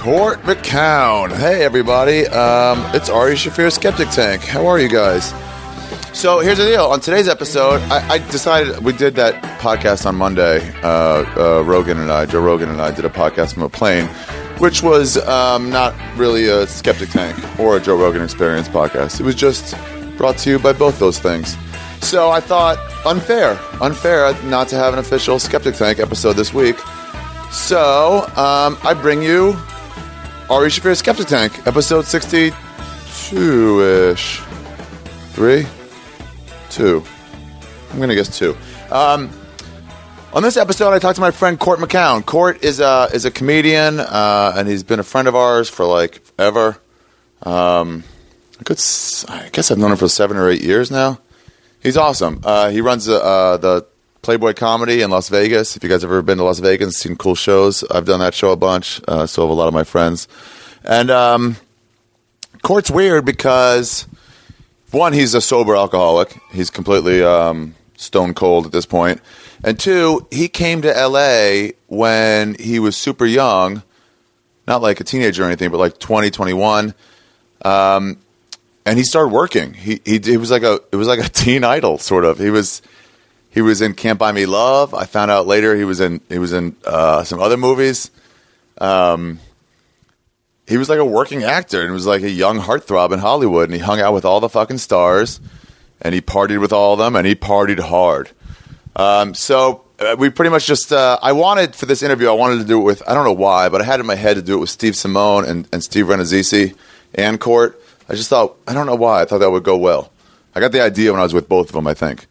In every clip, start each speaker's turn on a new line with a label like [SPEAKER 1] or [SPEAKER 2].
[SPEAKER 1] Fort McCown. Hey, everybody. Um, it's Ari Shafir Skeptic Tank. How are you guys? So here's the deal. On today's episode, I, I decided we did that podcast on Monday. Uh, uh, Rogan and I, Joe Rogan and I, did a podcast from a plane, which was um, not really a Skeptic Tank or a Joe Rogan Experience podcast. It was just brought to you by both those things. So I thought unfair, unfair not to have an official Skeptic Tank episode this week. So um, I bring you Ari Shafir Skeptic Tank, episode 62 ish. Three? Two. I'm going to guess two. Um, on this episode, I talked to my friend Court McCown. Court is a, is a comedian, uh, and he's been a friend of ours for like ever. Um, a good, s- I guess I've known him for seven or eight years now. He's awesome. Uh, he runs uh, uh, the Playboy Comedy in Las Vegas. If you guys have ever been to Las Vegas, and seen cool shows. I've done that show a bunch. Uh, so have a lot of my friends. And um, Court's weird because one, he's a sober alcoholic. He's completely um, stone cold at this point. And two, he came to L.A. when he was super young, not like a teenager or anything, but like 20, 21 and he started working. He he it was like a it was like a teen idol sort of. He was he was in Can't Buy Me Love. I found out later he was in he was in uh, some other movies. Um, he was like a working actor and was like a young heartthrob in Hollywood. And he hung out with all the fucking stars, and he partied with all of them, and he partied hard. Um, so uh, we pretty much just uh, I wanted for this interview I wanted to do it with I don't know why but I had in my head to do it with Steve Simone and, and Steve Renazzisi and Court. I just thought I don't know why I thought that would go well. I got the idea when I was with both of them I think,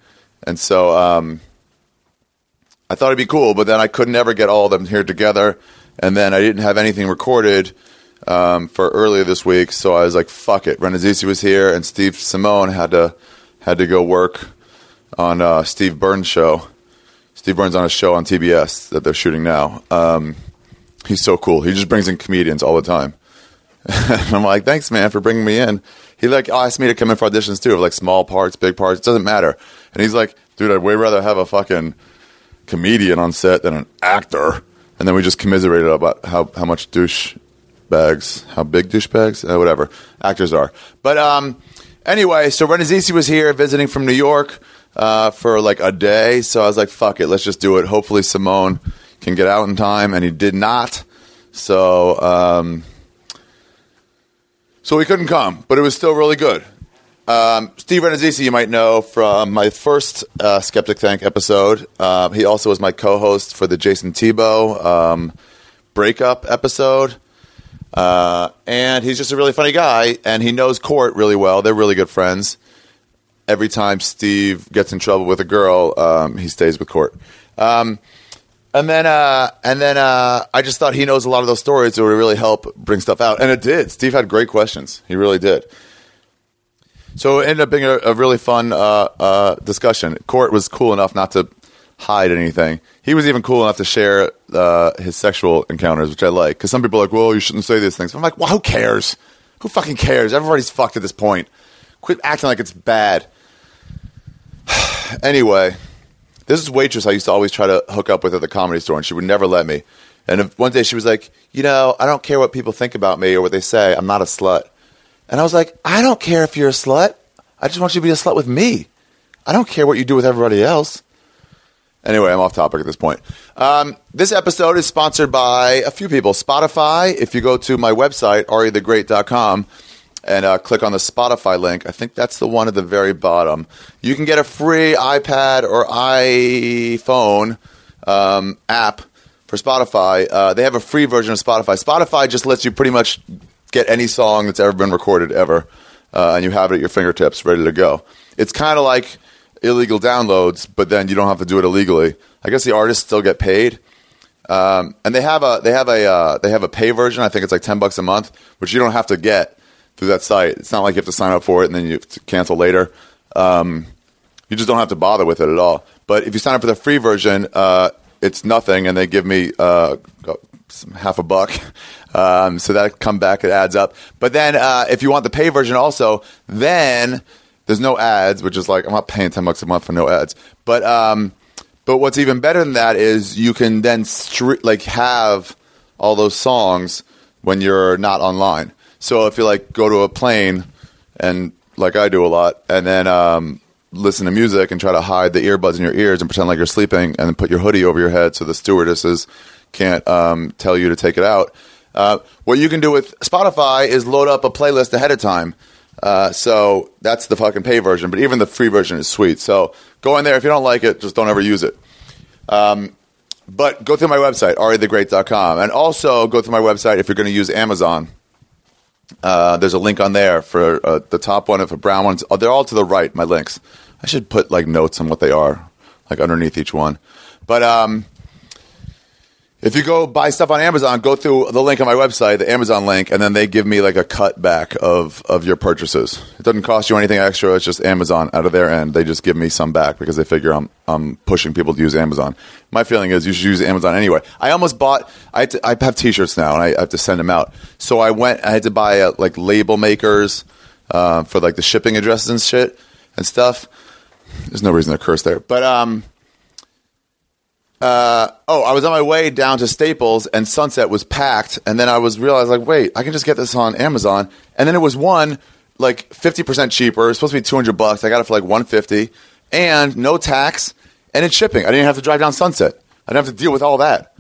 [SPEAKER 1] and so um, I thought it'd be cool. But then I could never get all of them here together, and then I didn't have anything recorded. Um, for earlier this week, so I was like, "Fuck it." Renazzisi was here, and Steve Simone had to had to go work on uh, Steve Burns' show. Steve Burns on a show on TBS that they're shooting now. Um, he's so cool. He just brings in comedians all the time. and I'm like, thanks, man, for bringing me in. He like asked me to come in for auditions too, of like small parts, big parts, it doesn't matter. And he's like, dude, I'd way rather have a fucking comedian on set than an actor. And then we just commiserated about how, how much douche bags, how big douche bags, uh, whatever actors are. But um, anyway, so Renazzisi was here visiting from New York uh, for like a day. So I was like, fuck it, let's just do it. Hopefully Simone can get out in time. And he did not. So, um, so he couldn't come, but it was still really good. Um, Steve Renazzisi, you might know from my first uh, Skeptic Tank episode. Uh, he also was my co-host for the Jason Tebow um, breakup episode, uh, and he's just a really funny guy. And he knows Court really well; they're really good friends. Every time Steve gets in trouble with a girl, um, he stays with Court. Um, and then, uh, and then uh, I just thought he knows a lot of those stories that would really help bring stuff out, and it did. Steve had great questions; he really did. So it ended up being a, a really fun uh, uh, discussion. Court was cool enough not to hide anything. He was even cool enough to share uh, his sexual encounters, which I like. Because some people are like, "Well, you shouldn't say these things." I'm like, "Well, who cares? Who fucking cares? Everybody's fucked at this point. Quit acting like it's bad." anyway, this is waitress I used to always try to hook up with at the comedy store, and she would never let me. And if- one day she was like, "You know, I don't care what people think about me or what they say. I'm not a slut." And I was like, "I don't care if you're a slut. I just want you to be a slut with me. I don't care what you do with everybody else." Anyway, I'm off topic at this point. Um, this episode is sponsored by a few people. Spotify, if you go to my website, arithegreat.com, and uh, click on the Spotify link, I think that's the one at the very bottom. You can get a free iPad or iPhone um, app for Spotify. Uh, they have a free version of Spotify. Spotify just lets you pretty much get any song that's ever been recorded ever, uh, and you have it at your fingertips, ready to go. It's kind of like illegal downloads, but then you don't have to do it illegally. I guess the artists still get paid, um, and they have a they have a uh, they have a pay version. I think it's like ten bucks a month, which you don't have to get through that site. It's not like you have to sign up for it and then you have to cancel later. Um, you just don't have to bother with it at all. But if you sign up for the free version, uh, it's nothing, and they give me uh, some- half a buck. Um, so that come back, it adds up. But then uh, if you want the pay version, also, then there's no ads, which is like I'm not paying ten bucks a month for no ads. But um, but what's even better than that is you can then stri- like have all those songs when you're not online. So if you like go to a plane and like I do a lot, and then um, listen to music and try to hide the earbuds in your ears and pretend like you're sleeping, and then put your hoodie over your head so the stewardesses can't um, tell you to take it out. Uh, what you can do with Spotify is load up a playlist ahead of time. Uh, so that's the fucking pay version, but even the free version is sweet. So go in there. If you don't like it, just don't ever use it. Um, But go through my website, ariathegreat.com. And also go through my website if you're going to use Amazon. Uh, there's a link on there for uh, the top one, if a brown one's. Oh, they're all to the right, my links. I should put like notes on what they are, like underneath each one. But um, if you go buy stuff on Amazon, go through the link on my website, the Amazon link, and then they give me like a cutback of, of your purchases. It doesn't cost you anything extra. It's just Amazon out of their end. They just give me some back because they figure I'm, I'm pushing people to use Amazon. My feeling is you should use Amazon anyway. I almost bought, I, had to- I have t shirts now and I, I have to send them out. So I went, I had to buy uh like label makers uh, for like the shipping addresses and shit and stuff. There's no reason to curse there. But, um, oh, I was on my way down to Staples and Sunset was packed, and then I was realized like, wait, I can just get this on Amazon, and then it was one like fifty percent cheaper. It's supposed to be two hundred bucks. I got it for like one fifty, and no tax, and it's shipping. I didn't have to drive down Sunset. I didn't have to deal with all that.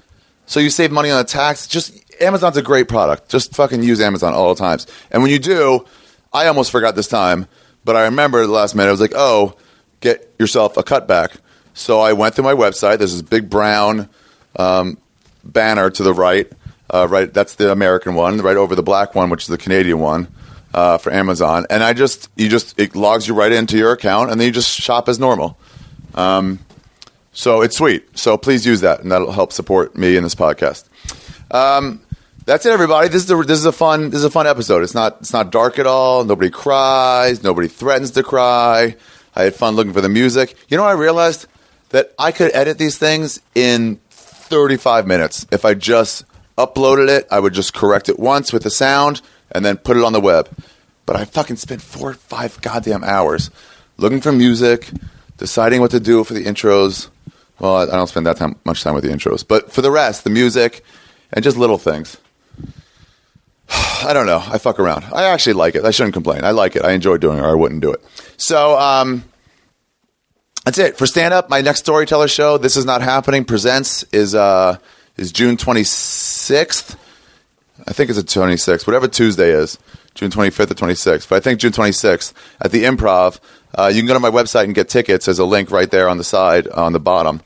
[SPEAKER 1] So you save money on the tax. Just Amazon's a great product. Just fucking use Amazon all the times. And when you do, I almost forgot this time, but I remember the last minute. I was like, oh, get yourself a cutback. So I went through my website. There's this big brown um, banner to the right. Uh, right, that's the American one. Right over the black one, which is the Canadian one uh, for Amazon. And I just, you just, it logs you right into your account, and then you just shop as normal. Um, So it's sweet. So please use that, and that'll help support me in this podcast. Um, that's it, everybody. This is a, this is a fun this is a fun episode. It's not it's not dark at all. Nobody cries. Nobody threatens to cry. I had fun looking for the music. You know, what I realized that I could edit these things in 35 minutes if I just uploaded it. I would just correct it once with the sound and then put it on the web. But I fucking spent four five goddamn hours looking for music, deciding what to do for the intros. Well, I I don't spend that time, much time with the intros, but for the rest, the music and just little things. I don't know. I fuck around. I actually like it. I shouldn't complain. I like it. I enjoy doing it, or I wouldn't do it. So um, that's it for stand up. My next storyteller show, This Is Not Happening, presents is uh, is June twenty sixth. I think it's a 26th, whatever Tuesday is, June 25th or 26th. But I think June 26th at the Improv. Uh, you can go to my website and get tickets. There's a link right there on the side, on the bottom,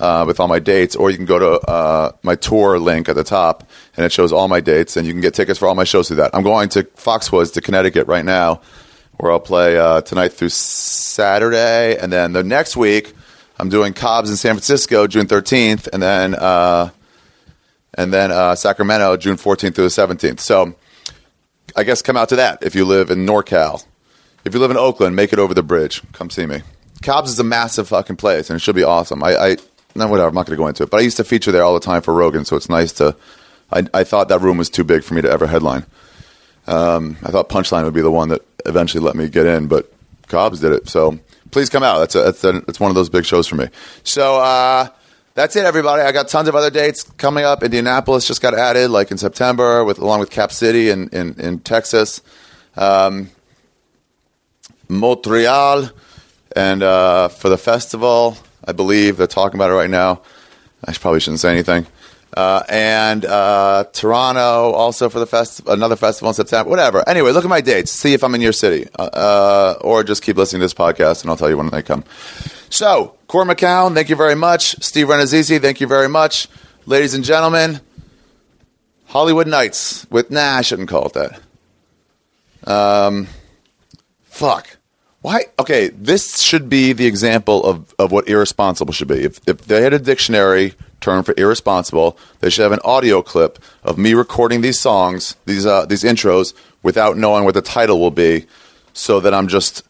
[SPEAKER 1] uh, with all my dates. Or you can go to uh, my tour link at the top, and it shows all my dates, and you can get tickets for all my shows through that. I'm going to Foxwoods to Connecticut right now, where I'll play uh, tonight through Saturday, and then the next week I'm doing Cobb's in San Francisco, June 13th, and then. Uh, and then uh, Sacramento, June 14th through the 17th. So I guess come out to that if you live in NorCal. If you live in Oakland, make it over the bridge. Come see me. Cobb's is a massive fucking place, and it should be awesome. I, I no, whatever. I'm not going to go into it, but I used to feature there all the time for Rogan, so it's nice to. I, I thought that room was too big for me to ever headline. Um, I thought Punchline would be the one that eventually let me get in, but Cobb's did it. So please come out. That's a, that's, a, that's one of those big shows for me. So uh, that's it, everybody. I got tons of other dates coming up. Indianapolis just got added, like in September, with along with Cap City in in, in Texas, um, Montreal, and uh, for the festival, I believe they're talking about it right now. I sh- probably shouldn't say anything. Uh, and uh, Toronto also for the fest another festival in September. Whatever. Anyway, look at my dates. See if I'm in your city, uh, uh, or just keep listening to this podcast, and I'll tell you when they come. So, Core McCown, thank you very much. Steve Renazizi, thank you very much, ladies and gentlemen. Hollywood Nights with nah, I shouldn't call it that. Fuck. Why? Okay, this should be the example of, of what irresponsible should be. If, if they had a dictionary term for irresponsible, they should have an audio clip of me recording these songs, these uh, these intros, without knowing what the title will be, so that I'm just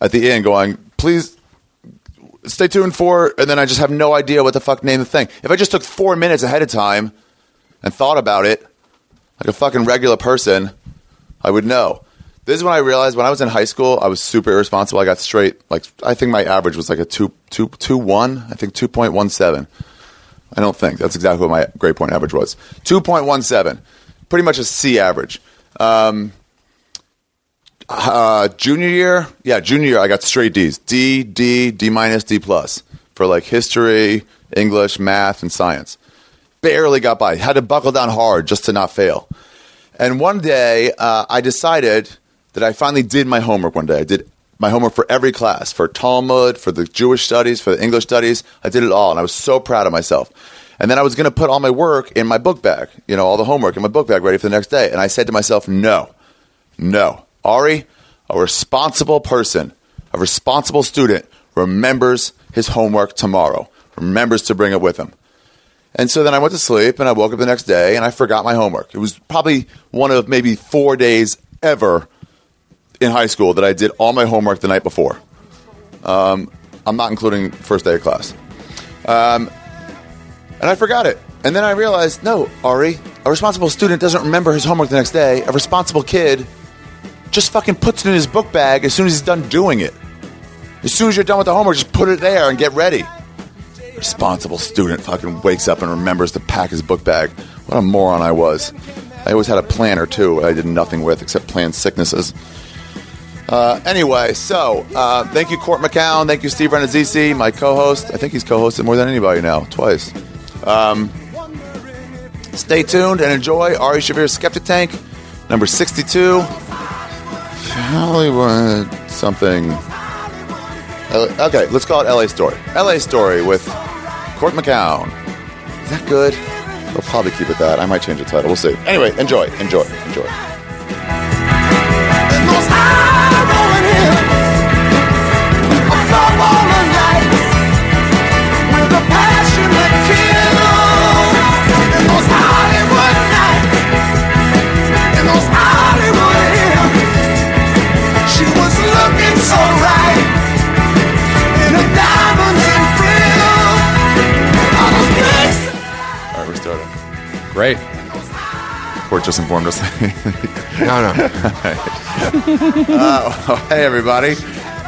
[SPEAKER 1] at the end going, please stay tuned for, and then I just have no idea what the fuck name of the thing. If I just took four minutes ahead of time and thought about it, like a fucking regular person, I would know. This is when I realized when I was in high school, I was super irresponsible. I got straight like I think my average was like a two two two one. I think two point one seven. I don't think that's exactly what my grade point average was. Two point one seven. pretty much a C average. Um, uh, junior year, yeah, junior year, I got straight D's: D, D, D minus, D plus for like history, English, math, and science. Barely got by. Had to buckle down hard just to not fail. And one day, uh, I decided that I finally did my homework. One day, I did my homework for every class, for Talmud, for the Jewish studies, for the English studies. I did it all, and I was so proud of myself. And then I was going to put all my work in my book bag, you know, all the homework in my book bag ready for the next day. And I said to myself, no, no. Ari, a responsible person, a responsible student, remembers his homework tomorrow, remembers to bring it with him. And so then I went to sleep and I woke up the next day and I forgot my homework. It was probably one of maybe four days ever in high school that I did all my homework the night before. Um, I'm not including first day of class. Um, and I forgot it. And then I realized no, Ari, a responsible student doesn't remember his homework the next day. A responsible kid just fucking puts it in his book bag as soon as he's done doing it. As soon as you're done with the homework, just put it there and get ready. Responsible student fucking wakes up and remembers to pack his book bag. What a moron I was. I always had a planner too, I did nothing with except plan sicknesses. Uh, anyway, so uh, thank you, Court McCown. Thank you, Steve Renazzisi, my co host. I think he's co hosted more than anybody now, twice. Um, stay tuned and enjoy Ari Shavir's Skeptic Tank, number 62. Hollywood something. Uh, Okay, let's call it LA Story. LA Story with Court McCown. Is that good? We'll probably keep it that. I might change the title. We'll see. Anyway, enjoy, enjoy, enjoy.
[SPEAKER 2] So right in her diamonds and frills, all those big
[SPEAKER 1] All right, we're starting.
[SPEAKER 3] Great.
[SPEAKER 1] Court just informed us.
[SPEAKER 3] No, no.
[SPEAKER 1] Oh, hey, everybody.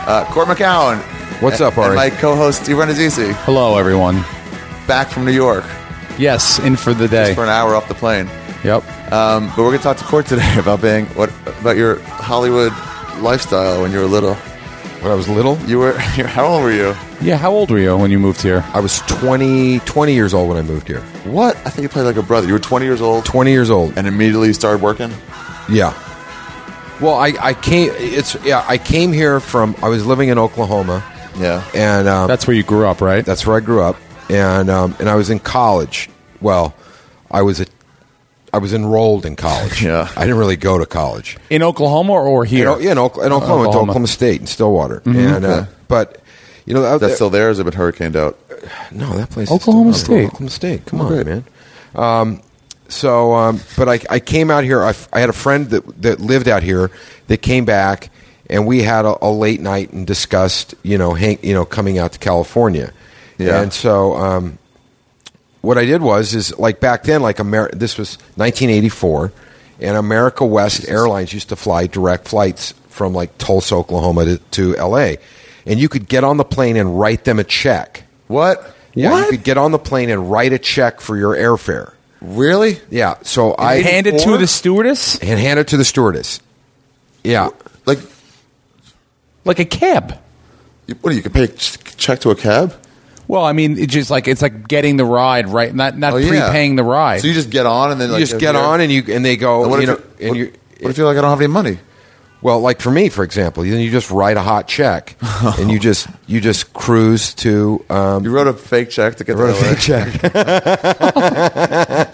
[SPEAKER 1] Uh, Court McCown.
[SPEAKER 3] What's up,
[SPEAKER 1] And
[SPEAKER 3] Ari?
[SPEAKER 1] my co-host, Steve Renazzisi,
[SPEAKER 4] Hello, everyone.
[SPEAKER 1] back from New York
[SPEAKER 4] Yes, in for the
[SPEAKER 1] just
[SPEAKER 4] day.
[SPEAKER 1] for an hour off the plane.
[SPEAKER 4] Yep.
[SPEAKER 1] Um, but we're going to talk to Court today about being what about your Hollywood lifestyle when you were little.
[SPEAKER 3] When I was little,
[SPEAKER 1] You were how old were you?
[SPEAKER 4] Yeah, how old were you when you moved here?
[SPEAKER 3] I was 20, 20 years old when I moved here.
[SPEAKER 1] What? I think you played like a brother. You were 20 years old
[SPEAKER 3] 20 years old.
[SPEAKER 1] and immediately started working.
[SPEAKER 3] Yeah. Well, I, I came. It's yeah. I came here from. I was living in Oklahoma,
[SPEAKER 1] Yeah.
[SPEAKER 3] and um,
[SPEAKER 4] That's where you grew up, right?
[SPEAKER 3] that's where I grew up, and um, and I was in college. Well, I was a, I was enrolled in college.
[SPEAKER 1] Yeah.
[SPEAKER 3] I didn't really go to college.
[SPEAKER 4] In Oklahoma or
[SPEAKER 3] You
[SPEAKER 4] here?
[SPEAKER 3] know, Oh, yeah, in, Oklahoma, in Oklahoma, went to
[SPEAKER 4] Oklahoma.
[SPEAKER 3] Oklahoma State in Stillwater, and uh, but you know uh, out
[SPEAKER 1] Mm-hmm. That's
[SPEAKER 3] there-
[SPEAKER 1] still there or has it been hurricaned out?
[SPEAKER 3] No, that place.
[SPEAKER 4] Oklahoma
[SPEAKER 3] is still-
[SPEAKER 4] State.
[SPEAKER 3] Oklahoma State. Come
[SPEAKER 1] Oh,
[SPEAKER 3] on,
[SPEAKER 1] great.
[SPEAKER 3] man. Um, so, um, but I, I came out here. I, f- I had a friend that that lived out here. That came back, and we had a, a late night and discussed, you know, hang, you know, coming out to California.
[SPEAKER 1] Yeah.
[SPEAKER 3] And so, um, what I did was is like back then, like Amer- This was 1984, and America West Airlines used to fly direct flights from like Tulsa, Oklahoma, to, to L.A. And you could get on the plane and write them a check.
[SPEAKER 1] What?
[SPEAKER 3] Yeah,
[SPEAKER 1] What?
[SPEAKER 3] you could get on the plane and write a check for your airfare.
[SPEAKER 1] really?
[SPEAKER 3] Yeah, so I
[SPEAKER 4] Hand it to the stewardess
[SPEAKER 3] and hand it to the stewardess. Yeah,
[SPEAKER 1] Like
[SPEAKER 4] like a cab.
[SPEAKER 1] you- what do you can pay a ch- check to a cab?
[SPEAKER 4] Well, I mean, it's just like it's like getting the ride, right? Not not prepaying the ride.
[SPEAKER 1] So you just get on and then
[SPEAKER 3] you
[SPEAKER 1] like
[SPEAKER 3] just get on and you and they go.
[SPEAKER 1] and uh, what
[SPEAKER 3] you
[SPEAKER 1] if
[SPEAKER 3] know,
[SPEAKER 1] it-
[SPEAKER 3] and
[SPEAKER 1] what-
[SPEAKER 3] you.
[SPEAKER 1] what if you're like I don't have any money?
[SPEAKER 3] well, like for me, for example, then you just write a hot check, and you just you just cruise to. Um,
[SPEAKER 1] You wrote a fake check to get
[SPEAKER 3] wrote
[SPEAKER 1] the
[SPEAKER 3] a
[SPEAKER 1] LA.
[SPEAKER 3] fake check.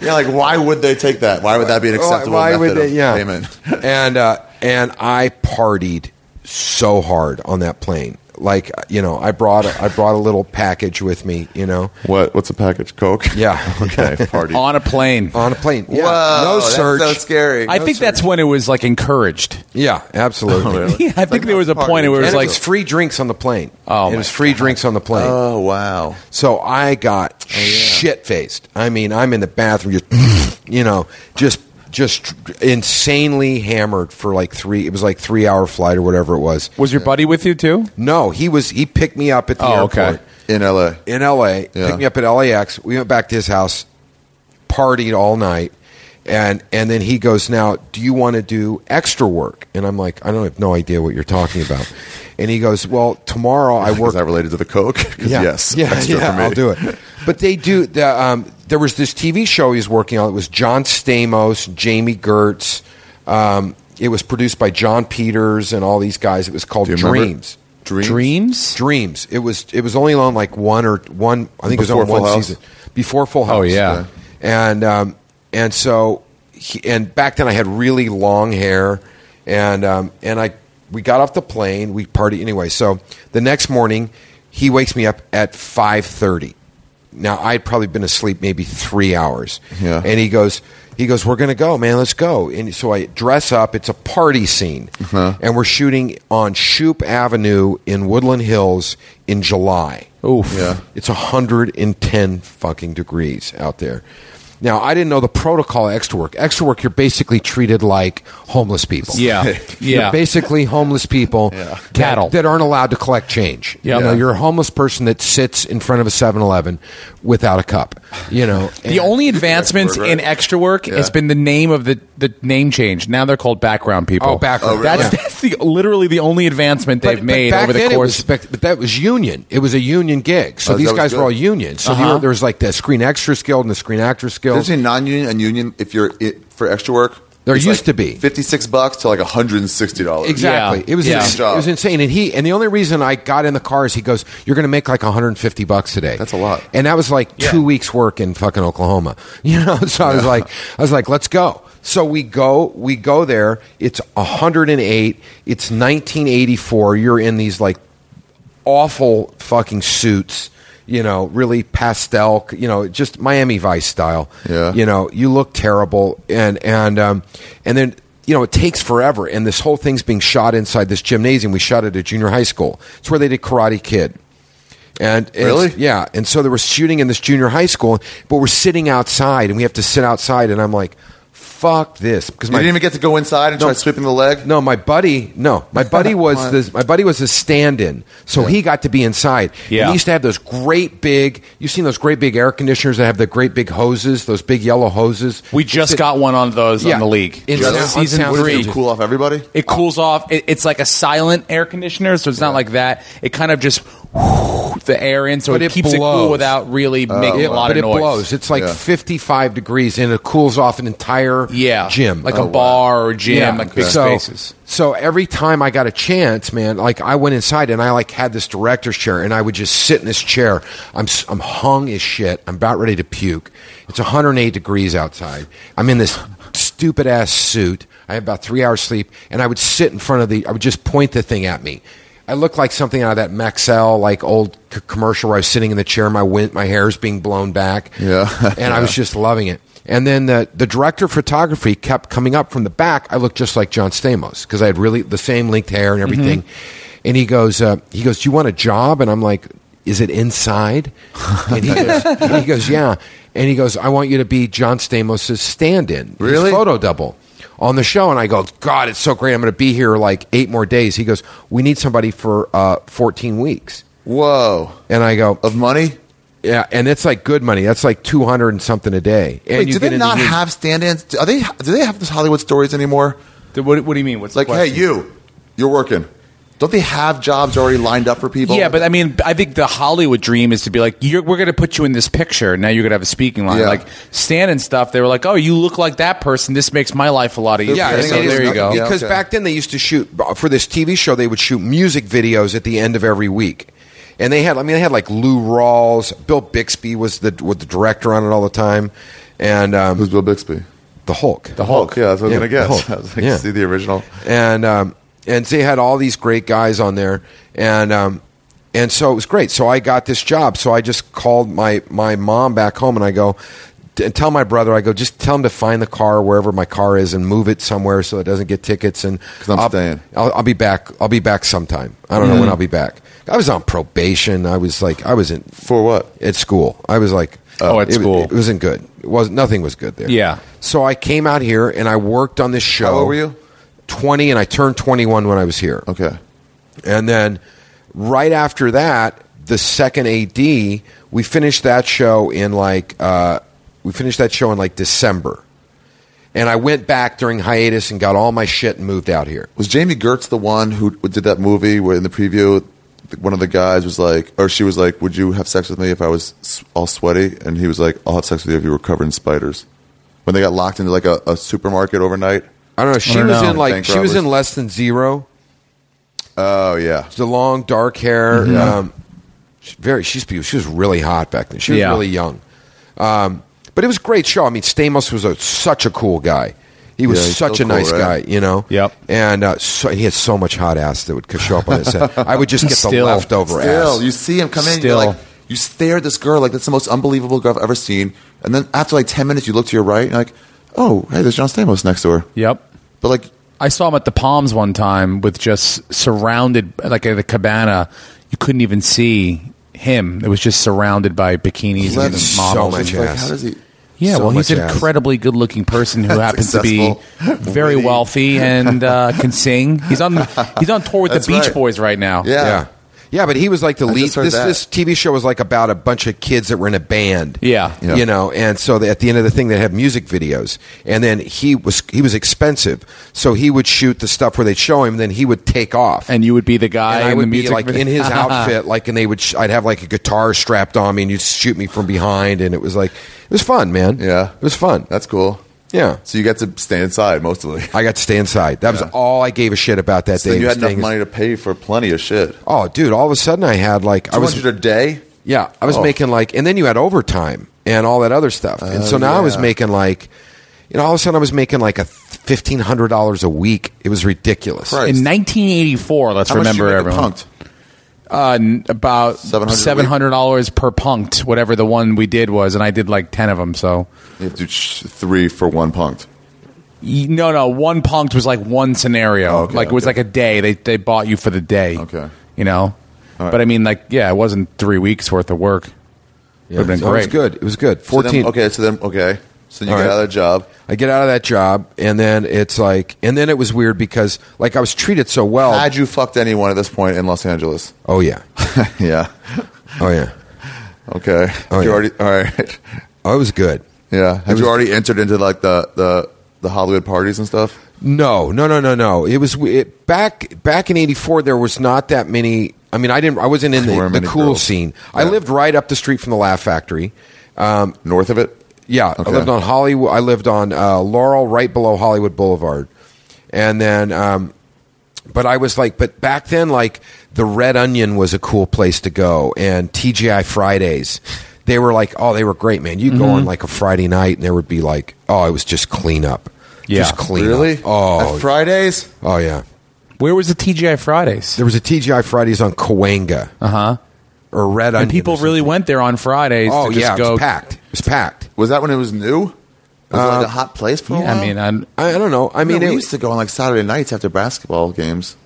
[SPEAKER 1] Yeah, like why would they take that? Why would that be an acceptable
[SPEAKER 3] Why
[SPEAKER 1] method
[SPEAKER 3] would they?
[SPEAKER 1] of
[SPEAKER 3] Yeah,
[SPEAKER 1] payment?
[SPEAKER 3] and uh, and I partied so hard on that plane. Like uh, you know, I brought a, I brought a little package with me. You know,
[SPEAKER 1] What? What's a package? Coke?
[SPEAKER 3] Yeah.
[SPEAKER 1] okay. Party.
[SPEAKER 4] on a plane.
[SPEAKER 3] on a plane. Yeah,
[SPEAKER 1] Whoa,
[SPEAKER 3] no
[SPEAKER 1] that's
[SPEAKER 3] search.
[SPEAKER 1] so scary.
[SPEAKER 4] I think that's when it was like encouraged.
[SPEAKER 3] Yeah, absolutely.
[SPEAKER 4] Yeah, I think there was Oh, a point where it was
[SPEAKER 3] And it
[SPEAKER 4] like
[SPEAKER 3] was free drinks on the plane.
[SPEAKER 4] Oh,
[SPEAKER 3] it
[SPEAKER 4] my Uh,
[SPEAKER 3] was free drinks on the plane.
[SPEAKER 1] Oh wow.
[SPEAKER 3] so I
[SPEAKER 4] oh,
[SPEAKER 3] got shit faced. I mean, I'm in the bathroom, just you know, just just insanely hammered for like three. It was like three hour flight or whatever it was.
[SPEAKER 4] was your buddy with you too?
[SPEAKER 3] No, he was he picked me up at the
[SPEAKER 4] Oh,
[SPEAKER 3] airport
[SPEAKER 4] okay.
[SPEAKER 1] In L.A.
[SPEAKER 3] in L.A.
[SPEAKER 1] Yeah.
[SPEAKER 3] Picked me up at LAX. We went back to his house, partied all night, and and then he goes now do you want to do extra work and i'm like i don't have no idea what you're talking about and he goes well tomorrow i
[SPEAKER 1] Was
[SPEAKER 3] work
[SPEAKER 1] that related to the Coke? 'Cause Yes.
[SPEAKER 3] yeah,
[SPEAKER 1] extra
[SPEAKER 3] yeah,
[SPEAKER 1] for me.
[SPEAKER 3] I'll do it. But they do. The, um, there was this TV show he was working on. It was John Stamos, Jamie Gertz. Um, it was produced by John Peters and all these guys. It was called
[SPEAKER 1] Do you remember?
[SPEAKER 3] Dreams.
[SPEAKER 1] Dreams.
[SPEAKER 4] Dreams?
[SPEAKER 3] Dreams. It was. It was only on like one or one. I think it
[SPEAKER 1] Before
[SPEAKER 3] was on
[SPEAKER 1] Full
[SPEAKER 3] one
[SPEAKER 1] House?
[SPEAKER 3] season before Full House.
[SPEAKER 4] Oh, yeah.
[SPEAKER 3] And um, and so he, and back then I had really long hair, and um, and I we got off the plane. We party anyway. So the next morning, he wakes me up at five thirty. Now I'd probably been asleep maybe three hours.
[SPEAKER 1] Yeah.
[SPEAKER 3] And he goes. He goes, we're gonna go, man. Let's go. And so I dress up. It's a party scene,
[SPEAKER 4] Uh-huh.
[SPEAKER 3] and we're shooting on Shoop Avenue in Woodland Hills in July.
[SPEAKER 4] Oof.
[SPEAKER 1] Yeah.
[SPEAKER 3] It's 110 fucking degrees out there. Now, I didn't know the protocol of extra work. Extra work, you're basically treated like homeless people.
[SPEAKER 4] Yeah.
[SPEAKER 3] You're
[SPEAKER 4] Yeah.
[SPEAKER 3] basically homeless people. that-
[SPEAKER 4] Cattle.
[SPEAKER 3] That, aren't allowed to collect change.
[SPEAKER 4] Yeah.
[SPEAKER 3] You know, you're a homeless person that sits in front of a 7 Eleven without a cup. You know,
[SPEAKER 4] The
[SPEAKER 3] and-
[SPEAKER 4] only advancements
[SPEAKER 1] Extra work,
[SPEAKER 4] in
[SPEAKER 1] right?
[SPEAKER 4] extra work has been the name of the, the name change. Now they're called background people.
[SPEAKER 3] Oh, background. Oh, really?
[SPEAKER 4] That's,
[SPEAKER 3] Yeah.
[SPEAKER 4] that's the literally the only advancement
[SPEAKER 3] But-
[SPEAKER 4] they've made
[SPEAKER 3] but back
[SPEAKER 4] over the
[SPEAKER 3] then it
[SPEAKER 4] course.
[SPEAKER 3] was spec- but that was union. It was a union gig. So
[SPEAKER 1] Oh,
[SPEAKER 3] these
[SPEAKER 1] that was
[SPEAKER 3] guys were
[SPEAKER 1] good.
[SPEAKER 3] all union. So
[SPEAKER 4] Uh-huh.
[SPEAKER 3] they were- there was like the Screen Extras Guild and the Screen Actors Guild.
[SPEAKER 1] There's a non-union and union if you're it, for extra work.
[SPEAKER 3] There
[SPEAKER 1] it's
[SPEAKER 3] used
[SPEAKER 1] like
[SPEAKER 3] to be.
[SPEAKER 1] fifty-six bucks to like hundred and sixty dollars.
[SPEAKER 3] Exactly.
[SPEAKER 4] Yeah.
[SPEAKER 3] It was
[SPEAKER 4] Yeah.
[SPEAKER 3] ins-
[SPEAKER 1] Good job.
[SPEAKER 3] it was insane. And he and the only reason I got in the car is he goes, "You're going to make like 150 bucks today."
[SPEAKER 1] That's a lot.
[SPEAKER 3] And that was like two weeks work in fucking Oklahoma. You know, so I was like, I was like, let's go. So we go, we go there. It's 108. It's 1984. You're in these like awful fucking suits. You know, really pastel. You know, just Miami Vice style.
[SPEAKER 1] Yeah.
[SPEAKER 3] You know, you look terrible, and and um, and then you know it takes forever, and this whole thing's being shot inside this gymnasium. We shot it at junior high school. It's where they did Karate Kid. And, and-
[SPEAKER 1] Really?
[SPEAKER 3] yeah. And so they were shooting in this junior high school, but we're sitting outside, and we have to sit outside, and I'm like, "Fuck this!" Because
[SPEAKER 1] You
[SPEAKER 3] my
[SPEAKER 1] didn't even get to go inside and
[SPEAKER 3] No.
[SPEAKER 1] try sweeping the leg.
[SPEAKER 3] no, my buddy. No, my buddy was
[SPEAKER 1] What?
[SPEAKER 3] the, my buddy was a stand-in, so he got to be inside.
[SPEAKER 4] Yeah.
[SPEAKER 3] And he used to have those great big. You've seen those great big air conditioners that have the great big hoses, those big yellow hoses.
[SPEAKER 4] we just
[SPEAKER 3] Sit-
[SPEAKER 4] got one on those
[SPEAKER 3] Yeah.
[SPEAKER 4] on the league.
[SPEAKER 3] In
[SPEAKER 4] Just
[SPEAKER 1] sound-
[SPEAKER 4] season
[SPEAKER 3] on sound
[SPEAKER 1] What
[SPEAKER 4] three.
[SPEAKER 1] did you cool off everybody?
[SPEAKER 4] It cools off. It, it's like a silent air conditioner, so it's not like that. It kind of just the air in, so
[SPEAKER 3] But
[SPEAKER 4] it,
[SPEAKER 3] it
[SPEAKER 4] keeps it
[SPEAKER 3] blows.
[SPEAKER 4] cool without really
[SPEAKER 3] It,
[SPEAKER 4] making a lot
[SPEAKER 3] but
[SPEAKER 4] of
[SPEAKER 3] it
[SPEAKER 4] noise.
[SPEAKER 3] blows. It's like
[SPEAKER 1] Yeah.
[SPEAKER 3] 55 degrees, and it cools off an entire
[SPEAKER 4] yeah,
[SPEAKER 3] gym,
[SPEAKER 4] like
[SPEAKER 3] Oh,
[SPEAKER 4] a
[SPEAKER 3] wow.
[SPEAKER 4] bar or gym,
[SPEAKER 3] Yeah.
[SPEAKER 4] like big
[SPEAKER 3] so,
[SPEAKER 4] spaces.
[SPEAKER 3] So every time I got a chance, man, like I went inside and I like had this director's chair and I would just sit in this chair. I'm s- I'm hung as shit. I'm about ready to puke. It's 108 degrees outside. I'm in this stupid ass suit. I have about three hours sleep, and I would sit in front of the. I would just point the thing at me. I look like something out of that Maxell like old c- commercial where I was sitting in the chair, my wind, my hair's being blown back,
[SPEAKER 1] Yeah.
[SPEAKER 3] and I was just loving it. And then the, the director of photography kept coming up from the back. I looked just like John Stamos because I had really the same linked hair
[SPEAKER 1] Mm-hmm.
[SPEAKER 3] and everything. And he goes, uh, he goes, do you want a job? And I'm like, is it inside? And he goes, and he goes yeah. And he goes, I want you to be John Stamos' stand-in,
[SPEAKER 1] Really?
[SPEAKER 3] his photo double on the show. And I go, God, it's so great. I'm going to be here like eight more days. He goes, we need somebody for uh, 14 weeks.
[SPEAKER 1] Whoa!
[SPEAKER 3] And I go, "Oh,
[SPEAKER 1] Of money?
[SPEAKER 3] yeah, and it's like good money. That's like two hundred and something a day. And
[SPEAKER 1] Wait,
[SPEAKER 3] you
[SPEAKER 1] do
[SPEAKER 3] get
[SPEAKER 1] they
[SPEAKER 3] into
[SPEAKER 1] not
[SPEAKER 3] uni-
[SPEAKER 1] have stand-ins? Do- Are they? Do they have those Hollywood stories anymore?
[SPEAKER 4] What, what do you mean? What's
[SPEAKER 1] It's like,
[SPEAKER 4] the question?
[SPEAKER 1] hey, you, you're working. Don't they have jobs already lined up for people?
[SPEAKER 4] Yeah, but I mean, I think the Hollywood dream is to be like, you're, we're going to put you in this picture. Now you're going to have a speaking line.
[SPEAKER 1] Yeah.
[SPEAKER 4] Like, stand and stuff, they were like, oh, you look like that person. This makes my life a lot easier.
[SPEAKER 3] Yeah,
[SPEAKER 1] Yeah,
[SPEAKER 3] and
[SPEAKER 1] so
[SPEAKER 4] so
[SPEAKER 3] it is-
[SPEAKER 4] there you go.
[SPEAKER 1] Yeah,
[SPEAKER 3] Because
[SPEAKER 1] okay.
[SPEAKER 3] back then they used to shoot for this TV show. They would shoot music videos at the end of every week, and they had. I mean, they had like Lou Rawls, Bill Bixby was the was the director on it all the time, and um,
[SPEAKER 1] who's Bill Bixby?
[SPEAKER 3] the Hulk.
[SPEAKER 1] The Hulk. Yeah, that's what
[SPEAKER 3] Yeah,
[SPEAKER 1] I was gonna
[SPEAKER 3] the
[SPEAKER 1] guess.
[SPEAKER 3] Hulk.
[SPEAKER 1] I was like,
[SPEAKER 3] Yeah.
[SPEAKER 1] see the original.
[SPEAKER 3] and um, and they had all these great guys on there, and um, and so it was great. So I got this job. So I just called my my mom back home, and I go t- and tell my brother, I go just tell him to find the car wherever my car is and move it somewhere so it doesn't get tickets. And
[SPEAKER 1] 'Cause I'm
[SPEAKER 3] I'll,
[SPEAKER 1] staying.
[SPEAKER 3] I'll, I'll be back. I'll be back sometime. I don't know when I'll be back. I was on probation. I was like, I was in
[SPEAKER 1] For what?
[SPEAKER 3] at school. I was like,
[SPEAKER 4] Oh, at
[SPEAKER 3] it,
[SPEAKER 4] school.
[SPEAKER 3] it wasn't good. It was nothing was good there.
[SPEAKER 4] Yeah.
[SPEAKER 3] So I came out here and I worked on this show.
[SPEAKER 1] How old were you?
[SPEAKER 3] Twenty, and I turned twenty-one when I was here.
[SPEAKER 1] Okay.
[SPEAKER 3] And then right after that, the second AD, we finished that show in like uh, we finished that show in like December. And I went back during hiatus and got all my shit and moved out here.
[SPEAKER 1] Was Jamie Gertz the one who did that movie where in the preview, one of the guys was like, or she was like, "Would you have sex with me if I was s- all sweaty?" And he was like, "I'll have sex with you if you were covered in spiders." When they got locked into like a, a supermarket overnight.
[SPEAKER 3] I don't know. She
[SPEAKER 4] don't
[SPEAKER 3] was
[SPEAKER 4] know.
[SPEAKER 3] in like
[SPEAKER 1] Bank
[SPEAKER 3] she was
[SPEAKER 1] robbers.
[SPEAKER 3] in less than zero.
[SPEAKER 1] Oh yeah,
[SPEAKER 3] The long dark hair.
[SPEAKER 1] Mm-hmm.
[SPEAKER 3] Um, she's very. She's beautiful. She was really hot back then. She was
[SPEAKER 4] Yeah.
[SPEAKER 3] really young. Um, but it was a great show. I mean, Stamos was a, such a cool guy. He was
[SPEAKER 1] Yeah, he's
[SPEAKER 3] such a
[SPEAKER 1] still cool,
[SPEAKER 3] nice
[SPEAKER 1] right?
[SPEAKER 3] guy, you know.
[SPEAKER 4] Yep.
[SPEAKER 3] And uh, so, he had so much hot ass that would c- show up on his set. I would just get the
[SPEAKER 4] Still.
[SPEAKER 3] leftover
[SPEAKER 1] still
[SPEAKER 3] ass.
[SPEAKER 1] you see him come in.
[SPEAKER 4] Still.
[SPEAKER 1] You're like, you stare at this girl like that's the most unbelievable girl I've ever seen. And then after like ten minutes, you look to your right and you're like, "Oh, hey, there's John Stamos next to her."
[SPEAKER 4] Yep.
[SPEAKER 1] But like,
[SPEAKER 4] I saw him at the Palms one time with just surrounded, like at the cabana. You couldn't even see him. It was just surrounded by bikinis
[SPEAKER 1] Let
[SPEAKER 4] and
[SPEAKER 1] him
[SPEAKER 4] models.
[SPEAKER 3] so much
[SPEAKER 1] it's like,
[SPEAKER 3] ass.
[SPEAKER 1] how does he?
[SPEAKER 4] Yeah,
[SPEAKER 3] so
[SPEAKER 4] well, he's
[SPEAKER 3] much
[SPEAKER 4] an
[SPEAKER 3] ass.
[SPEAKER 4] incredibly good-looking person who happens to be
[SPEAKER 1] Successful.
[SPEAKER 4] very
[SPEAKER 1] Witty.
[SPEAKER 4] wealthy and uh, can sing. He's on he's on tour with
[SPEAKER 1] That's
[SPEAKER 4] the Beach
[SPEAKER 1] right.
[SPEAKER 4] Boys right now.
[SPEAKER 1] Yeah.
[SPEAKER 3] yeah. Yeah, but he was like the
[SPEAKER 1] I
[SPEAKER 3] lead.
[SPEAKER 1] just heard
[SPEAKER 3] This
[SPEAKER 1] that.
[SPEAKER 3] this TV show was like about a bunch of kids that were in a band.
[SPEAKER 4] Yeah.
[SPEAKER 1] Yeah.
[SPEAKER 3] you know, and so they, at the end of the thing they had music videos, and then he was he was expensive, so he would shoot the stuff where they'd show him, then he would take off,
[SPEAKER 4] and you would be the guy
[SPEAKER 3] And I
[SPEAKER 4] in
[SPEAKER 3] would
[SPEAKER 4] the
[SPEAKER 3] be
[SPEAKER 4] music
[SPEAKER 3] like
[SPEAKER 4] video.
[SPEAKER 3] in his outfit, like, and they would sh- I'd have like a guitar strapped on me, and you'd shoot me from behind, and it was like it was fun, man.
[SPEAKER 1] Yeah.
[SPEAKER 3] it was fun.
[SPEAKER 1] That's cool.
[SPEAKER 3] yeah.
[SPEAKER 1] So you got to stay inside most of the.
[SPEAKER 3] I got to stay inside. That was all I gave a shit about that
[SPEAKER 1] So
[SPEAKER 3] day.
[SPEAKER 1] you
[SPEAKER 3] was
[SPEAKER 1] had enough
[SPEAKER 3] staying-
[SPEAKER 1] money to pay for plenty of shit.
[SPEAKER 3] Oh, dude! All of a sudden, I had like I
[SPEAKER 1] Two
[SPEAKER 3] was
[SPEAKER 1] hundred a day.
[SPEAKER 3] Yeah, I was
[SPEAKER 1] Oh.
[SPEAKER 3] making like, and then you had overtime and all that other stuff, and so now I was
[SPEAKER 1] yeah.
[SPEAKER 3] making like, you know, all of a sudden I was making like a fifteen hundred dollars a week. It was ridiculous.
[SPEAKER 1] Christ.
[SPEAKER 4] in 1984. Let's
[SPEAKER 1] How much did you
[SPEAKER 4] remember
[SPEAKER 1] make a
[SPEAKER 4] everyone.
[SPEAKER 1] punked?
[SPEAKER 4] Uh, n- about
[SPEAKER 1] $700 a
[SPEAKER 4] seven hundred dollars per punked, whatever the one we did was, and I did like ten of them. So
[SPEAKER 1] You have to do sh- three for one punked.
[SPEAKER 4] Y- No, no. One punked was like one scenario.
[SPEAKER 1] Oh, okay,
[SPEAKER 4] like it was
[SPEAKER 1] okay.
[SPEAKER 4] like a day. They they bought you for the day.
[SPEAKER 1] Okay.
[SPEAKER 4] You know,
[SPEAKER 1] right.
[SPEAKER 4] but I mean, like, yeah, it wasn't three weeks worth of work.
[SPEAKER 3] Yeah,
[SPEAKER 4] Would've been
[SPEAKER 3] so It was
[SPEAKER 4] great.
[SPEAKER 3] good. It was good.
[SPEAKER 1] So then-
[SPEAKER 3] Fourteen.
[SPEAKER 1] okay, so then okay, so you
[SPEAKER 3] All
[SPEAKER 1] got
[SPEAKER 3] right.
[SPEAKER 1] out of that job.
[SPEAKER 3] I get out of that job, and then it's like, and then it was weird because like I was treated so well.
[SPEAKER 1] Had you fucked anyone at this point in Los Angeles?
[SPEAKER 3] oh yeah,
[SPEAKER 1] yeah.
[SPEAKER 3] oh yeah,
[SPEAKER 1] Okay. Had
[SPEAKER 3] Oh,
[SPEAKER 1] you
[SPEAKER 3] yeah.
[SPEAKER 1] already all right.
[SPEAKER 3] oh it was good.
[SPEAKER 1] Yeah. Had
[SPEAKER 3] was-
[SPEAKER 1] you already entered into like the the the Hollywood parties and stuff?
[SPEAKER 3] No, no, no, no, no. It was it, back back in '84. There was not that many. I mean, I didn't. I wasn't in
[SPEAKER 1] There
[SPEAKER 3] the,
[SPEAKER 1] weren't
[SPEAKER 3] the
[SPEAKER 1] many
[SPEAKER 3] cool
[SPEAKER 1] girls.
[SPEAKER 3] scene. I
[SPEAKER 1] Yeah.
[SPEAKER 3] lived right up the street from the Laugh Factory.
[SPEAKER 1] North of it?
[SPEAKER 3] Yeah,
[SPEAKER 1] Okay.
[SPEAKER 3] I lived on Hollywood. I lived on uh, Laurel, right below Hollywood Boulevard, and then. Um, but I was like, but back then, like the Red Onion was a cool place to go, and TGI Fridays. They were like, oh, they were great, man. You would go
[SPEAKER 4] Mm-hmm.
[SPEAKER 3] on like a Friday night, and there would be like, oh, it was just clean up,
[SPEAKER 4] Yeah.
[SPEAKER 3] just clean
[SPEAKER 1] Really?
[SPEAKER 3] up. Oh,
[SPEAKER 1] At Fridays?
[SPEAKER 3] oh yeah.
[SPEAKER 4] Where was the TGI Fridays?
[SPEAKER 3] There was a TGI Fridays on Cahuenga
[SPEAKER 4] Uh huh.
[SPEAKER 3] or Red Onion.
[SPEAKER 4] And people
[SPEAKER 3] or something.
[SPEAKER 4] really went there on Fridays.
[SPEAKER 3] Oh
[SPEAKER 4] to just
[SPEAKER 3] yeah, it
[SPEAKER 4] go.
[SPEAKER 3] was packed. It was packed.
[SPEAKER 1] Was that when it was new? Was it like a hot place for a
[SPEAKER 4] Yeah,
[SPEAKER 1] while?
[SPEAKER 4] I mean, I'm,
[SPEAKER 3] Uh, I, I don't know. I
[SPEAKER 1] I mean,
[SPEAKER 3] mean,
[SPEAKER 1] we
[SPEAKER 3] it,
[SPEAKER 1] used to go on like Saturday nights after basketball games,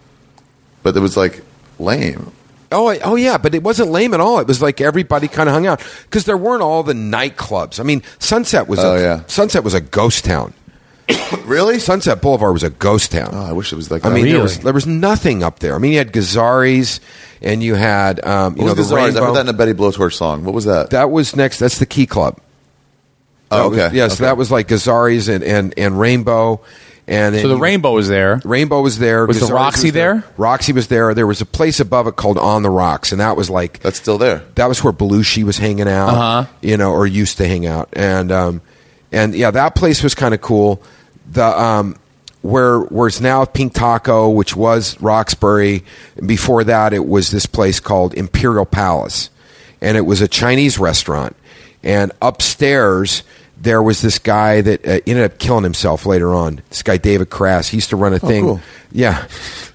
[SPEAKER 1] but it was like lame.
[SPEAKER 3] Oh, I- oh yeah, but it wasn't lame at all. It was like everybody kind of hung out because there weren't all the nightclubs. I mean, Sunset was
[SPEAKER 1] Oh,
[SPEAKER 3] a
[SPEAKER 1] yeah.
[SPEAKER 3] Sunset was a ghost town.
[SPEAKER 1] Really?
[SPEAKER 3] Sunset Boulevard was a ghost town.
[SPEAKER 1] Oh, I wish it was like
[SPEAKER 3] I
[SPEAKER 1] that.
[SPEAKER 3] mean, there
[SPEAKER 4] Really?
[SPEAKER 3] was there was nothing up there. I mean, you had Gazzaris and you had um, you
[SPEAKER 1] What
[SPEAKER 3] know
[SPEAKER 1] was
[SPEAKER 3] the
[SPEAKER 1] Gazaris? I
[SPEAKER 3] Rainbow.
[SPEAKER 1] heard that in a Betty Blowtorch song. What was that?
[SPEAKER 3] that was next. That's the Key Club.
[SPEAKER 1] oh,
[SPEAKER 3] That was-
[SPEAKER 1] okay.
[SPEAKER 3] yeah, so
[SPEAKER 1] Okay.
[SPEAKER 3] that was like Gazzaris and and, and Rainbow, and then
[SPEAKER 4] so the
[SPEAKER 3] you-
[SPEAKER 4] Rainbow was there.
[SPEAKER 3] Rainbow was there.
[SPEAKER 4] Was the
[SPEAKER 3] Gazzaris
[SPEAKER 4] Roxy there?
[SPEAKER 3] Roxy was there. There was a place above it called On the Rocks, and that was like
[SPEAKER 1] That's still there.
[SPEAKER 3] that was where Belushi was hanging out,
[SPEAKER 4] Uh-huh.
[SPEAKER 3] you know, or used to hang out, and um, and yeah, that place was kind of cool. The um, where where it's now Pink Taco, which was Roxbury. Before that, it was this place called Imperial Palace, and it was a Chinese restaurant. And upstairs, there was this guy that uh, ended up killing himself later on. This guy David Crass, he used to run a thing.
[SPEAKER 1] cool.
[SPEAKER 3] Yeah,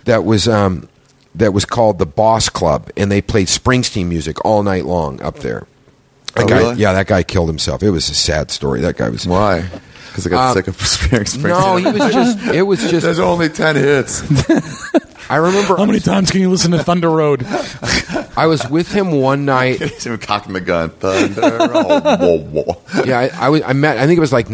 [SPEAKER 3] that was um, that was called the Boss Club, and they played Springsteen music all night long up there. That
[SPEAKER 1] Oh,
[SPEAKER 3] guy,
[SPEAKER 1] really?
[SPEAKER 3] Yeah, that guy killed himself. It was a sad story. That guy was
[SPEAKER 1] Why? Because I got
[SPEAKER 3] Uh,
[SPEAKER 1] sick of Spearing Springsteen.
[SPEAKER 3] no, he was just. It was
[SPEAKER 1] There's
[SPEAKER 3] just.
[SPEAKER 1] only ten hits.
[SPEAKER 3] I remember
[SPEAKER 4] times can you listen to Thunder Road?
[SPEAKER 3] I was with him one night.
[SPEAKER 1] He's even cocking the gun. Thunder. Oh, whoa, whoa.
[SPEAKER 3] Yeah, I, I, was, I met. I think it was like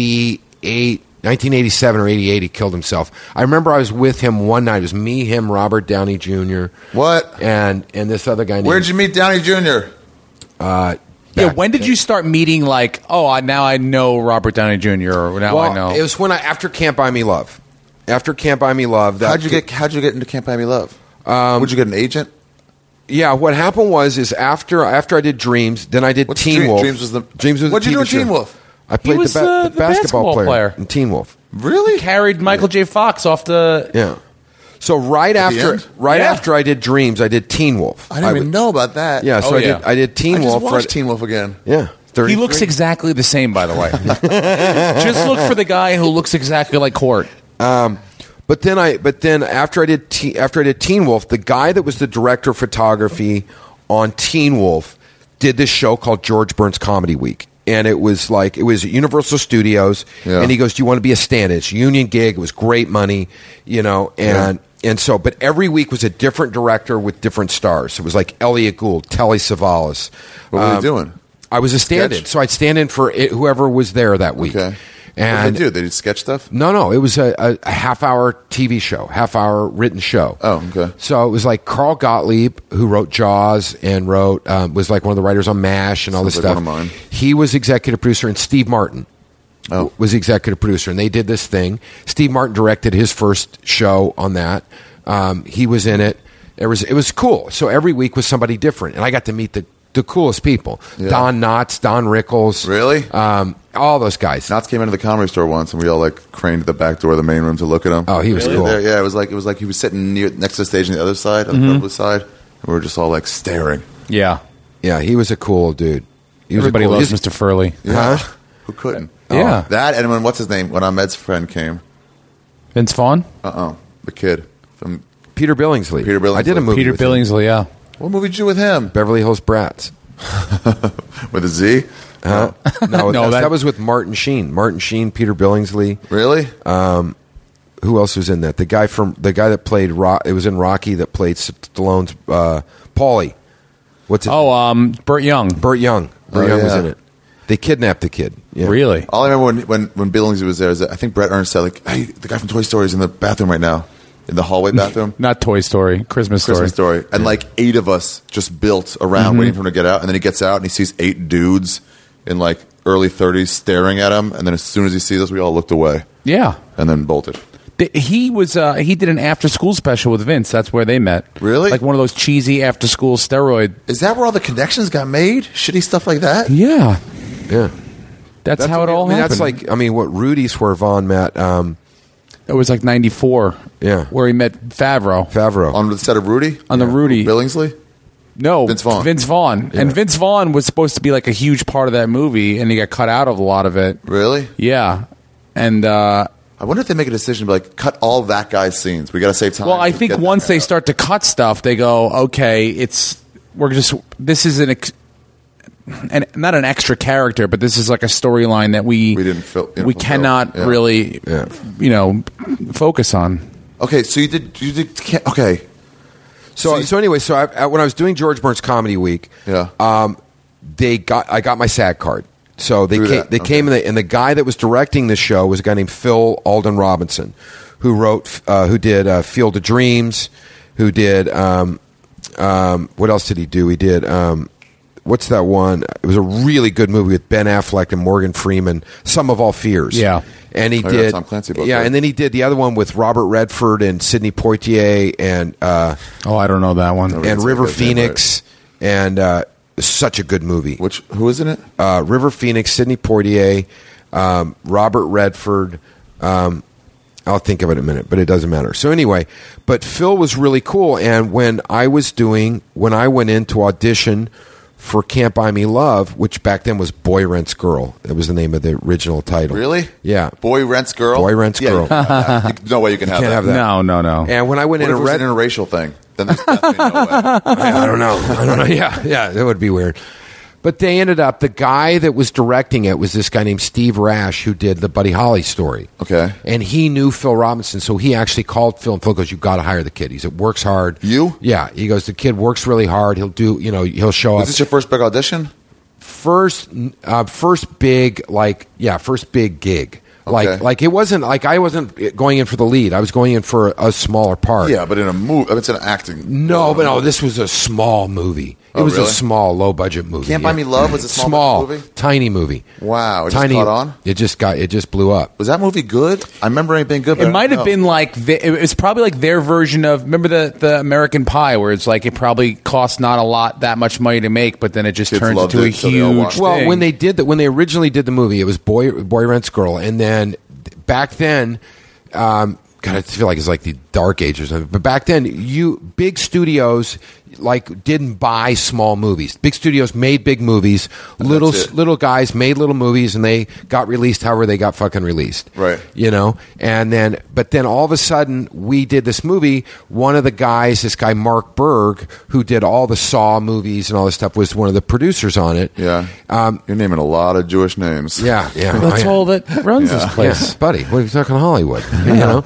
[SPEAKER 3] 1988, 1987 or 88. He killed himself. I remember I was with him one night. It was me, him, Robert Downey Jr.
[SPEAKER 1] What?
[SPEAKER 3] and and this other guy. named Uh,
[SPEAKER 1] Where'd you meet Downey Jr.?
[SPEAKER 4] yeah.
[SPEAKER 3] back
[SPEAKER 4] When did
[SPEAKER 3] then.
[SPEAKER 4] you start meeting like, oh, I, now I know Robert Downey Jr. or now I know
[SPEAKER 3] It was when I after Can't Buy Me Love. After Can't Buy Me Love, that Um,
[SPEAKER 1] How'd you get? How'd you get into Can't Buy Me Love? Would you get an agent?
[SPEAKER 3] Yeah, what happened was is after after I did Dreams, then I did
[SPEAKER 1] What's
[SPEAKER 3] Teen
[SPEAKER 1] Dream-
[SPEAKER 3] Wolf.
[SPEAKER 1] Dreams was the-
[SPEAKER 3] Dreams was
[SPEAKER 1] What'd
[SPEAKER 3] the
[SPEAKER 1] you do
[SPEAKER 3] TV
[SPEAKER 1] in Teen
[SPEAKER 3] show.
[SPEAKER 1] Wolf?
[SPEAKER 3] I played
[SPEAKER 4] was,
[SPEAKER 3] the, ba-
[SPEAKER 4] uh,
[SPEAKER 3] the
[SPEAKER 4] the
[SPEAKER 3] basketball,
[SPEAKER 4] basketball player.
[SPEAKER 3] in Teen Wolf.
[SPEAKER 1] Really?
[SPEAKER 4] carried Michael J. Fox off the
[SPEAKER 3] Yeah. So right
[SPEAKER 1] the
[SPEAKER 3] after
[SPEAKER 1] end?
[SPEAKER 3] right
[SPEAKER 4] Yeah.
[SPEAKER 3] after I did Dreams, I did Teen Wolf.
[SPEAKER 1] I didn't even
[SPEAKER 3] would-
[SPEAKER 1] know about that.
[SPEAKER 3] Yeah, so
[SPEAKER 4] Oh,
[SPEAKER 3] I
[SPEAKER 4] yeah.
[SPEAKER 3] did I did Teen
[SPEAKER 1] I
[SPEAKER 3] Wolf.
[SPEAKER 1] just watched
[SPEAKER 3] right-
[SPEAKER 1] Teen Wolf again.
[SPEAKER 3] yeah. 33.
[SPEAKER 4] He looks exactly the same, by the way. Just look for the guy who looks exactly like Court.
[SPEAKER 3] But then I, but then after I did te- after I did Teen Wolf, the guy that was the director of photography on Teen Wolf did this show called George Burns Comedy Week, and it was like it was at Universal Studios,
[SPEAKER 1] Yeah.
[SPEAKER 3] and he goes, "Do you want to be a stand-in?" It's a union gig. It was great money, you know, and. And so, but every week was a different director with different stars. It was like Elliot Gould, Telly Savalas. Um,
[SPEAKER 1] What were they doing?
[SPEAKER 3] I was a stand-in,
[SPEAKER 1] Sketch?
[SPEAKER 3] so I'd stand in for it, whoever was there that week.
[SPEAKER 1] Okay. what did
[SPEAKER 3] And
[SPEAKER 1] they do? They did sketch stuff.
[SPEAKER 3] no, no, it was a, a, a half hour TV show, half hour written show.
[SPEAKER 1] Oh, okay.
[SPEAKER 3] So it was like Carl Gottlieb, who wrote Jaws and wrote um, was like one of the writers on Mash and all this
[SPEAKER 1] Sounds
[SPEAKER 3] stuff.
[SPEAKER 1] like one of mine.
[SPEAKER 3] He was executive producer, and Steve Martin
[SPEAKER 1] Oh.
[SPEAKER 3] was executive producer, and they did this thing. Steve Martin directed his first show on that. Um, he was in it. It was it was cool. So every week was somebody different, and I got to meet the. The coolest people:
[SPEAKER 1] Yeah.
[SPEAKER 3] Don Knotts, Don Rickles,
[SPEAKER 1] Really?
[SPEAKER 3] um, all those guys.
[SPEAKER 1] Knotts came into the comedy store once, and we all like craned to the back door of the main room to look at him.
[SPEAKER 3] Oh, he was Really? cool.
[SPEAKER 1] There- yeah, it was like it was like he was sitting near next to the stage on the other side, on
[SPEAKER 3] Mm-hmm.
[SPEAKER 1] the public side, and we were just all like staring.
[SPEAKER 4] Yeah.
[SPEAKER 3] Yeah, he was a cool dude. He was a
[SPEAKER 4] Everybody
[SPEAKER 3] cool-
[SPEAKER 4] loves
[SPEAKER 3] he's-
[SPEAKER 4] Mr. Furley.
[SPEAKER 1] Yeah.
[SPEAKER 3] Huh?
[SPEAKER 1] Who couldn't? Oh,
[SPEAKER 4] Yeah.
[SPEAKER 1] That and when what's his name? When Ahmed's friend came.
[SPEAKER 4] Vince Vaughn?
[SPEAKER 1] Uh oh. The kid from
[SPEAKER 3] Peter Billingsley.
[SPEAKER 1] Peter Billingsley.
[SPEAKER 3] I did a movie.
[SPEAKER 4] Peter
[SPEAKER 3] with him.
[SPEAKER 4] Billingsley, yeah.
[SPEAKER 1] what movie did you do with him?
[SPEAKER 3] Beverly Hills Brats.
[SPEAKER 1] With a Z?
[SPEAKER 3] Huh? No,
[SPEAKER 4] No,
[SPEAKER 3] that,
[SPEAKER 4] that-
[SPEAKER 3] that was with Martin Sheen. Martin Sheen, Peter Billingsley.
[SPEAKER 1] Really?
[SPEAKER 3] Uh. Who else was in that? The guy from the guy that played Rock. It was in Rocky that played Stallone's uh, Paulie. What's his
[SPEAKER 4] Oh, um, Burt Young.
[SPEAKER 3] Burt Young. Burt
[SPEAKER 1] Oh,
[SPEAKER 3] Young was
[SPEAKER 1] yeah.
[SPEAKER 3] in it. They kidnapped the kid. Yeah.
[SPEAKER 4] Really?
[SPEAKER 1] All I remember when, when, when Billingsley was there is that I think Brett Ernst said, like, hey, the guy from Toy Story is in the bathroom right now, in the hallway bathroom.
[SPEAKER 4] Not Toy Story, Christmas,
[SPEAKER 1] Christmas
[SPEAKER 4] Story.
[SPEAKER 1] story. And like eight of us just built
[SPEAKER 4] Mm-hmm.
[SPEAKER 1] around waiting for him to get out. And then he gets out and he sees eight dudes in like early 30s staring at him. And then as soon as he sees us, we all looked away
[SPEAKER 4] Yeah.
[SPEAKER 1] and then bolted.
[SPEAKER 4] Th- He was uh, he did an after school special with Vince. That's where they met.
[SPEAKER 1] Really?
[SPEAKER 4] Like one of those cheesy after school steroid.
[SPEAKER 1] Is that where all the connections got made? Shitty stuff like that?
[SPEAKER 4] Yeah.
[SPEAKER 3] Yeah.
[SPEAKER 4] That's, how it all
[SPEAKER 3] I mean,
[SPEAKER 4] happened.
[SPEAKER 3] That's like I mean what Rudy Swervon met um,
[SPEAKER 4] it was like 94.
[SPEAKER 3] Yeah.
[SPEAKER 4] Where he met Favreau.
[SPEAKER 3] Favreau.
[SPEAKER 1] On the set of Rudy?
[SPEAKER 4] On the Rudy.
[SPEAKER 1] Billingsley?
[SPEAKER 4] No,
[SPEAKER 1] Vince Vaughn.
[SPEAKER 4] Vince Vaughn. And
[SPEAKER 3] Yeah.
[SPEAKER 4] Vince Vaughn was supposed to be like a huge part of that movie, and he got cut out of a lot of it.
[SPEAKER 1] Really?
[SPEAKER 4] Yeah. And, uh,
[SPEAKER 1] I wonder if they make a decision to be like, cut all that guy's scenes. We got to save time.
[SPEAKER 4] well, I
[SPEAKER 1] to
[SPEAKER 4] think
[SPEAKER 1] get that
[SPEAKER 4] once
[SPEAKER 1] guy
[SPEAKER 4] they
[SPEAKER 1] out.
[SPEAKER 4] start to cut stuff, they go, okay, it's, we're just, this is an, ex- and not an extra character, but this is like a storyline that we,
[SPEAKER 1] We didn't fill- you know,
[SPEAKER 4] we
[SPEAKER 1] fulfill.
[SPEAKER 4] cannot
[SPEAKER 1] Yeah.
[SPEAKER 4] really,
[SPEAKER 3] Yeah.
[SPEAKER 4] you know, focus on.
[SPEAKER 1] Okay, so you did. You did. ca- Okay.
[SPEAKER 3] So, so, anyway, so I, I, when I was doing George Burns Comedy Week,
[SPEAKER 1] Yeah.
[SPEAKER 3] um, they got I got my SAG card. So they
[SPEAKER 1] Through
[SPEAKER 3] came,
[SPEAKER 1] that,
[SPEAKER 3] they
[SPEAKER 1] okay.
[SPEAKER 3] came and, they, and the guy that was directing the show was a guy named Phil Alden Robinson, who wrote uh, who did uh, Field of Dreams, who did um, um, what else did he do? He did um, what's that one? It was a really good movie with Ben Affleck and Morgan Freeman, Some of All Fears.
[SPEAKER 4] Yeah.
[SPEAKER 3] and he
[SPEAKER 1] Oh, yeah,
[SPEAKER 3] did
[SPEAKER 1] Tom Clancy book,
[SPEAKER 3] yeah,
[SPEAKER 1] right?
[SPEAKER 3] and then he did the other one with Robert Redford and Sidney Poitier and. Uh,
[SPEAKER 4] Oh, I don't know that one.
[SPEAKER 3] and
[SPEAKER 1] That's
[SPEAKER 3] River
[SPEAKER 1] a good name,
[SPEAKER 3] Phoenix, and uh, such a good movie.
[SPEAKER 1] Which who is in it?
[SPEAKER 3] Uh, River Phoenix, Sidney Poitier, um, Robert Redford. Um, I'll think of it in a minute, but it doesn't matter. So anyway, but Phil was really cool, and when I was doing, when I went in to audition for Can't Buy Me Love, which back then was Boy Rents Girl, that was the name of the original title.
[SPEAKER 1] Really?
[SPEAKER 3] Yeah.
[SPEAKER 1] Boy rents girl.
[SPEAKER 3] Boy rents girl.
[SPEAKER 1] yeah, you- no way you can have
[SPEAKER 3] can't
[SPEAKER 1] that.
[SPEAKER 3] have that.
[SPEAKER 4] No, no, no.
[SPEAKER 3] And when I went
[SPEAKER 1] What if
[SPEAKER 3] in,
[SPEAKER 1] it
[SPEAKER 3] to
[SPEAKER 1] was
[SPEAKER 3] read-
[SPEAKER 1] an interracial thing? Then there's definitely no way.
[SPEAKER 3] I, I don't know. I don't know. Yeah, yeah, that would be weird. But they ended up. The guy that was directing it was this guy named Steve Rash, who did the Buddy Holly story.
[SPEAKER 1] Okay.
[SPEAKER 3] and he knew Phil Robinson, so he actually called Phil and Phil goes, "You've got to hire the kid. He's it works hard.
[SPEAKER 1] You?
[SPEAKER 3] Yeah. He goes, the kid works really hard. He'll do. You know, he'll show
[SPEAKER 1] Was
[SPEAKER 3] up
[SPEAKER 1] this your first big audition?
[SPEAKER 3] first uh, first big like yeah first big gig like
[SPEAKER 1] Okay.
[SPEAKER 3] like it wasn't like I wasn't going in for the lead I was going in for a smaller part
[SPEAKER 1] Yeah, but in a movie. It's an acting.
[SPEAKER 3] no but no this was a small movie It was
[SPEAKER 1] Oh, really?
[SPEAKER 3] a small, low budget movie.
[SPEAKER 1] Can't Buy Me Love was a small budget movie?
[SPEAKER 3] tiny movie.
[SPEAKER 1] Wow, it just
[SPEAKER 3] tiny.
[SPEAKER 1] caught on?
[SPEAKER 3] It just got. It just blew up.
[SPEAKER 1] Was that movie good? I remember it being good. but I don't
[SPEAKER 4] It might have
[SPEAKER 1] know.
[SPEAKER 4] been like the, it was probably like their version of remember the the American Pie where it's like it probably cost not a lot that much money to make, but then it just
[SPEAKER 1] Kids
[SPEAKER 4] turns
[SPEAKER 1] loved
[SPEAKER 4] into a
[SPEAKER 1] it, so they all
[SPEAKER 4] huge.
[SPEAKER 1] watched it.
[SPEAKER 4] thing.
[SPEAKER 3] Well, when they did that, when they originally did the movie, it was boy boy rents girl, and then back then, um, God, I feel like it's like the dark age or something. But back then, you big studios like didn't buy small movies. Big studios made big movies. Little
[SPEAKER 1] it.
[SPEAKER 3] little guys made little movies, and they got released however they got fucking released.
[SPEAKER 1] Right.
[SPEAKER 3] you know and then but then all of a sudden we did this movie one of the guys this guy mark berg who did all the saw movies and all this stuff was one of the producers on it
[SPEAKER 1] Yeah.
[SPEAKER 3] um,
[SPEAKER 1] You're naming a lot of Jewish names.
[SPEAKER 3] yeah yeah Oh,
[SPEAKER 4] that's
[SPEAKER 3] Yeah.
[SPEAKER 4] all that runs this
[SPEAKER 3] Yeah,
[SPEAKER 4] place.
[SPEAKER 3] buddy what are you talking hollywood you know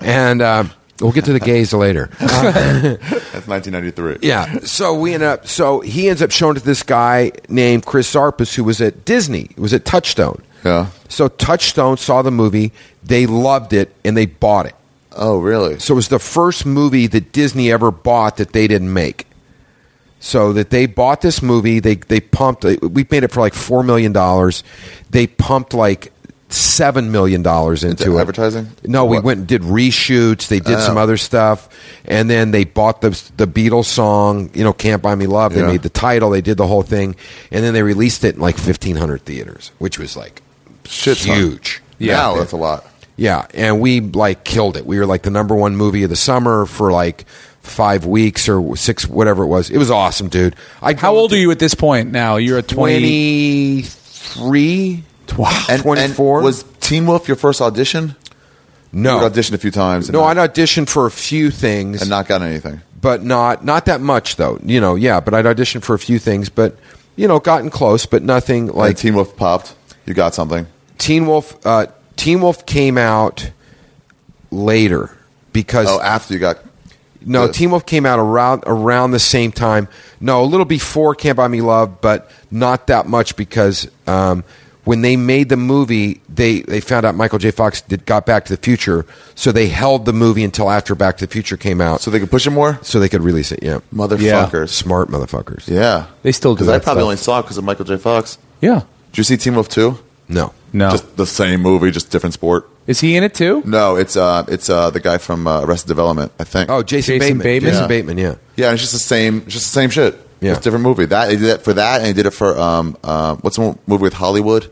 [SPEAKER 3] and um, we'll get to the gays later Uh,
[SPEAKER 1] That's 1993.
[SPEAKER 3] yeah. So we end up. So he ends up shown to this guy named Chris Sarpis, who was at Disney. It was at Touchstone.
[SPEAKER 1] Yeah.
[SPEAKER 3] So Touchstone saw the movie. They loved it and they bought it.
[SPEAKER 1] Oh, really?
[SPEAKER 3] So it was the first movie that Disney ever bought that they didn't make. So that they bought this movie, they they pumped. We made it for like four million dollars. They pumped like seven million dollars into, it.
[SPEAKER 1] advertising?
[SPEAKER 3] No, we
[SPEAKER 1] What? Oh.
[SPEAKER 3] went and did reshoots. They did some other stuff, and then they bought the the Beatles song. You know, "Can't Buy Me Love." They
[SPEAKER 1] Yeah.
[SPEAKER 3] made the title. They did the whole thing, and then they released it in like fifteen hundred theaters, which was like
[SPEAKER 1] Shit ton.
[SPEAKER 3] huge.
[SPEAKER 1] Now that's a lot.
[SPEAKER 3] Yeah, and we like killed it. We were like the number one movie of the summer for like five weeks or six, whatever it was. It was awesome, dude. I
[SPEAKER 4] How old are you at this point now? You're at 20.
[SPEAKER 3] Twenty three. Wow.
[SPEAKER 1] And- and
[SPEAKER 3] Twenty four.
[SPEAKER 1] Was Teen Wolf your first audition?
[SPEAKER 3] no
[SPEAKER 1] You auditioned a few times. and
[SPEAKER 3] No,
[SPEAKER 1] not-
[SPEAKER 3] I auditioned for a few things,
[SPEAKER 1] And not got anything.
[SPEAKER 3] but not not that much though. You know, yeah. But I'd auditioned for a few things, but you know, gotten close, but nothing
[SPEAKER 1] Like
[SPEAKER 3] like
[SPEAKER 1] Teen Wolf popped. You got something.
[SPEAKER 3] Teen Wolf. Uh, Teen Wolf came out later because
[SPEAKER 1] Oh, after you got.
[SPEAKER 3] No,
[SPEAKER 1] The-
[SPEAKER 3] Teen Wolf came out around around the same time. No, a little before Can't Buy Me Love, but not that much because um, when they made the movie, they, they found out Michael J. Fox did, got Back to the Future, so they held the movie until after Back to the Future came out,
[SPEAKER 1] So
[SPEAKER 3] so,
[SPEAKER 1] they could push it more?
[SPEAKER 3] they could release it. Yeah,
[SPEAKER 1] Motherfuckers.
[SPEAKER 3] smart motherfuckers.
[SPEAKER 1] Yeah.
[SPEAKER 4] They still do
[SPEAKER 1] Because I
[SPEAKER 4] that
[SPEAKER 1] probably
[SPEAKER 4] stuff.
[SPEAKER 1] only saw it because of Michael J. Fox.
[SPEAKER 4] Yeah.
[SPEAKER 1] Did you see Teen Wolf 2?
[SPEAKER 3] No,
[SPEAKER 4] No.
[SPEAKER 1] Just the same movie, just different sport.
[SPEAKER 4] Is he in it too?
[SPEAKER 1] No, it's uh, it's uh, the guy from uh, Arrested Development, I think.
[SPEAKER 3] Oh, Jason,
[SPEAKER 4] Jason
[SPEAKER 3] Bateman.
[SPEAKER 4] Bateman?
[SPEAKER 3] Jason
[SPEAKER 1] Yeah.
[SPEAKER 3] Bateman. Yeah.
[SPEAKER 1] yeah, and it's just the same, it's just the same shit.
[SPEAKER 3] Yeah.
[SPEAKER 1] it's a different movie. That they did it for that, and they did it for um, uh, what's the one movie with Hollywood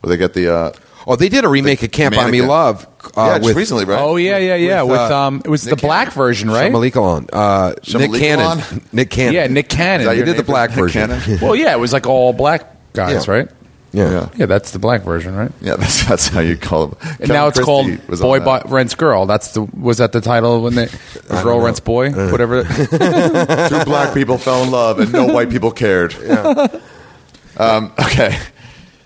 [SPEAKER 1] where they get the uh,
[SPEAKER 3] Oh, they did a remake of Can't Buy Me
[SPEAKER 1] Mannequin.
[SPEAKER 3] Love. Uh,
[SPEAKER 1] yeah, just
[SPEAKER 3] with
[SPEAKER 1] recently, right?
[SPEAKER 4] Oh yeah, yeah, yeah. With,
[SPEAKER 3] With, uh,
[SPEAKER 4] um, it was the
[SPEAKER 1] Nick
[SPEAKER 4] black
[SPEAKER 1] Cannon.
[SPEAKER 4] version, right?
[SPEAKER 3] Malik Alon, uh, Nick
[SPEAKER 1] Shyamalan?
[SPEAKER 3] Cannon, Nick Cannon.
[SPEAKER 4] Yeah, Nick Cannon.
[SPEAKER 1] Is that
[SPEAKER 3] They
[SPEAKER 1] your
[SPEAKER 3] did the
[SPEAKER 1] name?
[SPEAKER 3] black
[SPEAKER 1] Nick
[SPEAKER 3] version.
[SPEAKER 1] Cannon?
[SPEAKER 4] Well, yeah, it was like all black guys,
[SPEAKER 3] Yeah.
[SPEAKER 4] right?
[SPEAKER 1] Yeah.
[SPEAKER 4] Yeah, that's the black version, right?
[SPEAKER 1] Yeah, that's, that's how you call them.
[SPEAKER 4] And now it's called Boy
[SPEAKER 1] Boy.
[SPEAKER 4] Bo- Rents Girl. That's the was that the title when they
[SPEAKER 3] don't
[SPEAKER 4] Girl
[SPEAKER 3] know. Uh.
[SPEAKER 4] Rents Boy, whatever.
[SPEAKER 1] Two black people fell in love, and no white people cared. um, okay,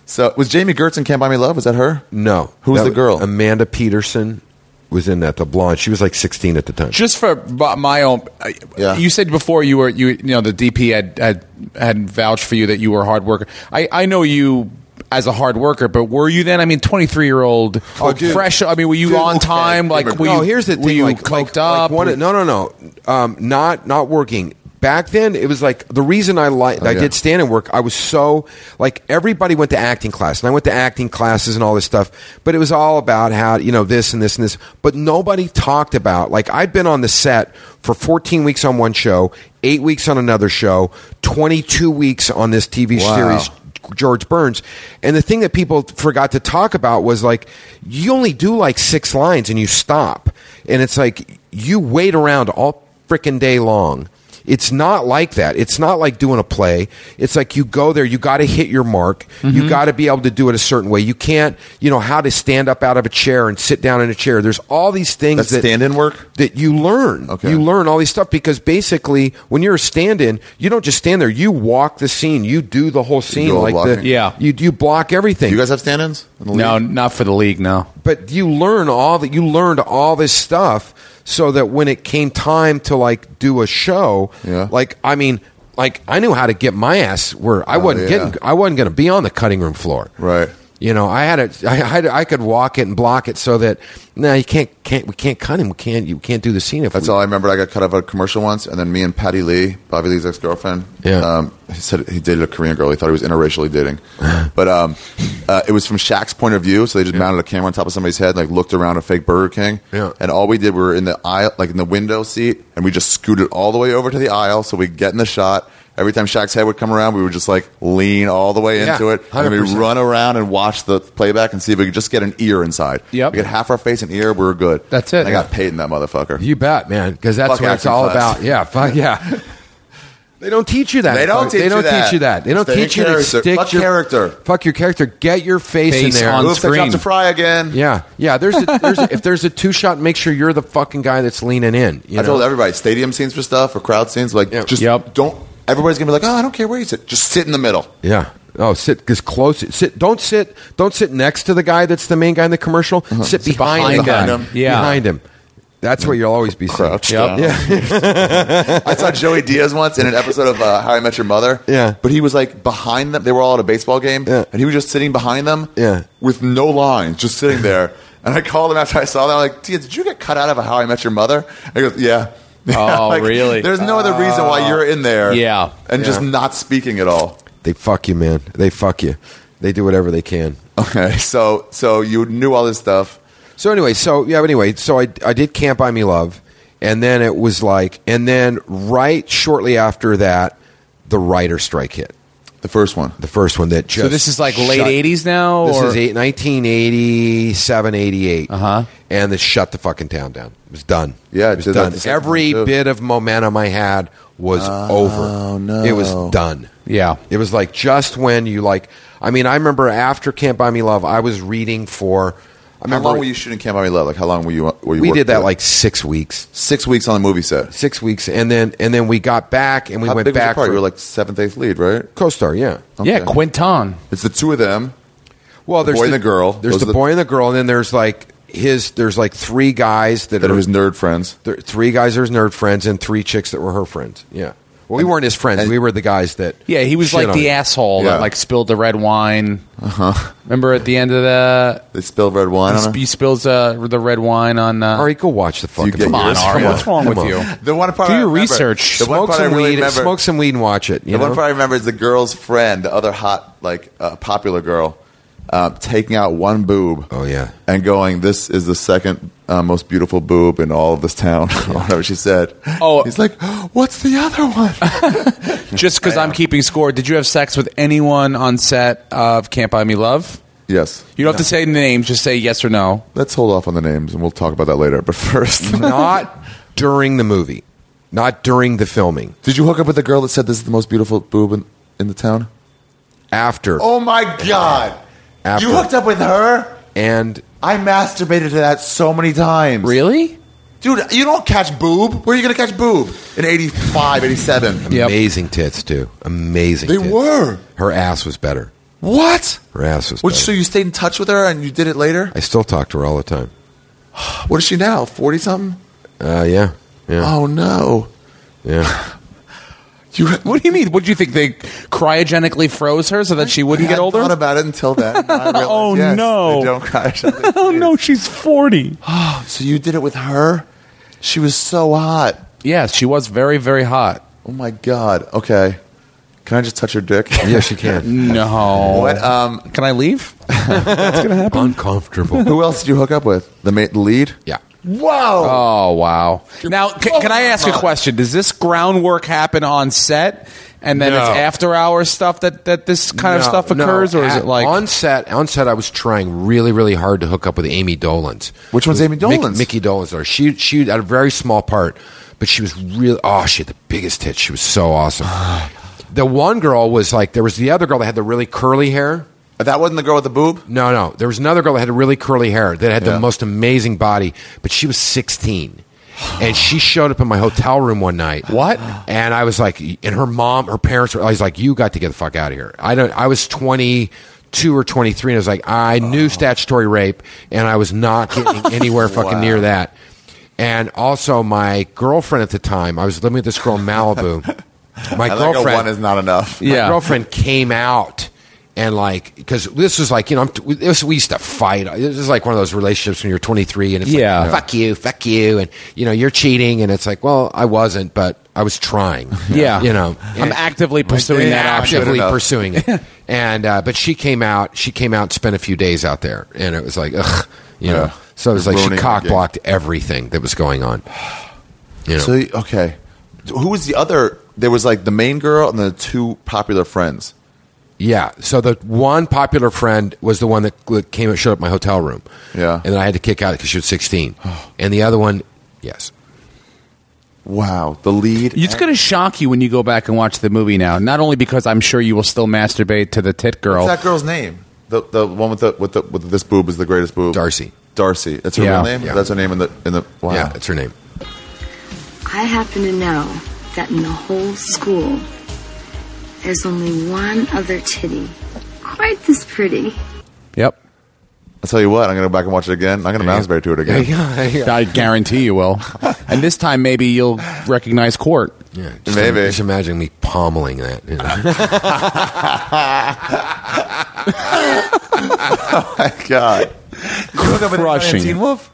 [SPEAKER 1] so was Jamie Gertz in Can't Buy Me Love? Was that her?
[SPEAKER 3] No.
[SPEAKER 1] Who was
[SPEAKER 3] That
[SPEAKER 1] the girl?
[SPEAKER 3] Amanda Peterson was in that, the blonde. She was like 16 at the time.
[SPEAKER 4] Just for b- my own, I-
[SPEAKER 1] Yeah.
[SPEAKER 4] you said before you were you you know the DP had had, had vouched for you that you were a hard worker. I I know you. As a hard worker, but were you then? I mean, twenty three year old,
[SPEAKER 3] Oh, dude.
[SPEAKER 4] fresh. I mean, were you
[SPEAKER 1] Dude,
[SPEAKER 4] on
[SPEAKER 1] okay.
[SPEAKER 4] time? Like, were
[SPEAKER 3] no,
[SPEAKER 4] you,
[SPEAKER 3] here's the
[SPEAKER 4] were
[SPEAKER 3] thing.
[SPEAKER 4] you
[SPEAKER 3] like,
[SPEAKER 4] coked
[SPEAKER 3] like-
[SPEAKER 4] up?
[SPEAKER 3] like one-
[SPEAKER 4] Were-
[SPEAKER 3] no, no, no. Um, not not working. Back then, it was like the reason I like I
[SPEAKER 1] yeah.
[SPEAKER 3] did stand and work. I was so like everybody went to acting class, and I went to acting classes and all this stuff. But it was all about how you know this and this and this. But nobody talked about like I'd been on the set for 14 weeks on one show, eight weeks on another show, 22 weeks on this TV
[SPEAKER 1] Wow.
[SPEAKER 3] series George Burns. And the thing that people forgot to talk about was like, you only do like six lines and you stop. And it's like, you wait around all freaking day long. It's not like that. It's not like doing a play. It's like you go there, you got to hit your mark.
[SPEAKER 1] Mm-hmm.
[SPEAKER 3] You got to be able to do it a certain way. You can't, you know, how to stand up out of a chair and sit down in a chair. There's all these things
[SPEAKER 1] That's
[SPEAKER 3] that
[SPEAKER 1] stand-in work?
[SPEAKER 3] that you learn.
[SPEAKER 1] Okay.
[SPEAKER 3] You learn all these stuff because basically, when you're a stand-in, you don't just stand there. You walk the scene. You do the whole scene.
[SPEAKER 1] all the
[SPEAKER 3] like
[SPEAKER 1] blocking.
[SPEAKER 3] the,
[SPEAKER 4] Yeah.
[SPEAKER 3] you you block everything.
[SPEAKER 1] You guys have stand-ins? in the
[SPEAKER 4] no,
[SPEAKER 1] league?
[SPEAKER 4] not for the league. No,
[SPEAKER 3] but you learn all that. You learned all this stuff so that when it came time to like do a show,
[SPEAKER 1] Yeah.
[SPEAKER 3] like I mean. Like I knew how to get my ass where I wasn't
[SPEAKER 1] Oh, yeah.
[SPEAKER 3] getting, I wasn't going to be on the cutting room floor.
[SPEAKER 1] Right.
[SPEAKER 3] You know, I had it. I, had- I could walk it and block it so that no, you can't. Can't we can't cut him? We can't. You can't do the scene if
[SPEAKER 1] That's
[SPEAKER 3] we,
[SPEAKER 1] all I remember. I got cut out of a commercial once, and then me and Patty Lee, Bobby Lee's ex girlfriend,
[SPEAKER 3] Yeah.
[SPEAKER 1] um, he said he dated a Korean girl. He thought he was interracially dating, but um, uh, it was from Shaq's point of view. So they just mounted a camera on top of somebody's head, and, like looked around a fake Burger King,
[SPEAKER 3] Yeah.
[SPEAKER 1] and all we did we were in the aisle, like in the window seat, and we just scooted all the way over to the aisle so we could get in the shot. Every time Shaq's head would come around, we would just like lean all the way
[SPEAKER 3] Yeah,
[SPEAKER 1] into it, and we
[SPEAKER 3] 100%.
[SPEAKER 1] run around and watch the playback and see if we could just get an ear inside.
[SPEAKER 4] Yep.
[SPEAKER 1] we get half our face and ear, we were good.
[SPEAKER 4] That's it.
[SPEAKER 1] And I got paid in that motherfucker.
[SPEAKER 3] You bet, man, because that's
[SPEAKER 1] Fuck
[SPEAKER 3] what it's
[SPEAKER 1] acting
[SPEAKER 3] all
[SPEAKER 1] class.
[SPEAKER 3] about. Yeah, fuck yeah. They don't teach you that.
[SPEAKER 1] They don't
[SPEAKER 3] Fuck-
[SPEAKER 1] teach
[SPEAKER 3] they
[SPEAKER 1] you
[SPEAKER 3] don't
[SPEAKER 1] that.
[SPEAKER 3] teach you that. They don't
[SPEAKER 1] Stay in
[SPEAKER 3] teach you to
[SPEAKER 1] character.
[SPEAKER 3] stick
[SPEAKER 1] Fuck
[SPEAKER 3] your
[SPEAKER 1] character.
[SPEAKER 3] Fuck your character. Get your face,
[SPEAKER 4] Face
[SPEAKER 3] in there.
[SPEAKER 4] on-
[SPEAKER 1] Move the
[SPEAKER 4] screen.
[SPEAKER 1] cup to fry again.
[SPEAKER 3] yeah, yeah. There's a, there's a, if there's a two shot, make sure you're the fucking guy that's leaning in. You
[SPEAKER 1] I
[SPEAKER 3] know?
[SPEAKER 1] told everybody stadium scenes for stuff or crowd scenes. Like,
[SPEAKER 3] Yeah.
[SPEAKER 1] just
[SPEAKER 4] Yep.
[SPEAKER 1] don't. Everybody's gonna be like, oh, I don't care where you sit. Just sit in the middle.
[SPEAKER 3] Yeah. Oh, sit as close. Sit. Don't sit. Don't sit next to the guy that's the main guy in the commercial. Sit behind,
[SPEAKER 1] Uh-huh. behind
[SPEAKER 3] him.
[SPEAKER 1] him.
[SPEAKER 4] Yeah.
[SPEAKER 3] Behind him. That's what you'll always be saying.
[SPEAKER 1] Crouched
[SPEAKER 4] Yep.
[SPEAKER 1] down.
[SPEAKER 3] Yeah.
[SPEAKER 1] I saw Joey Diaz once in an episode of uh, How I Met Your Mother.
[SPEAKER 3] Yeah.
[SPEAKER 1] But he was like behind them. They were all at a baseball game.
[SPEAKER 3] Yeah.
[SPEAKER 1] And he was just sitting behind them.
[SPEAKER 3] Yeah.
[SPEAKER 1] With no lines, just sitting there. And I called him after I saw that. I'm like, Diaz, did you get cut out of a How I Met Your Mother? And he goes, yeah.
[SPEAKER 4] Oh, really?
[SPEAKER 1] There's no other reason why you're in there.
[SPEAKER 4] Yeah.
[SPEAKER 1] And just
[SPEAKER 3] Yeah.
[SPEAKER 1] not speaking at all.
[SPEAKER 3] They fuck you, man. They fuck you. They do whatever they can.
[SPEAKER 1] Okay. So, so you knew all this stuff.
[SPEAKER 3] So anyway, so yeah, but anyway, so I I did Can't Buy Me Love, and then it was like, and then right shortly after that, the writer strike hit,
[SPEAKER 1] The first one.
[SPEAKER 3] the first one that just.
[SPEAKER 4] So this is like late
[SPEAKER 3] shut-
[SPEAKER 4] 80s now?
[SPEAKER 3] This
[SPEAKER 4] or?
[SPEAKER 3] is eight, 1987, 88.
[SPEAKER 4] Uh-huh.
[SPEAKER 3] And it shut the fucking town down. It was done.
[SPEAKER 1] Yeah, it
[SPEAKER 3] it was
[SPEAKER 1] did that
[SPEAKER 3] done.
[SPEAKER 1] the second
[SPEAKER 3] Every
[SPEAKER 1] one, too. Oh,
[SPEAKER 3] bit of momentum I had was over.
[SPEAKER 1] no.
[SPEAKER 3] It was done.
[SPEAKER 4] Yeah.
[SPEAKER 3] It was like just when you like. I mean, I remember after Can't Buy Me Love, I was reading for. I
[SPEAKER 1] How
[SPEAKER 3] remember
[SPEAKER 1] long were you shooting Camp Army Love? Like how long were you? Were you
[SPEAKER 3] we
[SPEAKER 1] working
[SPEAKER 3] did that
[SPEAKER 1] there?
[SPEAKER 3] like six weeks,
[SPEAKER 1] six weeks on the movie set.
[SPEAKER 3] six weeks, and then and then we got back and we
[SPEAKER 1] How
[SPEAKER 3] went
[SPEAKER 1] big was your
[SPEAKER 3] back.
[SPEAKER 1] part?
[SPEAKER 3] for-
[SPEAKER 1] You were like seventh, eighth lead, right?
[SPEAKER 3] co-star, yeah.
[SPEAKER 4] Yeah,
[SPEAKER 1] Okay.
[SPEAKER 4] Quinton.
[SPEAKER 1] It's the two of them.
[SPEAKER 3] Well,
[SPEAKER 1] The
[SPEAKER 3] there's
[SPEAKER 1] boy and the girl.
[SPEAKER 3] There's
[SPEAKER 1] Those
[SPEAKER 3] the,
[SPEAKER 1] are the-
[SPEAKER 3] boy and the girl, and then there's like his. There's like three guys that,
[SPEAKER 1] That
[SPEAKER 3] are
[SPEAKER 1] are his nerd friends.
[SPEAKER 3] th- three guys that are his nerd friends, and three chicks that were her friends. Yeah. Well, we weren't his friends.
[SPEAKER 1] and-
[SPEAKER 3] we were the guys that.
[SPEAKER 4] Yeah, he was
[SPEAKER 3] shit
[SPEAKER 4] like
[SPEAKER 3] on
[SPEAKER 4] the
[SPEAKER 3] him.
[SPEAKER 4] asshole
[SPEAKER 1] Yeah.
[SPEAKER 4] that like spilled the red wine. Uh huh. Remember at the end of the
[SPEAKER 1] They spill red wine
[SPEAKER 4] he,
[SPEAKER 1] on
[SPEAKER 4] sp-
[SPEAKER 1] her.
[SPEAKER 4] he spills uh, the red wine on. Uh,
[SPEAKER 3] All right, go watch the fucking.
[SPEAKER 1] get
[SPEAKER 4] come on,
[SPEAKER 1] yours?
[SPEAKER 4] Ari,
[SPEAKER 1] Come on.
[SPEAKER 4] what's wrong
[SPEAKER 3] Come
[SPEAKER 4] with
[SPEAKER 3] on.
[SPEAKER 4] you?
[SPEAKER 1] The one part
[SPEAKER 4] Do
[SPEAKER 1] I
[SPEAKER 4] your
[SPEAKER 1] remember-
[SPEAKER 4] research.
[SPEAKER 1] The one
[SPEAKER 3] Smoke
[SPEAKER 1] part I
[SPEAKER 3] some
[SPEAKER 1] really
[SPEAKER 3] weed.
[SPEAKER 1] remember.
[SPEAKER 3] Smoke some weed and watch it. You
[SPEAKER 1] the
[SPEAKER 3] know?
[SPEAKER 1] one part I remember is the girl's friend, the other hot, like uh, popular girl, uh, taking out one boob.
[SPEAKER 3] Oh, yeah.
[SPEAKER 1] and going, "This is the second uh, most beautiful boob in all of this town," or whatever she said.
[SPEAKER 4] Oh.
[SPEAKER 1] he's like, "What's the other one?"
[SPEAKER 4] Just because I'm keeping score, did you have sex with anyone on set of Can't Buy Me Love?
[SPEAKER 1] yes,
[SPEAKER 4] You don't have to say names; just say yes or no.
[SPEAKER 1] Let's hold off on the names, and we'll talk about that later. But first,
[SPEAKER 3] not during the movie, not during the filming.
[SPEAKER 1] Did you hook up with the girl that said this is the most beautiful boob in, in the town?
[SPEAKER 3] After,
[SPEAKER 1] Oh my god!
[SPEAKER 3] After.
[SPEAKER 1] You hooked up with her?
[SPEAKER 3] and
[SPEAKER 1] I masturbated to that so many times.
[SPEAKER 4] Really?
[SPEAKER 1] Dude, you don't catch boob. Where are you going to catch boob? In 85, 87.
[SPEAKER 4] Yep.
[SPEAKER 3] amazing tits too. Amazing.
[SPEAKER 1] They
[SPEAKER 3] tits.
[SPEAKER 1] were.
[SPEAKER 3] Her ass was better.
[SPEAKER 1] What?
[SPEAKER 3] Her ass was.
[SPEAKER 1] Which,
[SPEAKER 3] better.
[SPEAKER 1] so you stayed in touch with her and you did it later?
[SPEAKER 3] I still talk to her all the time.
[SPEAKER 1] What is she now? 40 something?
[SPEAKER 3] Uh, yeah, yeah,
[SPEAKER 1] Oh no.
[SPEAKER 3] yeah.
[SPEAKER 1] You
[SPEAKER 4] What do you mean? What do you think they cryogenically froze her so that she wouldn't
[SPEAKER 1] I
[SPEAKER 4] get
[SPEAKER 1] hadn't
[SPEAKER 4] older?
[SPEAKER 1] thought about it until then. I realized,
[SPEAKER 4] Oh,
[SPEAKER 1] yes,
[SPEAKER 4] no.
[SPEAKER 1] They don't crash.
[SPEAKER 4] oh no, she's forty.
[SPEAKER 1] So you did it with her? She was so hot.
[SPEAKER 4] Yes, she was very, very hot.
[SPEAKER 1] Oh my god. Okay. Can I just touch your dick?
[SPEAKER 3] Yes, you can.
[SPEAKER 4] No.
[SPEAKER 1] What? Um,
[SPEAKER 4] Can I leave?
[SPEAKER 3] Uncomfortable.
[SPEAKER 1] who else did you hook up with? The mate, the lead.
[SPEAKER 3] Yeah.
[SPEAKER 1] Whoa.
[SPEAKER 4] Oh wow! Now, c- can I ask a question? Does this groundwork happen on set, and then
[SPEAKER 3] No.
[SPEAKER 4] it's after hours stuff that that this kind of
[SPEAKER 3] No,
[SPEAKER 4] stuff
[SPEAKER 3] no,
[SPEAKER 4] occurs, or is
[SPEAKER 3] at-
[SPEAKER 4] it like
[SPEAKER 3] on set? On set, I was trying really, really hard to hook up with Amy Dolan's.
[SPEAKER 1] Which one's
[SPEAKER 3] Who's
[SPEAKER 1] Amy
[SPEAKER 3] Mick-
[SPEAKER 1] Dolenz?
[SPEAKER 3] Mickey Dolan's. Or she she had a very small part, but she was really oh she had the biggest hit. She was so awesome. the one girl was like there was the other girl that had the really curly hair.
[SPEAKER 1] That wasn't the girl with the boob.
[SPEAKER 3] No, no. There was another girl that had really curly hair that had
[SPEAKER 1] Yeah.
[SPEAKER 3] the most amazing body, but she was 16. And she showed up in my hotel room one night.
[SPEAKER 4] What?
[SPEAKER 3] And I was like, and her mom, her parents were, I was like, you got to get the fuck out of here. I don't, I was 22 or 23, and I was like, I
[SPEAKER 1] Oh.
[SPEAKER 3] knew statutory rape, and I was not getting anywhere fucking near that. And also, my girlfriend at the time, I was living with this girl in Malibu. My
[SPEAKER 1] I think a
[SPEAKER 3] girlfriend
[SPEAKER 1] one is not enough.
[SPEAKER 4] Yeah.
[SPEAKER 3] my girlfriend came out and like because this was like you know I'm, we- this we used to fight. This is like one of those relationships when you're 23 and it's
[SPEAKER 4] Yeah.
[SPEAKER 3] like fuck you, fuck you, and you know you're cheating, and it's like well I wasn't, but I was trying.
[SPEAKER 4] Yeah.
[SPEAKER 3] you know
[SPEAKER 4] I'm actively pursuing that option.
[SPEAKER 3] actively
[SPEAKER 1] Good enough.
[SPEAKER 3] pursuing it. and uh, but she came out, she came out, and spent a few days out there, and it was like ugh, you know.
[SPEAKER 1] Yeah.
[SPEAKER 3] So it was like she
[SPEAKER 1] Ruining our
[SPEAKER 3] cock
[SPEAKER 1] game.
[SPEAKER 3] blocked everything that was going on. You know.
[SPEAKER 1] So the- okay, who was the other? There was like the main girl and the two popular friends.
[SPEAKER 3] Yeah. So the one popular friend was the one that gl- came and showed up at my hotel room.
[SPEAKER 1] Yeah. Oh.
[SPEAKER 3] And then I had to kick out because she was 16. and the other one, yes.
[SPEAKER 1] Wow, the lead.
[SPEAKER 4] It's going to shock you when you go back and watch the movie now. Not only because I'm sure you will still masturbate to the tit girl.
[SPEAKER 1] What's that girl's name? The the one with the with the with this boob is the greatest boob.
[SPEAKER 3] Darcy.
[SPEAKER 1] Darcy. That's her
[SPEAKER 4] Yeah.
[SPEAKER 1] real name.
[SPEAKER 3] Yeah.
[SPEAKER 1] That's her name in the in the. Wow.
[SPEAKER 3] Yeah, that's her name.
[SPEAKER 5] I happen to know that in the whole school, there's only one other titty quite this pretty.
[SPEAKER 4] Yep.
[SPEAKER 1] I'll tell you what. I'm gonna go back and watch it again. I'm gonna masturbate to it
[SPEAKER 3] Yeah.
[SPEAKER 1] again.
[SPEAKER 3] yeah,
[SPEAKER 4] I guarantee you will. and this time maybe you'll recognize court.
[SPEAKER 3] Yeah, just,
[SPEAKER 1] Maybe.
[SPEAKER 3] Just imagine me pommeling that. you know.
[SPEAKER 1] God.
[SPEAKER 4] Crushing.
[SPEAKER 1] Wolf.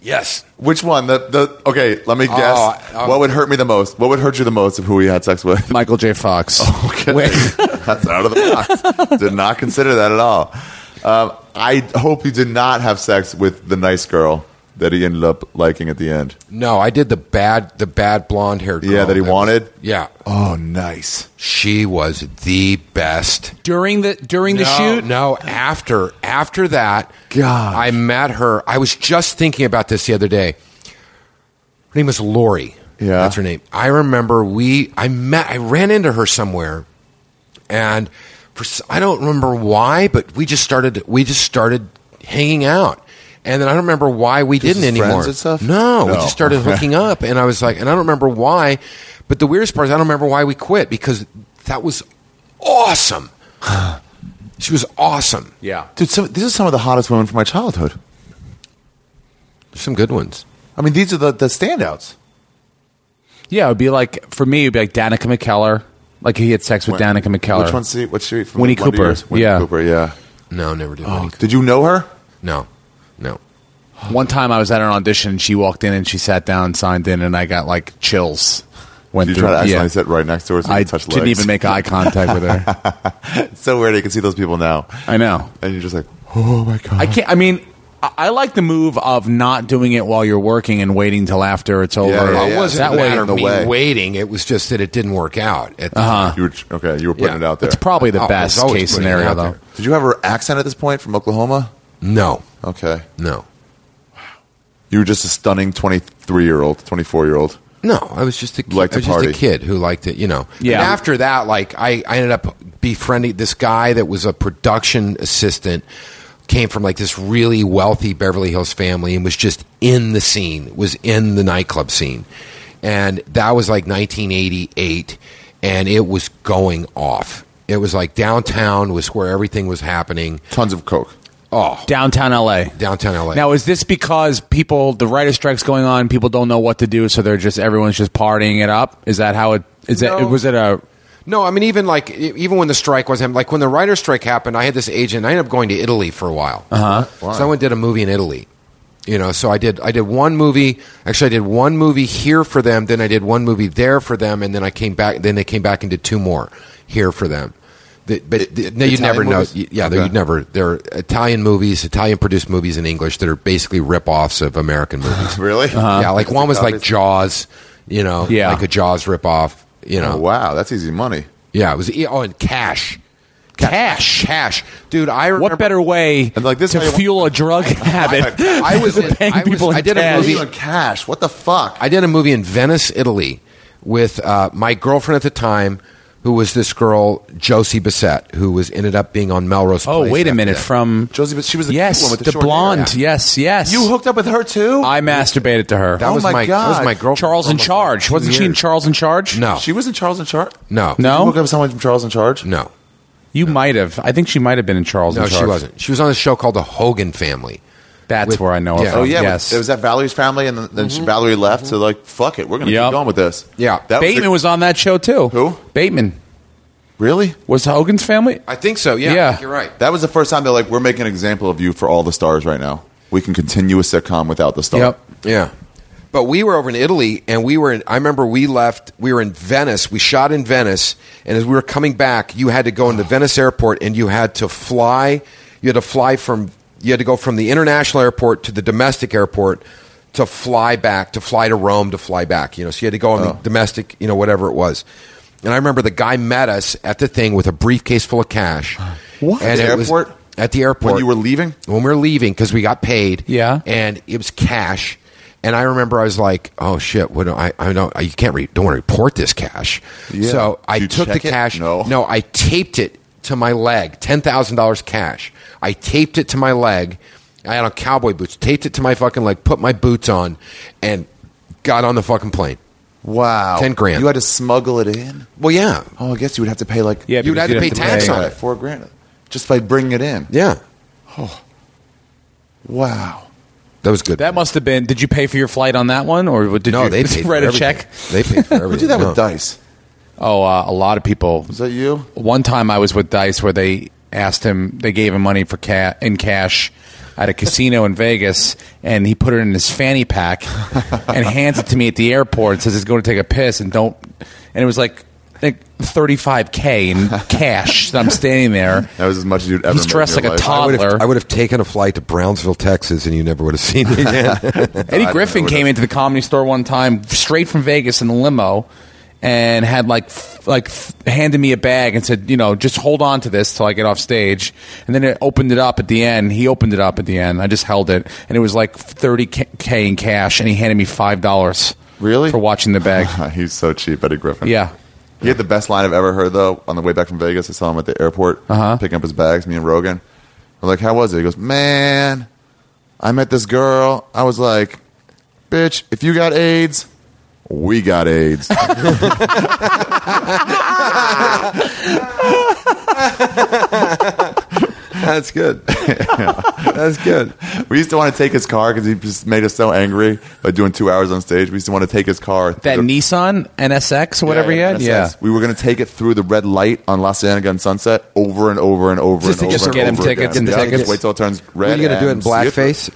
[SPEAKER 3] yes.
[SPEAKER 1] Which one? The the okay. Let me guess.
[SPEAKER 3] Oh, I-
[SPEAKER 1] what would hurt me the most? What would hurt you the most of who we had sex with?
[SPEAKER 4] Michael J. Fox.
[SPEAKER 1] Okay.
[SPEAKER 4] Wait.
[SPEAKER 1] That's out of the box. did not consider that at all. Um, I hope you did not have sex with the nice girl that he ended up liking at the end.
[SPEAKER 3] No, I did the bad, the bad blonde haired.
[SPEAKER 1] Yeah, Oh, that he wanted.
[SPEAKER 3] yeah,
[SPEAKER 1] Oh, nice.
[SPEAKER 3] she was the best.
[SPEAKER 4] During the during the
[SPEAKER 3] no,
[SPEAKER 4] shoot?
[SPEAKER 3] No, after after that,
[SPEAKER 1] Gosh.
[SPEAKER 3] I met her. I was just thinking about this the other day. Her name was Lori.
[SPEAKER 1] Yeah.
[SPEAKER 3] that's her name. I remember we. I met. I ran into her somewhere, and for s- I don't remember why, but we just started. We just started hanging out. And then I don't remember why we didn't
[SPEAKER 1] as friends
[SPEAKER 3] anymore.
[SPEAKER 1] and stuff?
[SPEAKER 3] No, we
[SPEAKER 1] No.
[SPEAKER 3] just started hooking up, and I was like, and I don't remember why. But the weirdest part is I don't remember why we quit because that was awesome. She was awesome.
[SPEAKER 4] Yeah.
[SPEAKER 1] Dude, some, these are some of the hottest women from my childhood.
[SPEAKER 3] Some good ones.
[SPEAKER 1] I mean, these are the, the standouts.
[SPEAKER 4] Yeah, it would be like for me it'd be like Danica McKellar. Like he had sex with Danica McKellar.
[SPEAKER 1] Which one's she? What's she from?
[SPEAKER 4] Winnie
[SPEAKER 1] the Wonder
[SPEAKER 4] Cooper.
[SPEAKER 1] Years? Winnie
[SPEAKER 4] Yeah.
[SPEAKER 1] Cooper, yeah.
[SPEAKER 3] No, never did.
[SPEAKER 1] Oh,
[SPEAKER 3] Winnie.
[SPEAKER 1] did you know her?
[SPEAKER 3] No, no.
[SPEAKER 4] One time I was at an audition, she walked in and she sat down, signed in, and I got like chills. Went
[SPEAKER 1] Did you
[SPEAKER 4] through.
[SPEAKER 1] try to accidentally
[SPEAKER 4] yeah.
[SPEAKER 1] sit right next to her so you
[SPEAKER 4] I
[SPEAKER 1] could touch
[SPEAKER 4] didn't
[SPEAKER 1] legs?
[SPEAKER 4] even make eye contact with her.
[SPEAKER 1] It's so weird. You can see those people now.
[SPEAKER 4] I know.
[SPEAKER 1] And you're just like, oh my God.
[SPEAKER 4] I can't. I mean, I, I like the move of not doing it while you're working and waiting till after it's over.
[SPEAKER 1] Oh, yeah,
[SPEAKER 3] Well, it
[SPEAKER 1] yeah.
[SPEAKER 3] wasn't
[SPEAKER 1] That
[SPEAKER 3] a
[SPEAKER 1] way
[SPEAKER 3] matter
[SPEAKER 1] in
[SPEAKER 3] of
[SPEAKER 1] the
[SPEAKER 3] me
[SPEAKER 1] way. Uh-huh.
[SPEAKER 3] waiting. It was just that it didn't work out. At the time.
[SPEAKER 1] You were, tr- okay, you were putting
[SPEAKER 3] Yeah.
[SPEAKER 1] it out there.
[SPEAKER 4] It's probably the
[SPEAKER 3] Oh,
[SPEAKER 4] best
[SPEAKER 3] it's always
[SPEAKER 4] case
[SPEAKER 3] putting it
[SPEAKER 4] scenario,
[SPEAKER 3] out
[SPEAKER 4] though.
[SPEAKER 3] there.
[SPEAKER 1] Did you have her accent at this point from Oklahoma?
[SPEAKER 3] No,
[SPEAKER 1] Okay.
[SPEAKER 3] no,
[SPEAKER 1] You were just a stunning 23 year old, 24 year old.
[SPEAKER 3] no. I was just a kid.
[SPEAKER 1] Liked
[SPEAKER 3] I was
[SPEAKER 1] to
[SPEAKER 3] just a
[SPEAKER 1] party.
[SPEAKER 3] kid who liked it. You know.
[SPEAKER 4] Yeah.
[SPEAKER 3] And after that, like I, I ended up befriending this guy that was a production assistant. Came from like this really wealthy Beverly Hills family and was just in the scene, was in the nightclub scene. And that was like 1988, and it was going off. It was like downtown was where everything was happening. Oh,
[SPEAKER 1] Tons of coke.
[SPEAKER 4] Downtown LA.
[SPEAKER 3] Downtown LA.
[SPEAKER 4] Now, is this because people, the writer strike's going on, people don't know what to do, so they're just everyone's just partying it up? Is that how it? Is
[SPEAKER 3] No.
[SPEAKER 4] that was it a?
[SPEAKER 3] No, I mean even like e- even when the strike was happening, like when the writer strike happened, I had this agent. I ended up going to Italy for a while. Uh huh. So I went and did a movie in Italy. You know, so I did I did one movie. Actually, I did one movie here for them. Then I did one movie there for them, and then I came back. Then they came back and did two more here for them. The- but the- no, you'd
[SPEAKER 1] Italian
[SPEAKER 3] never know.
[SPEAKER 1] movies?
[SPEAKER 3] y- Yeah,
[SPEAKER 1] Okay.
[SPEAKER 3] you'd never. They're Italian movies, Italian produced movies in English that are basically rip-offs of American movies.
[SPEAKER 1] Really?
[SPEAKER 3] Yeah, like one was like
[SPEAKER 1] Copies.
[SPEAKER 3] Jaws. You know,
[SPEAKER 4] Yeah.
[SPEAKER 3] like a Jaws rip-off. You know,
[SPEAKER 1] Oh, wow, that's easy money.
[SPEAKER 3] yeah, it was oh, and cash,
[SPEAKER 4] Cash.
[SPEAKER 3] cash, dude. I remember,
[SPEAKER 4] What better way
[SPEAKER 1] And like this
[SPEAKER 4] to
[SPEAKER 1] guy-
[SPEAKER 4] fuel a drug habit?
[SPEAKER 3] I was in-
[SPEAKER 4] paying
[SPEAKER 3] I was-
[SPEAKER 4] people in
[SPEAKER 3] I did a
[SPEAKER 4] cash.
[SPEAKER 3] movie-
[SPEAKER 1] Even cash. What the fuck?
[SPEAKER 3] I did a movie in Venice, Italy, with uh, my girlfriend at the time, who was this girl Josie Bissett, who was ended up being on Melrose.
[SPEAKER 4] Oh,
[SPEAKER 3] Place
[SPEAKER 4] wait a
[SPEAKER 3] after
[SPEAKER 4] minute!
[SPEAKER 3] that.
[SPEAKER 4] From
[SPEAKER 1] Josie, but she was the
[SPEAKER 4] yes,
[SPEAKER 1] cute one with the short hair.
[SPEAKER 4] blonde.
[SPEAKER 3] Yeah.
[SPEAKER 4] Yes, yes.
[SPEAKER 1] you hooked up with her too?
[SPEAKER 4] I masturbated to her.
[SPEAKER 3] that
[SPEAKER 1] Oh
[SPEAKER 3] was
[SPEAKER 1] my
[SPEAKER 3] my, that was
[SPEAKER 1] God.
[SPEAKER 3] my girlfriend.
[SPEAKER 4] Charles in
[SPEAKER 3] Almost
[SPEAKER 4] Charge.
[SPEAKER 3] two
[SPEAKER 4] Wasn't she in
[SPEAKER 3] years.
[SPEAKER 4] Charles in Charge?
[SPEAKER 3] No,
[SPEAKER 1] She was in Charles and Charles.
[SPEAKER 3] no,
[SPEAKER 1] You
[SPEAKER 4] No?
[SPEAKER 1] hooked up with someone from Charles and Charge?
[SPEAKER 3] no,
[SPEAKER 4] you might have. I think she might have been in Charles.
[SPEAKER 3] no.
[SPEAKER 4] in Charge.
[SPEAKER 3] She wasn't. She was on a show called The Hogan Family.
[SPEAKER 4] That's
[SPEAKER 3] With-
[SPEAKER 4] where I know her.
[SPEAKER 3] yeah.
[SPEAKER 4] From.
[SPEAKER 1] Oh yeah,
[SPEAKER 4] yes.
[SPEAKER 1] but it was that Valerie's family, and then then she- Valerie left. So like, fuck it, we're gonna
[SPEAKER 4] Yep.
[SPEAKER 1] keep going with this.
[SPEAKER 3] Yeah.
[SPEAKER 1] that
[SPEAKER 4] Bateman
[SPEAKER 1] the-
[SPEAKER 4] was on that show too.
[SPEAKER 1] Who?
[SPEAKER 4] Bateman.
[SPEAKER 1] Really?
[SPEAKER 4] Was Hogan's family?
[SPEAKER 3] I think so. Yeah,
[SPEAKER 4] Yeah.
[SPEAKER 3] I think you're right.
[SPEAKER 1] That was the first time they're like, we're making an example of you for all the stars right now. We can continue a sitcom without the star.
[SPEAKER 4] Yep.
[SPEAKER 3] Yeah. But we were over in Italy and we were in, I remember we left, we were in Venice, we shot in Venice, and as we were coming back, you had to go into Venice airport and you had to fly, you had to fly from, you had to go from the international airport to the domestic airport to fly back, to fly to Rome, to fly back, you know, so you had to go
[SPEAKER 1] Oh.
[SPEAKER 3] on the domestic, you know, whatever it was. And I remember the guy met us at the thing with a briefcase full of cash.
[SPEAKER 1] What?
[SPEAKER 3] And
[SPEAKER 1] At the
[SPEAKER 3] it was-
[SPEAKER 1] airport?
[SPEAKER 3] at the airport.
[SPEAKER 1] When you were leaving?
[SPEAKER 3] When we were leaving, because we got paid.
[SPEAKER 4] Yeah.
[SPEAKER 3] And it was cash. And I remember I was like, "Oh shit! What do I? I know you can't re, don't want to report this cash."
[SPEAKER 1] Yeah.
[SPEAKER 3] So I
[SPEAKER 1] Did you
[SPEAKER 3] took the
[SPEAKER 1] check it?
[SPEAKER 3] cash.
[SPEAKER 1] No.
[SPEAKER 3] no, I taped it to my leg. Ten thousand dollars cash. I taped it to my leg. I had on cowboy boots. Taped it to my fucking leg. Put my boots on, and got on the fucking plane.
[SPEAKER 1] Wow.
[SPEAKER 3] 10 grand.
[SPEAKER 1] You had to smuggle it in?
[SPEAKER 3] Well, yeah,
[SPEAKER 1] Oh, I guess you would have to pay like
[SPEAKER 4] Yeah,
[SPEAKER 3] you'd
[SPEAKER 4] because
[SPEAKER 3] have
[SPEAKER 4] you'd
[SPEAKER 3] to pay
[SPEAKER 4] have to
[SPEAKER 3] tax
[SPEAKER 4] pay.
[SPEAKER 3] on it.
[SPEAKER 1] four grand just by bringing it in.
[SPEAKER 3] Yeah,
[SPEAKER 1] Wow.
[SPEAKER 3] that was good.
[SPEAKER 4] That must have been. Did you pay for your flight on that one, or did
[SPEAKER 3] no,
[SPEAKER 4] you
[SPEAKER 3] they paid for
[SPEAKER 4] write a
[SPEAKER 3] everything.
[SPEAKER 4] check?
[SPEAKER 3] They paid for everything.
[SPEAKER 1] Who did that
[SPEAKER 3] No.
[SPEAKER 1] with Dice?
[SPEAKER 4] Oh, uh, a lot of people.
[SPEAKER 1] Was that you?
[SPEAKER 4] One time I was with Dice where they asked him, they gave him money for ca- in cash at a casino in Vegas, and he put it in his fanny pack and hands it to me at the airport and says he's going to take a piss and don't. And it was like, like 35K in cash. and I'm standing there.
[SPEAKER 1] That was as much as you'd ever
[SPEAKER 4] He's
[SPEAKER 1] made
[SPEAKER 4] dressed
[SPEAKER 1] in your
[SPEAKER 4] like a
[SPEAKER 1] life.
[SPEAKER 4] toddler.
[SPEAKER 3] I would, have, I would have taken a flight to Brownsville, Texas, and you never would have seen me again.
[SPEAKER 4] Eddie
[SPEAKER 1] I
[SPEAKER 4] Griffin
[SPEAKER 1] would've-
[SPEAKER 4] came into the comedy store one time, straight from Vegas in a limo, and had like f- like f- handed me a bag and said, you know, just hold on to this till I get off stage. And then it opened it up at the end. He opened it up at the end. I just held it, and it was like thirty k in cash, and he handed me five dollars.
[SPEAKER 1] Really?
[SPEAKER 4] For watching the bag.
[SPEAKER 1] He's so cheap, Eddie Griffin.
[SPEAKER 4] yeah.
[SPEAKER 1] He had the best line I've ever heard, though, on the way back from Vegas. I saw him at the airport picking up his bags, me and Rogan. I'm like, how was it? He goes, man, I met this girl. I was like, bitch, if you got AIDS, we got AIDS.
[SPEAKER 3] That's good. That's good.
[SPEAKER 1] we used to want to take his car because he just made us so angry by doing two hours on stage. We used to want to take his car.
[SPEAKER 4] That
[SPEAKER 1] through the-
[SPEAKER 4] Nissan NSX or whatever
[SPEAKER 1] yeah,
[SPEAKER 4] he
[SPEAKER 1] in a
[SPEAKER 4] had.
[SPEAKER 1] sense. We were going to take it through the red light on La Cienega and Sunset over and over and over
[SPEAKER 3] Just
[SPEAKER 1] and over.
[SPEAKER 3] to get some-
[SPEAKER 1] and
[SPEAKER 4] get him
[SPEAKER 1] over
[SPEAKER 4] tickets
[SPEAKER 1] again.
[SPEAKER 4] and
[SPEAKER 1] Yeah, just
[SPEAKER 4] tickets.
[SPEAKER 1] Wait till it turns
[SPEAKER 3] Are
[SPEAKER 1] red.
[SPEAKER 3] you going to do it in
[SPEAKER 1] and see
[SPEAKER 3] blackface?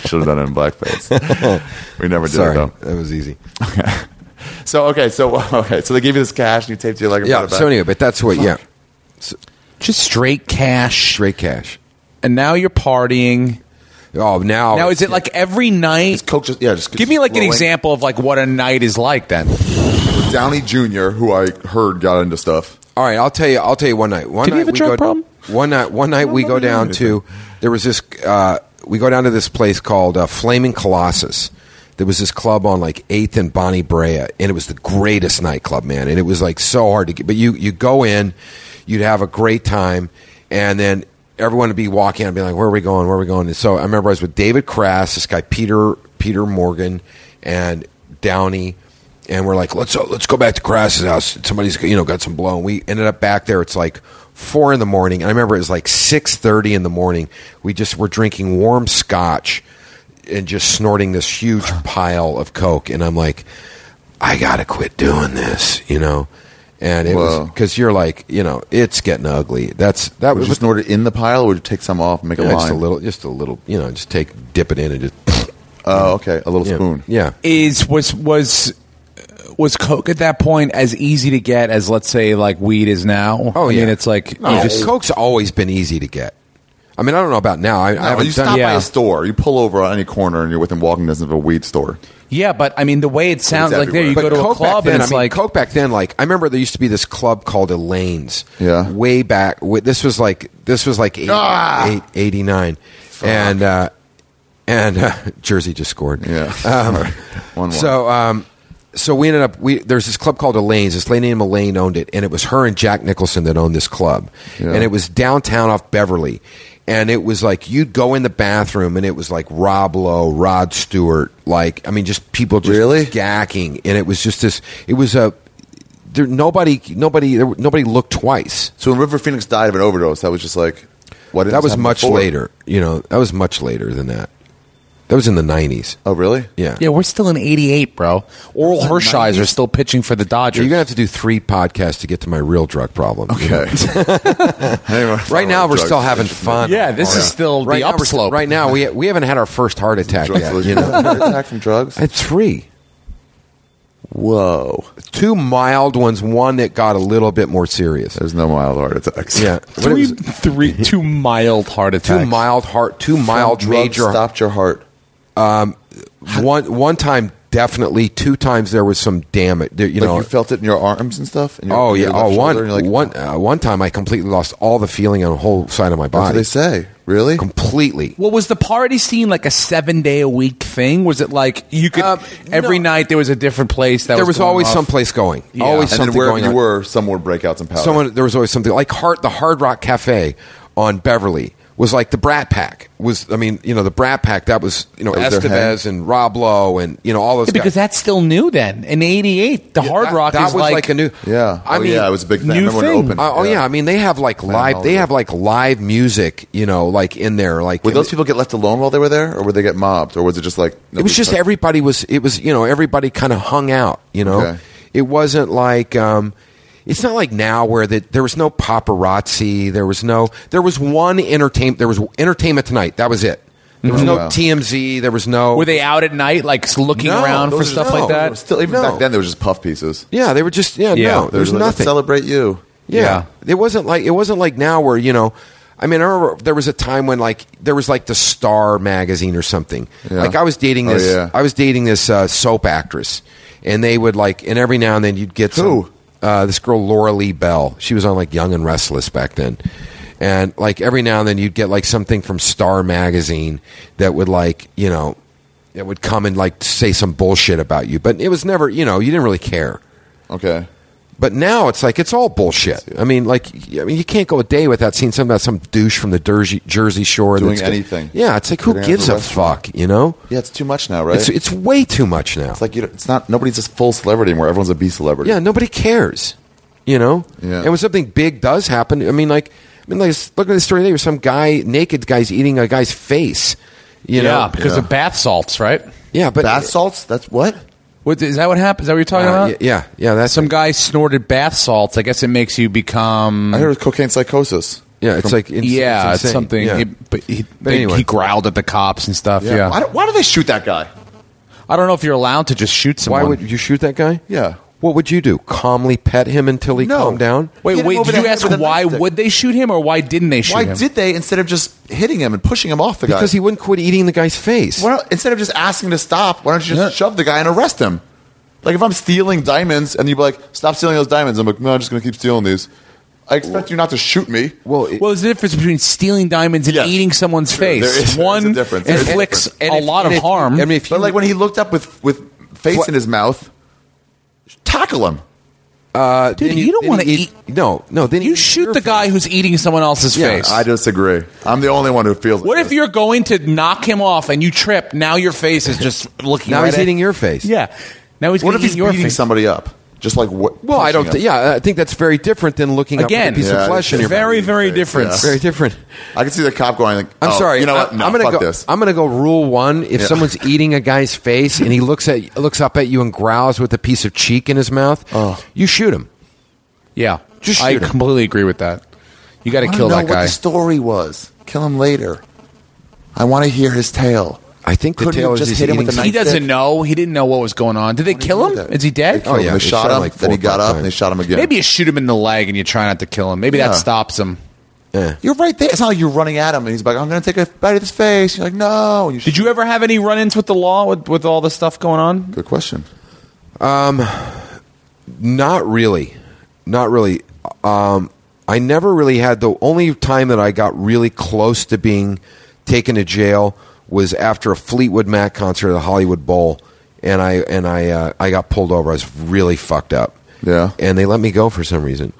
[SPEAKER 1] Should have done it in blackface. we never did
[SPEAKER 3] Sorry,
[SPEAKER 1] it
[SPEAKER 3] that was easy.
[SPEAKER 1] though. So okay, so okay, so they gave you this cash and you taped your leg. and
[SPEAKER 3] Yeah.
[SPEAKER 1] put it back.
[SPEAKER 3] So anyway, but that's what. Yeah,
[SPEAKER 4] Just straight cash.
[SPEAKER 3] straight cash.
[SPEAKER 4] And now you're partying.
[SPEAKER 3] Oh, now
[SPEAKER 4] Now is it like every night?
[SPEAKER 1] It's Coke just yeah. Just
[SPEAKER 4] Give me like an
[SPEAKER 1] rolling.
[SPEAKER 4] example of like what a night is like then.
[SPEAKER 1] Downey Jr., who I heard got into stuff.
[SPEAKER 3] All right, I'll tell you. I'll tell you one night. One
[SPEAKER 4] Did
[SPEAKER 3] night
[SPEAKER 4] he have a
[SPEAKER 3] we
[SPEAKER 4] drug
[SPEAKER 3] go,
[SPEAKER 4] problem?
[SPEAKER 3] One night. One night we go down to. There was this. Uh, we go down to this place called uh, Flaming Colossus. There was this club on like Eighth and Bonnie Brea, and it was the greatest nightclub, man. And it was like so hard to get. But you you go in, you'd have a great time, and then everyone would be walking and be like, "Where are we going? Where are we going?" And so I remember I was with David Crass, this guy Peter Peter Morgan, and Downey and we're like, let's uh, let's go back to Crass's house. Somebody's you know got some blow, and we ended up back there. It's like four in the morning. And I remember it was like six thirty in the morning. We just were drinking warm scotch and just snorting this huge pile of coke. And I'm like, I gotta quit doing this, you know. And it was
[SPEAKER 1] Whoa.
[SPEAKER 3] because you're like, you know, it's getting ugly. That's that
[SPEAKER 1] Would
[SPEAKER 3] was
[SPEAKER 1] you snort it in the pile, or would you take some off and make
[SPEAKER 3] yeah,
[SPEAKER 1] a
[SPEAKER 3] just
[SPEAKER 1] line?
[SPEAKER 3] a little, just a little, you know, just take dip it in and just
[SPEAKER 1] Oh, okay, a little
[SPEAKER 3] yeah,
[SPEAKER 1] spoon.
[SPEAKER 3] yeah.
[SPEAKER 4] Is was was was coke at that point as easy to get as let's say like weed is now?
[SPEAKER 3] Oh,
[SPEAKER 4] I
[SPEAKER 3] yeah.
[SPEAKER 4] mean it's like
[SPEAKER 3] No,
[SPEAKER 4] you just
[SPEAKER 3] Coke's always been easy to get. I mean, I don't know about now. I, I
[SPEAKER 1] No,
[SPEAKER 3] haven't
[SPEAKER 1] you
[SPEAKER 3] done
[SPEAKER 1] stop by
[SPEAKER 4] Yeah.
[SPEAKER 1] a store. You pull over on any corner, and you're within walking distance of a weed store.
[SPEAKER 4] yeah, but I mean the way it sounds like there you
[SPEAKER 1] everywhere.
[SPEAKER 4] go to a
[SPEAKER 3] Coke
[SPEAKER 4] club
[SPEAKER 3] back then,
[SPEAKER 4] and it's
[SPEAKER 3] I mean,
[SPEAKER 4] like
[SPEAKER 3] Coke back then. Like I remember there used to be this club called Elaine's.
[SPEAKER 1] Yeah.
[SPEAKER 3] way back. wi- This was like this was like 80,
[SPEAKER 1] Ah!
[SPEAKER 3] eight- 89. and uh, and uh, Jersey just scored.
[SPEAKER 1] Yeah.
[SPEAKER 3] Um,
[SPEAKER 1] One more.
[SPEAKER 3] So um, so we ended up we there's this club called Elaine's. This lady named Elaine owned it, and it was her and Jack Nicholson that owned this club,
[SPEAKER 1] Yeah.
[SPEAKER 3] and it was downtown off Beverly. And it was like you'd go in the bathroom, and it was like Rob Lowe, Rod Stewart, like I mean, just people just
[SPEAKER 1] Really?
[SPEAKER 3] gacking, and it was just this. It was a there nobody nobody there, nobody looked twice.
[SPEAKER 1] So when River Phoenix died of an overdose, that was just like what.
[SPEAKER 3] That was much later. You know, that was much later than that. That That was in the 90s.
[SPEAKER 1] Oh, really?
[SPEAKER 3] Yeah.
[SPEAKER 4] Yeah, we're still in '88, bro. Oral Hershiser is still pitching for the
[SPEAKER 3] You're
[SPEAKER 4] Dodgers.
[SPEAKER 3] going to have to do three podcasts to get to my real drug problem. you know?
[SPEAKER 1] Okay. I didn't even-
[SPEAKER 3] Right now, we're still having fun.
[SPEAKER 4] Yeah, this is still the
[SPEAKER 3] right now, we're-
[SPEAKER 4] upslope.
[SPEAKER 3] Right now, we, we haven't had our first heart attack
[SPEAKER 1] Drugs
[SPEAKER 3] yet.
[SPEAKER 1] was-
[SPEAKER 3] You know?
[SPEAKER 1] Heart attack from drugs.
[SPEAKER 3] At three.
[SPEAKER 1] Whoa.
[SPEAKER 3] Two mild ones, one that got a little bit more serious.
[SPEAKER 1] There's no mild heart attacks.
[SPEAKER 3] Yeah. What
[SPEAKER 4] three,
[SPEAKER 3] is it?
[SPEAKER 4] three, two mild heart
[SPEAKER 3] two
[SPEAKER 4] attacks.
[SPEAKER 3] mild heart, two
[SPEAKER 1] Mild
[SPEAKER 3] mild
[SPEAKER 1] drugs
[SPEAKER 3] major.
[SPEAKER 1] stopped your heart.
[SPEAKER 3] One one time definitely, two times there was some damage. There, you
[SPEAKER 1] like
[SPEAKER 3] know,
[SPEAKER 1] you felt it in your arms and stuff. And your,
[SPEAKER 3] oh yeah,
[SPEAKER 1] your left
[SPEAKER 3] oh
[SPEAKER 1] shoulder,
[SPEAKER 3] one
[SPEAKER 1] and you're like,
[SPEAKER 3] one uh, one time I completely lost all the feeling on the whole side of my
[SPEAKER 1] That's what
[SPEAKER 3] body.
[SPEAKER 1] they say. Really?
[SPEAKER 3] Completely.
[SPEAKER 4] Well, was the party scene like a seven day a week thing? Was it like you could
[SPEAKER 3] Uh,
[SPEAKER 4] every
[SPEAKER 3] no.
[SPEAKER 4] night there was a different place that
[SPEAKER 3] there
[SPEAKER 4] was,
[SPEAKER 3] was
[SPEAKER 4] going
[SPEAKER 3] always
[SPEAKER 4] off?
[SPEAKER 3] someplace going.
[SPEAKER 4] Yeah.
[SPEAKER 3] Always
[SPEAKER 4] And
[SPEAKER 1] and
[SPEAKER 3] something
[SPEAKER 1] then wherever
[SPEAKER 3] going
[SPEAKER 1] you
[SPEAKER 3] on.
[SPEAKER 1] were, someone would break out some powder.
[SPEAKER 3] Someone there was always something like Hard the Hard Rock Cafe on Beverly was like the Brat Pack was. I mean, you know, the Brat Pack that was you know
[SPEAKER 1] That was their
[SPEAKER 3] Estevez and Rob Lowe and you know all those
[SPEAKER 4] Yeah, because
[SPEAKER 3] guys.
[SPEAKER 4] that's still new then. In '88, the Hard
[SPEAKER 3] That-
[SPEAKER 4] Rock
[SPEAKER 3] that
[SPEAKER 4] is
[SPEAKER 3] was like, a new
[SPEAKER 1] Yeah.
[SPEAKER 3] I
[SPEAKER 1] oh,
[SPEAKER 3] mean,
[SPEAKER 1] yeah, it was a big thing. I
[SPEAKER 4] new
[SPEAKER 1] remember when
[SPEAKER 4] thing.
[SPEAKER 1] it opened.
[SPEAKER 3] Uh, oh yeah. I mean they have like live. They
[SPEAKER 1] Hollywood.
[SPEAKER 3] have like live music. You know, like in there. Like
[SPEAKER 1] Would
[SPEAKER 3] in-
[SPEAKER 1] those people get left alone while they were there, or would they get mobbed, or was it just like
[SPEAKER 3] It was just everybody was. It was you know everybody kind of hung out. You know,
[SPEAKER 1] Okay.
[SPEAKER 3] it wasn't like. um it's not like now where that there was no paparazzi. There was no. There was one entertainment. There was Entertainment Tonight. That was it. There was
[SPEAKER 1] Mhm.
[SPEAKER 3] no
[SPEAKER 1] Wow.
[SPEAKER 3] TMZ. There was no.
[SPEAKER 4] Were they out at night, like looking
[SPEAKER 3] No,
[SPEAKER 4] around for
[SPEAKER 3] those are-
[SPEAKER 4] stuff
[SPEAKER 3] no,
[SPEAKER 4] like that?
[SPEAKER 1] Still, even
[SPEAKER 3] No.
[SPEAKER 1] back then, they were just puff pieces.
[SPEAKER 3] Yeah, they were just.
[SPEAKER 4] Yeah.
[SPEAKER 3] Yeah, no.
[SPEAKER 1] They
[SPEAKER 3] There
[SPEAKER 1] were
[SPEAKER 3] was
[SPEAKER 1] just like, "Let's
[SPEAKER 3] nothing.
[SPEAKER 1] Celebrate you.
[SPEAKER 3] Yeah. It wasn't like it wasn't like now where, you know, I mean, I remember there was a time when like there was like the Star magazine or something.
[SPEAKER 1] Yeah.
[SPEAKER 3] Like I was dating
[SPEAKER 1] Oh,
[SPEAKER 3] this
[SPEAKER 1] yeah.
[SPEAKER 3] I was dating this uh, soap actress and they would like and every now and then you'd get
[SPEAKER 1] Who?
[SPEAKER 3] some uh, this girl Laura Lee Bell. She was on like Young and Restless back then. And like every now and then you'd get like something from Star magazine that would like, you know, that would come and like say some bullshit about you. But it was never, you know, you didn't really care.
[SPEAKER 1] Okay.
[SPEAKER 3] But now it's like it's all bullshit. I mean, like I mean, you can't go a day without seeing something about some douche from the Jersey, Jersey Shore
[SPEAKER 1] Doing
[SPEAKER 3] that's gonna-
[SPEAKER 1] anything.
[SPEAKER 3] yeah, it's like who
[SPEAKER 1] Getting out of
[SPEAKER 3] gives
[SPEAKER 1] the
[SPEAKER 3] a
[SPEAKER 1] restaurant.
[SPEAKER 3] fuck? You know,
[SPEAKER 1] Yeah, it's too much now, right?
[SPEAKER 3] it's it's way too much now.
[SPEAKER 1] It's like you don't- it's not nobody's just full celebrity anymore. Everyone's a B celebrity.
[SPEAKER 3] yeah, nobody cares. You know,
[SPEAKER 1] Yeah.
[SPEAKER 3] and when something big does happen, I mean, like I mean, like look at the story there. Some guy, naked guy's eating a guy's face. You
[SPEAKER 4] yeah,
[SPEAKER 3] know,
[SPEAKER 4] because
[SPEAKER 1] Yeah.
[SPEAKER 4] of bath salts, right?
[SPEAKER 3] yeah, but
[SPEAKER 1] bath salts. That's what.
[SPEAKER 4] What, is that what happened? Is that what you're talking
[SPEAKER 3] Uh,
[SPEAKER 4] about?
[SPEAKER 3] yeah, yeah, yeah, that's
[SPEAKER 4] Some guy snorted bath salts. I guess it makes you become.
[SPEAKER 1] I heard it was cocaine psychosis.
[SPEAKER 3] yeah, it's like it's,
[SPEAKER 4] yeah,
[SPEAKER 3] it's
[SPEAKER 4] it's
[SPEAKER 3] insane.
[SPEAKER 4] something.
[SPEAKER 3] Yeah.
[SPEAKER 4] It, but he,
[SPEAKER 3] But
[SPEAKER 4] they-
[SPEAKER 3] anyway.
[SPEAKER 4] he growled at the cops and stuff. Yeah,
[SPEAKER 1] Why, do, why do they shoot that guy?
[SPEAKER 4] I don't know if you're allowed to just shoot someone.
[SPEAKER 3] Why would you shoot that guy?
[SPEAKER 1] Yeah.
[SPEAKER 3] What would you do? Calmly pet him until he
[SPEAKER 1] No.
[SPEAKER 3] calmed down?
[SPEAKER 1] Hit
[SPEAKER 4] Wait,
[SPEAKER 1] him
[SPEAKER 4] wait.
[SPEAKER 1] over
[SPEAKER 4] Did
[SPEAKER 1] the
[SPEAKER 4] you
[SPEAKER 1] head
[SPEAKER 4] ask
[SPEAKER 1] with a
[SPEAKER 4] why
[SPEAKER 1] knife stick.
[SPEAKER 4] would they shoot him or why didn't they shoot
[SPEAKER 1] Why
[SPEAKER 4] him?
[SPEAKER 1] did they instead of just hitting him and pushing him off the guy?
[SPEAKER 3] Because he wouldn't quit eating the guy's face.
[SPEAKER 1] Why don't, instead of just asking to stop, why don't you just
[SPEAKER 4] Yeah.
[SPEAKER 1] shove the guy and arrest him? Like if I'm stealing diamonds and you'd be like, "Stop stealing those diamonds," I'm like, "No, I'm just gonna keep stealing these." I expect you not to shoot me.
[SPEAKER 3] Well, it-
[SPEAKER 4] Well, there's a difference between stealing diamonds and
[SPEAKER 1] Yes.
[SPEAKER 4] eating someone's
[SPEAKER 1] Sure, there
[SPEAKER 4] face.
[SPEAKER 1] is- there is
[SPEAKER 4] One
[SPEAKER 1] a difference. There is a
[SPEAKER 4] inflicts
[SPEAKER 1] difference.
[SPEAKER 3] and
[SPEAKER 4] a
[SPEAKER 3] if-
[SPEAKER 4] lot of
[SPEAKER 3] and if-
[SPEAKER 4] harm.
[SPEAKER 3] I mean, if you
[SPEAKER 1] But like when he looked up with with face in his mouth, tackle him.
[SPEAKER 4] Dude,
[SPEAKER 3] then
[SPEAKER 4] you don't
[SPEAKER 3] then
[SPEAKER 4] wanna
[SPEAKER 3] you
[SPEAKER 4] eat-
[SPEAKER 3] No, no. Then
[SPEAKER 4] you shoot the guy who's eating someone else's
[SPEAKER 3] Yeah,
[SPEAKER 4] face.
[SPEAKER 1] I disagree. I'm the only one who feels.
[SPEAKER 4] what
[SPEAKER 1] like
[SPEAKER 4] if
[SPEAKER 1] this.
[SPEAKER 4] you're going to knock him off and you trip? Now your face is just looking.
[SPEAKER 3] Now
[SPEAKER 4] right
[SPEAKER 3] he's
[SPEAKER 4] at-
[SPEAKER 3] eating your face.
[SPEAKER 4] Yeah. Now he's.
[SPEAKER 1] What
[SPEAKER 4] gonna
[SPEAKER 1] if he's
[SPEAKER 4] eat your
[SPEAKER 1] beating
[SPEAKER 4] face.
[SPEAKER 1] somebody up? Just like what?
[SPEAKER 3] Well, I don't. Th- yeah, I think that's very different than looking
[SPEAKER 4] Again,
[SPEAKER 3] up with a piece
[SPEAKER 1] Yeah,
[SPEAKER 3] of flesh in your
[SPEAKER 4] very,
[SPEAKER 3] mouth.
[SPEAKER 4] very
[SPEAKER 1] Yeah.
[SPEAKER 4] different.
[SPEAKER 3] very different.
[SPEAKER 1] I can see the cop going. Like,
[SPEAKER 3] I'm
[SPEAKER 1] "Oh,
[SPEAKER 3] sorry.
[SPEAKER 1] You know what?
[SPEAKER 3] I,
[SPEAKER 1] No,
[SPEAKER 3] I'm gonna
[SPEAKER 1] fuck
[SPEAKER 3] go.
[SPEAKER 1] this.
[SPEAKER 3] I'm gonna go rule one. If
[SPEAKER 1] Yeah.
[SPEAKER 3] someone's eating a guy's face and he looks at looks up at you and growls with a piece of cheek in his mouth,
[SPEAKER 1] Oh.
[SPEAKER 3] you shoot him.
[SPEAKER 4] Yeah.
[SPEAKER 3] Just
[SPEAKER 4] I
[SPEAKER 3] shoot him.
[SPEAKER 4] completely agree with that. You got to
[SPEAKER 1] I
[SPEAKER 4] kill
[SPEAKER 1] know
[SPEAKER 4] that
[SPEAKER 1] What
[SPEAKER 4] guy.
[SPEAKER 1] the story was? Kill him later. I want to hear his tale.
[SPEAKER 3] I think the
[SPEAKER 1] Couldn't you
[SPEAKER 3] tail is
[SPEAKER 1] just
[SPEAKER 3] he's
[SPEAKER 1] hit him
[SPEAKER 3] eating
[SPEAKER 1] with a
[SPEAKER 3] his-
[SPEAKER 4] he
[SPEAKER 1] knife?
[SPEAKER 4] doesn't
[SPEAKER 1] Dick.
[SPEAKER 4] know. He didn't know what was going on. Did they kill him? Is he dead?
[SPEAKER 1] They, oh,
[SPEAKER 3] yeah,
[SPEAKER 1] yeah, they
[SPEAKER 3] they shot
[SPEAKER 1] shot
[SPEAKER 3] him
[SPEAKER 1] him.
[SPEAKER 3] like four
[SPEAKER 1] then he
[SPEAKER 3] or
[SPEAKER 1] got
[SPEAKER 3] five
[SPEAKER 1] up and they
[SPEAKER 3] times.
[SPEAKER 1] shot him again.
[SPEAKER 4] Maybe you shoot him in the leg and you try not to kill him. Maybe
[SPEAKER 1] Yeah.
[SPEAKER 4] that stops him.
[SPEAKER 1] you're right there. It's not like you're running at him and he's like, "I'm going to take a bite of his face." You're like, "No." You
[SPEAKER 4] Did you ever have any run-ins with the law with, with all the stuff going on?
[SPEAKER 1] Good question.
[SPEAKER 3] Not really. Not really. Um, I never really had the only time that I got really close to being taken to jail was after a Fleetwood Mac concert at the Hollywood Bowl, and I and I uh, I got pulled over. I was really fucked up.
[SPEAKER 1] Yeah.
[SPEAKER 3] and they let me go for some reason.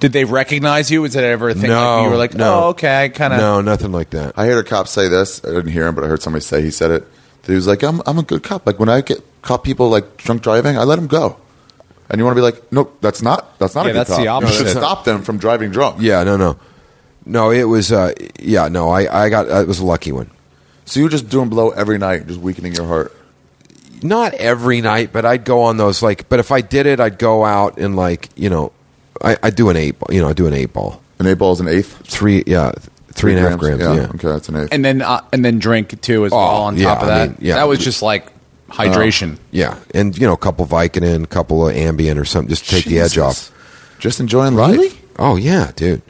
[SPEAKER 4] Did they recognize you? Was it ever a thing like
[SPEAKER 3] no,
[SPEAKER 4] you were like,
[SPEAKER 3] no,
[SPEAKER 4] oh, okay, I kind of.
[SPEAKER 3] no, nothing like that.
[SPEAKER 1] I heard a cop say this. I didn't hear him, but I heard somebody say he said it. That he was like, "I'm I'm a good cop. Like when I get caught people like drunk driving, I let them go." And you want to be like, "Nope, that's not that's not
[SPEAKER 4] Yeah,
[SPEAKER 1] a good
[SPEAKER 4] that's the
[SPEAKER 1] cop. You
[SPEAKER 4] opposite.
[SPEAKER 1] should stop them from driving drunk."
[SPEAKER 3] yeah, no, no, no. It was uh, yeah, no. I I got it was a lucky one.
[SPEAKER 1] So you're just doing blow every night, just weakening your heart.
[SPEAKER 3] not every night, but I'd go on those like. But if I did it, I'd go out and like you know, I I do an eight ball. You know, I do an eight ball.
[SPEAKER 1] An eight ball is an eighth.
[SPEAKER 3] Three yeah, three and a half grams. yeah.
[SPEAKER 1] Okay, that's an eighth.
[SPEAKER 4] and then uh, and then drink too as well on
[SPEAKER 3] Oh, yeah,
[SPEAKER 4] top of
[SPEAKER 3] I
[SPEAKER 4] that.
[SPEAKER 3] mean, yeah. Oh.
[SPEAKER 4] That was just like hydration.
[SPEAKER 3] Yeah, and you know, a couple Vicodin, a couple of Ambien or something, just to take the edge off.
[SPEAKER 1] Just enjoying life.
[SPEAKER 3] Oh yeah, dude.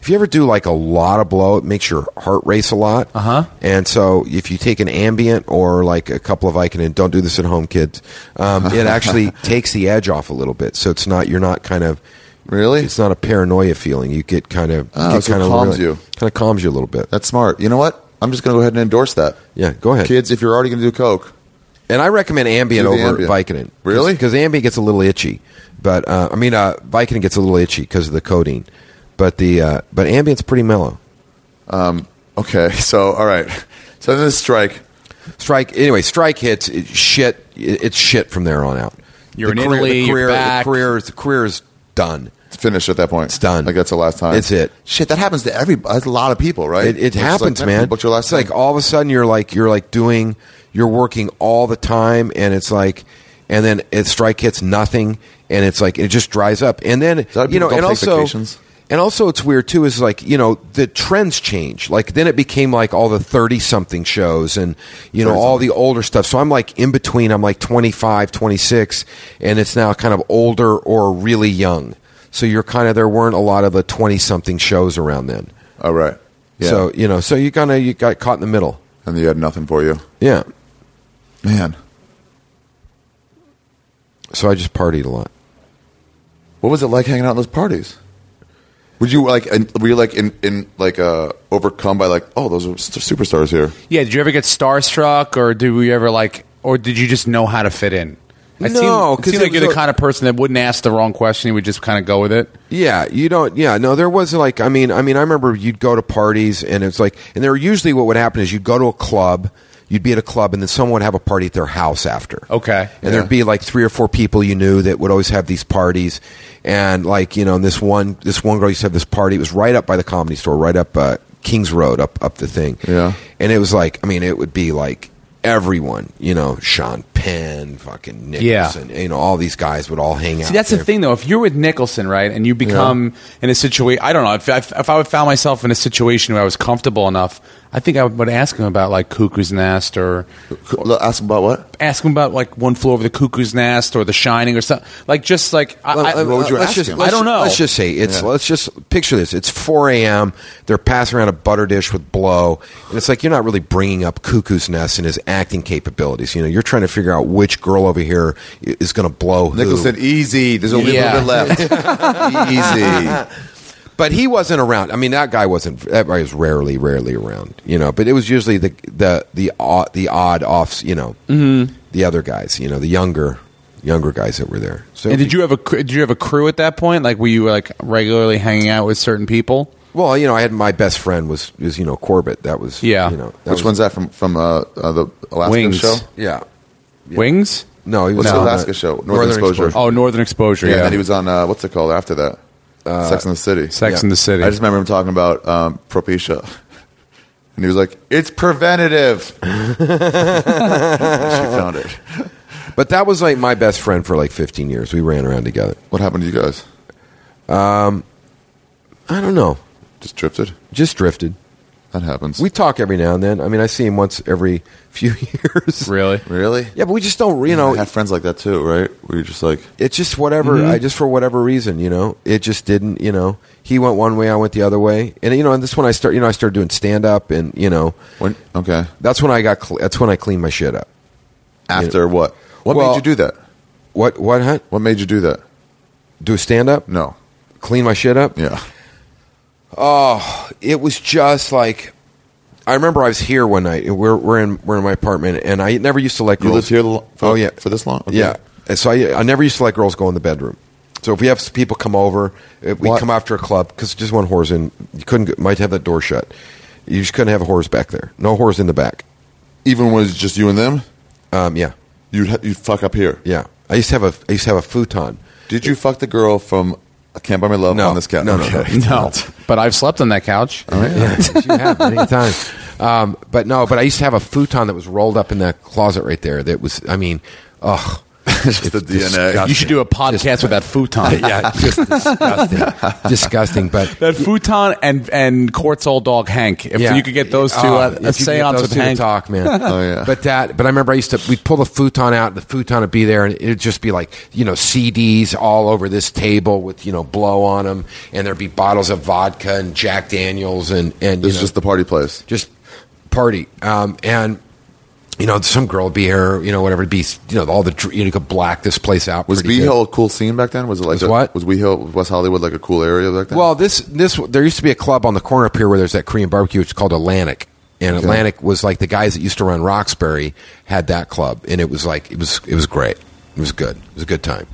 [SPEAKER 3] If you ever do like a lot of blow, it makes your heart race a lot. Uh
[SPEAKER 4] Uh-huh.
[SPEAKER 3] And so, if you take an ambient or like a couple of Vicodin, don't do this at home, kids. Um, it actually takes the edge off a little bit, so it's not you're not kind of
[SPEAKER 1] Really?
[SPEAKER 3] it's not a paranoia feeling. You get kind of
[SPEAKER 1] Oh,
[SPEAKER 3] you get
[SPEAKER 1] so it
[SPEAKER 3] kind of
[SPEAKER 1] calms you. Uh,
[SPEAKER 3] kind of calms you a little bit.
[SPEAKER 1] That's smart. You know what? I'm just going to go ahead and endorse that.
[SPEAKER 3] Yeah, go ahead.
[SPEAKER 1] Kids, if you're already going to do Coke,
[SPEAKER 3] And I recommend Ambien
[SPEAKER 1] Do the
[SPEAKER 3] over
[SPEAKER 1] Ambien.
[SPEAKER 3] Vicodin.
[SPEAKER 1] Really?
[SPEAKER 3] Because Ambien gets a little itchy, but uh, I mean uh, Vicodin gets a little itchy because of the codeine. But the uh, but Ambien's pretty mellow.
[SPEAKER 1] okay. So, all right. So then this strike.
[SPEAKER 3] Strike anyway. Strike hits it, shit. It, it's shit from there on out.
[SPEAKER 4] You're
[SPEAKER 3] the
[SPEAKER 4] in
[SPEAKER 3] career,
[SPEAKER 4] Italy,
[SPEAKER 3] The
[SPEAKER 4] you're
[SPEAKER 3] career,
[SPEAKER 4] back.
[SPEAKER 3] The career, is- the career is done.
[SPEAKER 1] It's finished at that point.
[SPEAKER 3] It's done.
[SPEAKER 1] Like that's the last time.
[SPEAKER 3] It's it.
[SPEAKER 1] Shit, that happens to every. That's a lot of people, right?
[SPEAKER 3] It, it
[SPEAKER 1] It's like,
[SPEAKER 3] happens,
[SPEAKER 1] man,
[SPEAKER 3] man.
[SPEAKER 1] What's your last?
[SPEAKER 3] it's like
[SPEAKER 1] thing?
[SPEAKER 3] all of a sudden you're like you're like doing you're working all the time, and it's like, and then it strike hits nothing, and it's like it just dries up, and then
[SPEAKER 1] lot of
[SPEAKER 3] you know,
[SPEAKER 1] people
[SPEAKER 3] and
[SPEAKER 1] don't take
[SPEAKER 3] also.
[SPEAKER 1] vacations.
[SPEAKER 3] And also, it's weird too. Is like you know the trends change. Like then it became like all the thirty-something shows, and you know all the older stuff. So I'm like in between. I'm like 25, 26, and it's now kind of older or really young. So you're kind of there weren't a lot of the twenty-something shows around then.
[SPEAKER 1] all right. Yeah.
[SPEAKER 3] So you know, so you kind of you got caught in the middle.
[SPEAKER 1] and you had nothing for you,
[SPEAKER 3] Yeah.
[SPEAKER 1] man.
[SPEAKER 3] So I just partied a lot.
[SPEAKER 1] What was it like hanging out in those parties? Would you like? in- Were you like in in like uh overcome by like oh those are s- superstars here?
[SPEAKER 4] Yeah. Did you ever get starstruck, or did we ever like, or did you just know how to fit in? It
[SPEAKER 3] No,
[SPEAKER 4] seemed- it
[SPEAKER 3] 'cause
[SPEAKER 4] seemed
[SPEAKER 3] it
[SPEAKER 4] like you're
[SPEAKER 3] was
[SPEAKER 4] the
[SPEAKER 3] a-
[SPEAKER 4] kind of person that wouldn't ask the wrong question. You would just kind of go with it.
[SPEAKER 3] Yeah, you don't. Yeah, no, there was like, I mean, I mean, I remember you'd go to parties, and it's like, and there were usually what would happen is you'd go to a club, you'd be at a club, and then someone would have a party at their house after.
[SPEAKER 4] Okay.
[SPEAKER 3] and there'd be like three or four people you knew that would always have these parties, and like you know, and this one, this one girl used to have this party. It was right up by the comedy store, right up uh, Kings Road, up up the thing.
[SPEAKER 1] Yeah.
[SPEAKER 3] and it was like, I mean, it would be like everyone, you know, Sean Penn, fucking
[SPEAKER 4] Yeah.
[SPEAKER 3] Nicholson, you know, all these guys would all hang out.
[SPEAKER 4] See, that's the
[SPEAKER 3] there.
[SPEAKER 4] thing, though. If you're with Nicholson, right, and you become in a situation, I don't know. If, if, if I would found myself in a situation where I was comfortable enough, I think I would ask him about like Cuckoo's Nest or
[SPEAKER 1] Cool. Ask about what?
[SPEAKER 4] ask him about like One Flew Over the Cuckoo's Nest or The Shining or something. Like just like I, I,
[SPEAKER 3] Let-
[SPEAKER 1] what would you
[SPEAKER 3] uh, let's
[SPEAKER 1] ask
[SPEAKER 3] just-
[SPEAKER 1] him?
[SPEAKER 3] let's
[SPEAKER 4] I don't
[SPEAKER 3] ju-
[SPEAKER 4] know.
[SPEAKER 3] Let's just say it's. Let's just picture this. It's 4 a.m. They're passing around a butter dish with blow, and it's like you're not really bringing up Cuckoo's Nest and his acting capabilities. You know, you're trying to figure out which girl over here i- is going to blow. who.
[SPEAKER 1] Nicholson, easy. There's only a
[SPEAKER 4] Yeah.
[SPEAKER 1] little bit left. easy.
[SPEAKER 3] but he wasn't around. I mean, that guy wasn't. That guy was rarely, rarely around. You know, but it was usually the the the odd, the odd offs. You know,
[SPEAKER 4] Mm-hmm.
[SPEAKER 3] the other guys. You know, the younger younger guys that were there. So
[SPEAKER 4] And did you have a cr- did you have a crew at that point? Like were you like regularly hanging out with certain people?
[SPEAKER 3] Well, you know, I had my best friend was is you know Corbett. That was
[SPEAKER 4] Yeah.
[SPEAKER 3] You know, that
[SPEAKER 1] Which
[SPEAKER 3] was-
[SPEAKER 1] one's that from? From uh, uh the Alaska
[SPEAKER 4] Wings.
[SPEAKER 1] show?
[SPEAKER 3] Yeah.
[SPEAKER 4] Wings?
[SPEAKER 3] No, he was
[SPEAKER 1] What's
[SPEAKER 3] on
[SPEAKER 1] the Alaska
[SPEAKER 3] that-
[SPEAKER 1] show? Northern Exposure.
[SPEAKER 4] Oh, Northern Exposure.
[SPEAKER 1] Yeah,
[SPEAKER 4] Yeah,
[SPEAKER 1] and then he was on uh, what's it called after that? Sex in the City.
[SPEAKER 4] Sex in the City.
[SPEAKER 1] I just remember him talking about um, Propecia. And he was like, it's preventative. And she found it. Oh.
[SPEAKER 3] But that was like my best friend for like 15 years. We ran around together.
[SPEAKER 1] What happened to you guys?
[SPEAKER 3] I don't know.
[SPEAKER 1] Just drifted?
[SPEAKER 3] Just drifted.
[SPEAKER 1] That happens.
[SPEAKER 3] We talk every now and then. I mean, I see him once every few years.
[SPEAKER 4] really.
[SPEAKER 1] really?
[SPEAKER 3] Yeah, but we just don't, you
[SPEAKER 1] No, I
[SPEAKER 3] know,
[SPEAKER 1] had friends like that too, right? Where you're just like,
[SPEAKER 3] it's just whatever.
[SPEAKER 1] Mm-hmm.
[SPEAKER 3] I just for whatever reason, you know, it just didn't. You know, he went one way, I went the other way, and you know, and this when I start, you know, I started doing stand up, and you know,
[SPEAKER 1] when, okay.
[SPEAKER 3] that's when I got, cl- that's when I cleaned my shit up.
[SPEAKER 1] After what? What
[SPEAKER 3] Well-
[SPEAKER 1] made you do that?
[SPEAKER 3] What? What? Huh?
[SPEAKER 1] What made you do that?
[SPEAKER 3] Do stand up?
[SPEAKER 1] No.
[SPEAKER 3] Clean my shit up?
[SPEAKER 1] Yeah.
[SPEAKER 3] it was just like I remember I was here one night. and We're we're in we're in my apartment, and I never used to like
[SPEAKER 1] You
[SPEAKER 3] girls.
[SPEAKER 1] lived here lo- for,
[SPEAKER 3] oh yeah,
[SPEAKER 1] for this long? Okay.
[SPEAKER 3] yeah. And so I I never used to let girls go in the bedroom. So if we have people come over, if we
[SPEAKER 1] What?
[SPEAKER 3] come after a club because just one whore's in. You couldn't go- might have that door shut. You just couldn't have whores back there. No whores in the back.
[SPEAKER 1] Even when it's just you and them,
[SPEAKER 3] Um, yeah,
[SPEAKER 1] you'd, ha- you'd fuck up here.
[SPEAKER 3] yeah. I used to have a I used to have a futon.
[SPEAKER 1] Did you fuck the girl from I Can't Buy Me Love
[SPEAKER 3] No.
[SPEAKER 1] on this couch?
[SPEAKER 3] No, no, no.
[SPEAKER 1] Okay.
[SPEAKER 4] No, but I've slept on that couch.
[SPEAKER 3] Yeah, you have many times. Um, but no, but I used to have a futon that was rolled up in that closet right there. That was, I mean, ugh. It's
[SPEAKER 1] the DNA.
[SPEAKER 3] disgusting.
[SPEAKER 1] You
[SPEAKER 4] You should do a podcast with that futon.
[SPEAKER 3] yeah, just disgusting, disgusting. But
[SPEAKER 4] That futon and and Court's old dog Hank. If
[SPEAKER 3] Yeah.
[SPEAKER 4] you could get those two,
[SPEAKER 3] Oh,
[SPEAKER 4] uh, a
[SPEAKER 3] if you could get
[SPEAKER 4] seance
[SPEAKER 3] those
[SPEAKER 4] with
[SPEAKER 3] two to
[SPEAKER 4] Hank.
[SPEAKER 3] talk, man.
[SPEAKER 1] Oh, yeah.
[SPEAKER 3] But that, but I remember I used to we'd pull the futon out, the futon would be there, and it'd just be like you know CDs all over this table with you know blow on them, and there'd be bottles of vodka and Jack Daniels and and you
[SPEAKER 1] This is
[SPEAKER 3] know,
[SPEAKER 1] just the party place.
[SPEAKER 3] just party. Um, and you know, some girl would be here, you know, whatever it'd be, you know, all the dr- you, know, you could black this place out.
[SPEAKER 1] Was
[SPEAKER 3] pretty
[SPEAKER 1] Bee
[SPEAKER 3] good.
[SPEAKER 1] Hill a cool scene back then? Was it like
[SPEAKER 3] Was
[SPEAKER 1] a,
[SPEAKER 3] what?
[SPEAKER 1] Was Bee Hill West Hollywood like a cool area back then?
[SPEAKER 3] Well, this this there used to be a club on the corner up here where there's that Korean barbecue. It's called Atlantic, and Atlantic was like the guys that used to run Roxbury had that club, and it was like it was it was great. It was good. It was a good time,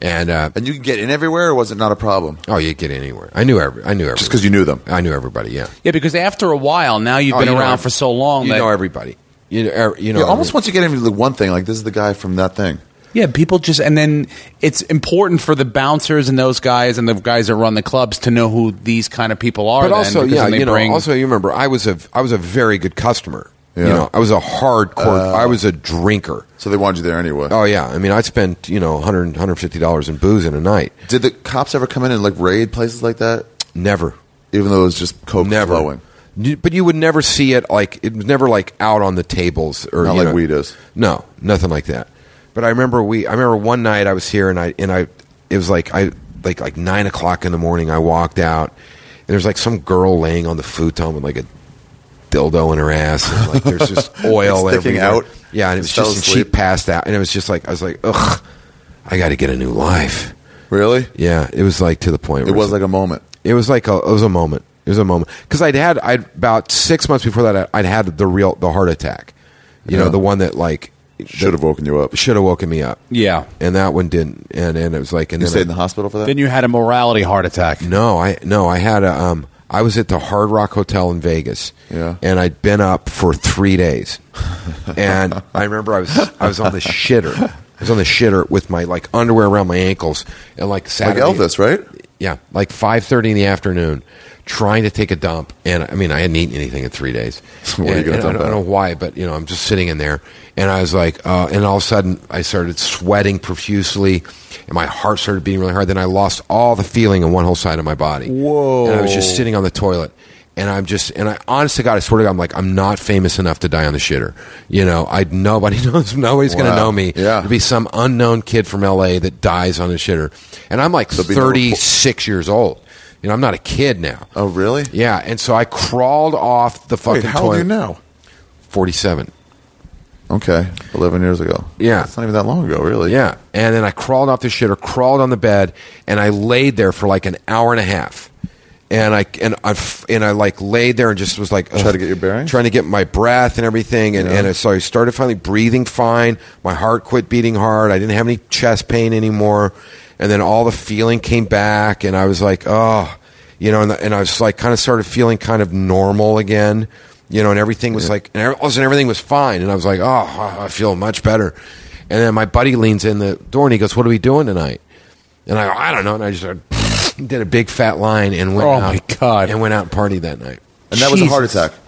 [SPEAKER 3] and uh,
[SPEAKER 1] and you could get in everywhere, or was it not a problem?
[SPEAKER 3] oh, you get anywhere. I knew every I knew everybody.
[SPEAKER 1] Just because you knew them.
[SPEAKER 3] I knew everybody. Yeah,
[SPEAKER 4] Yeah, because after a while, now you've
[SPEAKER 3] Oh,
[SPEAKER 4] been
[SPEAKER 3] you know
[SPEAKER 4] around
[SPEAKER 3] every-
[SPEAKER 4] for so long
[SPEAKER 3] you
[SPEAKER 4] that
[SPEAKER 3] know everybody. You know, er, you know
[SPEAKER 1] yeah, almost
[SPEAKER 3] everybody.
[SPEAKER 1] once you get into the one thing, like this is the guy from that thing.
[SPEAKER 4] yeah, people just and then it's important for the bouncers and those guys and the guys that run the clubs to know who these kind of people are.
[SPEAKER 3] but
[SPEAKER 4] then,
[SPEAKER 3] also,
[SPEAKER 4] because
[SPEAKER 3] yeah,
[SPEAKER 4] then they
[SPEAKER 3] you know,
[SPEAKER 4] bring-
[SPEAKER 3] also you remember I was a I was a very good customer. You
[SPEAKER 1] Yeah.
[SPEAKER 3] know, I was a hardcore.
[SPEAKER 4] Uh.
[SPEAKER 3] I was a drinker.
[SPEAKER 1] So they wanted you there anyway.
[SPEAKER 3] Oh yeah, I mean, I spent you know 100 150 dollars in booze in a night.
[SPEAKER 1] Did the cops ever come in and like raid places like that?
[SPEAKER 3] Never,
[SPEAKER 1] Even though it was just coke
[SPEAKER 3] never.
[SPEAKER 1] flowing.
[SPEAKER 3] You- But you would never see it like it was never like out on the tables or
[SPEAKER 1] Not
[SPEAKER 3] you
[SPEAKER 1] like
[SPEAKER 3] know-
[SPEAKER 1] weed is.
[SPEAKER 3] No, nothing like that. But I remember we. I remember one night I was here and I and I. It was like I like like nine o'clock in the morning. I walked out and there's like some girl laying on the futon with like a dildo in her ass and like there's just oil
[SPEAKER 1] Like sticking
[SPEAKER 3] everywhere.
[SPEAKER 1] out.
[SPEAKER 3] Yeah, and it was
[SPEAKER 1] Just fell
[SPEAKER 3] just and she
[SPEAKER 1] asleep.
[SPEAKER 3] passed out and it was just like I was like ugh, I got to get a new life.
[SPEAKER 1] Really?
[SPEAKER 3] Yeah, it was like to the point.
[SPEAKER 1] It
[SPEAKER 3] where
[SPEAKER 1] was
[SPEAKER 3] it's
[SPEAKER 1] like a moment.
[SPEAKER 3] it was like a, it was a moment. It was a moment because I'd had I'd about six months before that I'd had the real the heart attack, you know
[SPEAKER 1] Yeah.
[SPEAKER 3] the one that like
[SPEAKER 1] Should have woken you up.
[SPEAKER 3] should have woken me up.
[SPEAKER 4] yeah.
[SPEAKER 3] and that one didn't. And and it was like and
[SPEAKER 1] You
[SPEAKER 3] then
[SPEAKER 1] stayed
[SPEAKER 3] I-
[SPEAKER 1] in the hospital for that?
[SPEAKER 4] Then you had a morality heart attack.
[SPEAKER 3] no, I no, I had a um, I was at the Hard Rock Hotel in Vegas.
[SPEAKER 1] Yeah.
[SPEAKER 3] and I'd been up for three days, and I remember I was I was on the shitter. I was on the shitter with my like underwear around my ankles and like
[SPEAKER 1] like
[SPEAKER 3] Saturday.
[SPEAKER 1] Elvis, right?
[SPEAKER 3] Yeah, like five thirty in the afternoon, trying to take a dump, and I mean I hadn't eaten anything in three days.
[SPEAKER 1] What are you
[SPEAKER 3] And-
[SPEAKER 1] gonna
[SPEAKER 3] and I
[SPEAKER 1] dump
[SPEAKER 3] don't- I
[SPEAKER 1] out?
[SPEAKER 3] don't know why, but you know, I'm just sitting in there, and I was like, uh, and all of a sudden, I started sweating profusely, and my heart started beating really hard. Then I lost all the feeling in one whole side of my body. Whoa! And I was just sitting on the toilet, and I'm just, and I, honest to God, I swear to God, I'm like, I'm not famous enough to die on the shitter. You know, I nobody knows, nobody's going to
[SPEAKER 1] Wow.
[SPEAKER 3] know me.
[SPEAKER 1] Yeah.
[SPEAKER 3] It'd be some unknown kid from L.A. that dies on the shitter, and I'm like
[SPEAKER 1] There'll be no report.
[SPEAKER 3] 36 years old. You know, I'm not a kid now.
[SPEAKER 1] Oh, really?
[SPEAKER 3] Yeah, and so I crawled off the fucking
[SPEAKER 1] Wait, how
[SPEAKER 3] toilet.
[SPEAKER 1] old are you now?
[SPEAKER 3] 47.
[SPEAKER 1] Okay, 11 years ago.
[SPEAKER 3] Yeah.
[SPEAKER 1] It's not even that long ago, really.
[SPEAKER 3] Yeah. And then I crawled off the shitter, crawled on the bed, and I laid there for like an hour and a half. And I and I f- and I like laid there and just was like
[SPEAKER 1] Try to
[SPEAKER 3] ugh,
[SPEAKER 1] get your bearings?
[SPEAKER 3] trying to get my breath and everything. And
[SPEAKER 1] Yeah.
[SPEAKER 3] and so I started finally breathing fine. My heart quit beating hard. I didn't have any chest pain anymore. And then all the feeling came back, and I was like, oh, you know, and, and I was like, kind of started feeling kind of normal again, you know, and everything was like, and every- all of a sudden everything was fine, and I was like, oh, I feel much better. And then my buddy leans in the door and he goes, "What are we doing tonight?" And I, go, I don't know. And I just uh, did a big fat line and went
[SPEAKER 4] Oh,
[SPEAKER 3] out,
[SPEAKER 4] my God.
[SPEAKER 3] and went out and partied that night.
[SPEAKER 1] And that was a heart
[SPEAKER 4] Jesus.
[SPEAKER 1] attack.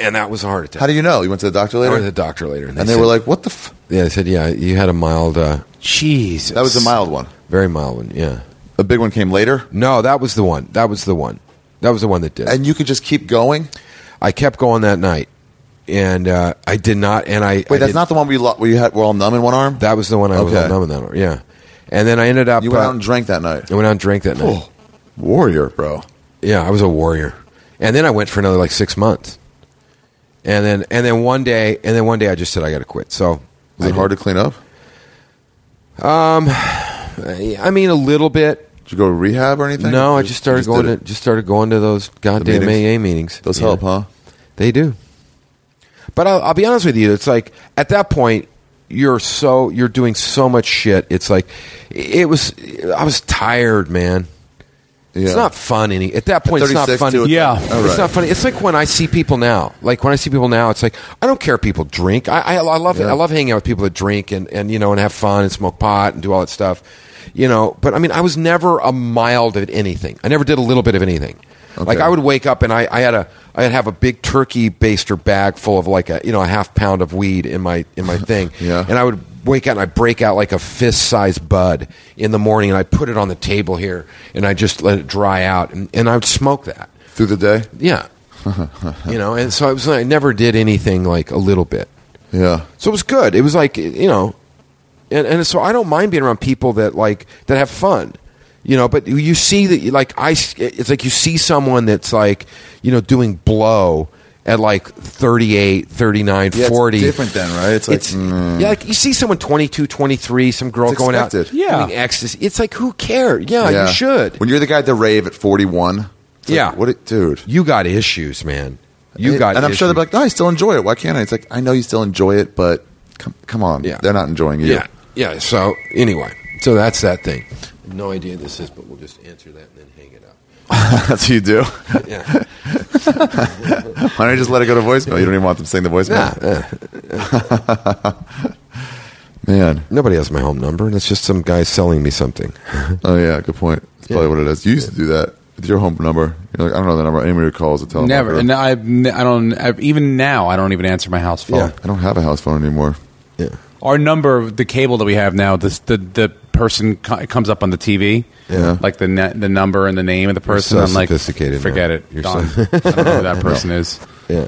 [SPEAKER 3] And that was a heart attack.
[SPEAKER 1] How do you know? You went to the doctor
[SPEAKER 3] I
[SPEAKER 1] later?
[SPEAKER 3] went to the doctor later, and they,
[SPEAKER 1] and they
[SPEAKER 3] said-
[SPEAKER 1] were like, what the f?
[SPEAKER 3] "Yeah, they said, yeah, you had a mild, uh,
[SPEAKER 4] Jesus,
[SPEAKER 1] That was a mild one.
[SPEAKER 3] very mild one." Yeah,
[SPEAKER 1] A big one came later.
[SPEAKER 3] no, that was the one. That was the one. That was the one that did. it.
[SPEAKER 1] And you could just keep going?
[SPEAKER 3] I kept going that night, and uh, I did not. And I
[SPEAKER 1] Wait, that's not the one we lo- where you had, were all numb in one arm?
[SPEAKER 3] that was the one I was
[SPEAKER 1] Okay.
[SPEAKER 3] all numb in that one. Yeah, and then I ended up.
[SPEAKER 1] you went
[SPEAKER 3] uh,
[SPEAKER 1] out and drank that night.
[SPEAKER 3] I went out and drank that night.
[SPEAKER 1] Oh, warrior, bro.
[SPEAKER 3] Yeah, I was a warrior. And then I went for another like six months. And then and then one day and then one day I just said I got to quit. So
[SPEAKER 1] Was
[SPEAKER 3] I
[SPEAKER 1] it hard to clean up?
[SPEAKER 3] did. I mean a little bit.
[SPEAKER 1] Did you go to rehab or anything?
[SPEAKER 3] no,
[SPEAKER 1] You
[SPEAKER 3] I just started
[SPEAKER 1] you
[SPEAKER 3] going
[SPEAKER 1] did
[SPEAKER 3] to
[SPEAKER 1] it.
[SPEAKER 3] just started going to those goddamn
[SPEAKER 1] meetings?
[SPEAKER 3] AA meetings.
[SPEAKER 1] Those
[SPEAKER 3] Yeah.
[SPEAKER 1] help, huh?
[SPEAKER 3] They do. But I'll, I'll be honest with you. It's like at that point, you're so you're doing so much shit. It's like it was. I was tired, man. It's
[SPEAKER 1] Yeah.
[SPEAKER 3] not fun any at that point. It's not
[SPEAKER 1] 36
[SPEAKER 3] fun.
[SPEAKER 1] too, it's
[SPEAKER 4] Yeah.
[SPEAKER 1] like- all
[SPEAKER 3] It's
[SPEAKER 1] right.
[SPEAKER 3] not funny. It's like when I see people now. Like when I see people now, it's like I don't care. if People drink. I I, I love it.
[SPEAKER 1] Yeah.
[SPEAKER 3] I love hanging out with people that drink and and you know and have fun and smoke pot and do all that stuff. You know, but I mean, I was never a mild at anything. I never did a little bit of anything. Like
[SPEAKER 1] Okay.
[SPEAKER 3] I would wake up and I, I had a I'd have a big turkey baster bag full of like a you know a half pound of weed in my in my thing.
[SPEAKER 1] Yeah.
[SPEAKER 3] And I would wake up and I'd break out like a fist sized bud in the morning and I'd put it on the table here and I just let it dry out and, and I would smoke that.
[SPEAKER 1] through the day.
[SPEAKER 3] Yeah. you know, and so I was I never did anything like a little bit.
[SPEAKER 1] Yeah,
[SPEAKER 3] So it was good. It was like you know, and and so I don't mind being around people that like that have fun, you know. But you see that like I, it's like you see someone that's like you know doing blow at like 38 39
[SPEAKER 1] Yeah, it's
[SPEAKER 3] 40
[SPEAKER 1] different then, right? It's like, mm.
[SPEAKER 3] yeah like you see someone 22 23 some girl
[SPEAKER 1] It's
[SPEAKER 3] going out
[SPEAKER 1] expected.
[SPEAKER 4] Yeah.
[SPEAKER 3] doing ecstasy it's like who cares yeah, you should
[SPEAKER 1] When you're the guy at the rave at 41. it's like,
[SPEAKER 3] Yeah.
[SPEAKER 1] what, it, dude?
[SPEAKER 3] you got issues man you
[SPEAKER 1] It-
[SPEAKER 3] got
[SPEAKER 1] and I'm sure
[SPEAKER 3] issues.
[SPEAKER 1] they're like, no, I still enjoy it. Why can't I? It's like I know you still enjoy it, but come, come on,
[SPEAKER 3] Yeah.
[SPEAKER 1] they're not enjoying you.
[SPEAKER 3] Yeah. Yeah. So anyway, so that's that thing. No idea this is, but we'll just answer that and then hang it up.
[SPEAKER 1] that's what you do.
[SPEAKER 3] Yeah.
[SPEAKER 1] Why don't you just let it go to voicemail? You don't even want them saying the voicemail. Man,
[SPEAKER 3] Nobody has my home number. That's just some guy selling me something.
[SPEAKER 1] oh yeah, good point. That's probably
[SPEAKER 3] Yeah.
[SPEAKER 1] what it is. You used to do that with your home number. You're like, I don't know the number. Anybody who calls a telemarketer.
[SPEAKER 4] Never, and I, I don't. i even now, I don't even answer my house phone.
[SPEAKER 3] Yeah.
[SPEAKER 1] I don't have a house phone anymore.
[SPEAKER 3] Yeah.
[SPEAKER 4] Our number, the cable that we have now, this, the the person co- it comes up on the TV,
[SPEAKER 1] Yeah.
[SPEAKER 4] like the ne- the number and the name of the person.
[SPEAKER 3] so
[SPEAKER 4] I'm like,
[SPEAKER 3] sophisticated,
[SPEAKER 4] Forget
[SPEAKER 3] man.
[SPEAKER 4] it.
[SPEAKER 3] You're
[SPEAKER 4] Done.
[SPEAKER 3] so-
[SPEAKER 4] I don't know who that person is.
[SPEAKER 3] Yeah.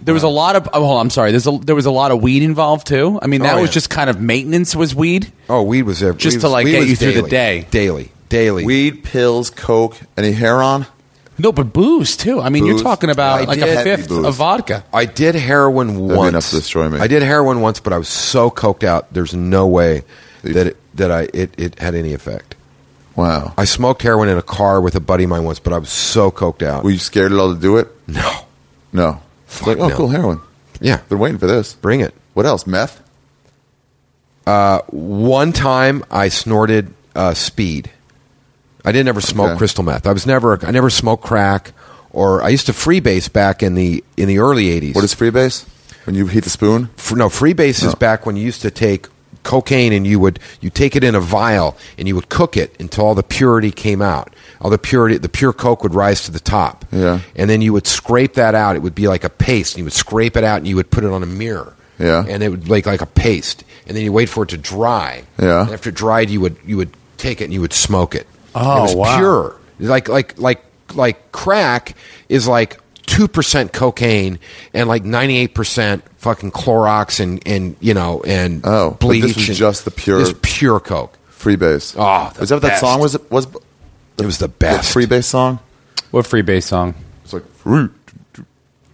[SPEAKER 4] There was a lot of. Oh, hold on, I'm sorry. There's a, there was a lot of weed involved too. I mean, that
[SPEAKER 3] Oh,
[SPEAKER 4] was
[SPEAKER 3] yeah.
[SPEAKER 4] just kind of maintenance was weed.
[SPEAKER 3] Oh, weed was every
[SPEAKER 4] Just
[SPEAKER 3] weed
[SPEAKER 4] to,
[SPEAKER 3] was-
[SPEAKER 4] like,
[SPEAKER 3] weed
[SPEAKER 4] get
[SPEAKER 3] was
[SPEAKER 4] you through the
[SPEAKER 3] daily.
[SPEAKER 4] day.
[SPEAKER 3] daily, daily.
[SPEAKER 1] Weed, pills, coke, any hair on?
[SPEAKER 4] No, but booze too. I mean,
[SPEAKER 1] Booze?
[SPEAKER 4] you're talking about
[SPEAKER 3] I
[SPEAKER 4] like
[SPEAKER 3] did.
[SPEAKER 4] a fifth
[SPEAKER 1] Booze.
[SPEAKER 4] of vodka.
[SPEAKER 3] I did heroin
[SPEAKER 1] be
[SPEAKER 3] once.
[SPEAKER 1] enough to destroy me.
[SPEAKER 3] I did heroin once, but I was so coked out. There's no way that it, that I it, it had any effect.
[SPEAKER 1] Wow.
[SPEAKER 3] I smoked heroin in a car with a buddy of mine once, but I was so coked out.
[SPEAKER 1] Were you scared at all to do it?
[SPEAKER 3] no.
[SPEAKER 1] No. It's like, oh,
[SPEAKER 3] no.
[SPEAKER 1] cool heroin.
[SPEAKER 3] Yeah.
[SPEAKER 1] Been waiting for this.
[SPEAKER 3] Bring it.
[SPEAKER 1] What else? Meth?
[SPEAKER 3] One time I snorted uh, speed. I didn't ever smoke
[SPEAKER 1] Okay.
[SPEAKER 3] crystal meth. I was never I never smoked crack or I used to freebase back in the in the early 80s.
[SPEAKER 1] What is freebase? When you heat the spoon?
[SPEAKER 3] F- no freebase
[SPEAKER 1] No.
[SPEAKER 3] is back when you used to take cocaine and you would you take it in a vial and you would cook it until all the purity came out. All the purity the pure coke would rise to the top.
[SPEAKER 1] Yeah.
[SPEAKER 3] And then you would scrape that out. It would be like a paste and you would scrape it out and you would put it on a mirror.
[SPEAKER 1] Yeah.
[SPEAKER 3] And it would like like a paste. And then you wait for it to dry.
[SPEAKER 1] Yeah.
[SPEAKER 3] And after it dried you would you would take it and you would smoke it.
[SPEAKER 4] Oh,
[SPEAKER 3] it was
[SPEAKER 4] wow.
[SPEAKER 3] pure. Like like like like crack is like two percent cocaine and like ninety eight percent fucking Clorox and and you know and
[SPEAKER 1] Oh, but
[SPEAKER 3] bleach.
[SPEAKER 1] this was
[SPEAKER 3] and-
[SPEAKER 1] just the pure-
[SPEAKER 3] This pure coke.
[SPEAKER 1] Freebase.
[SPEAKER 3] Ah, the
[SPEAKER 1] is that what that
[SPEAKER 3] best.
[SPEAKER 1] song was? Was the
[SPEAKER 3] It was the best.
[SPEAKER 1] freebase song?
[SPEAKER 4] What free bass song?
[SPEAKER 1] It's like fruit.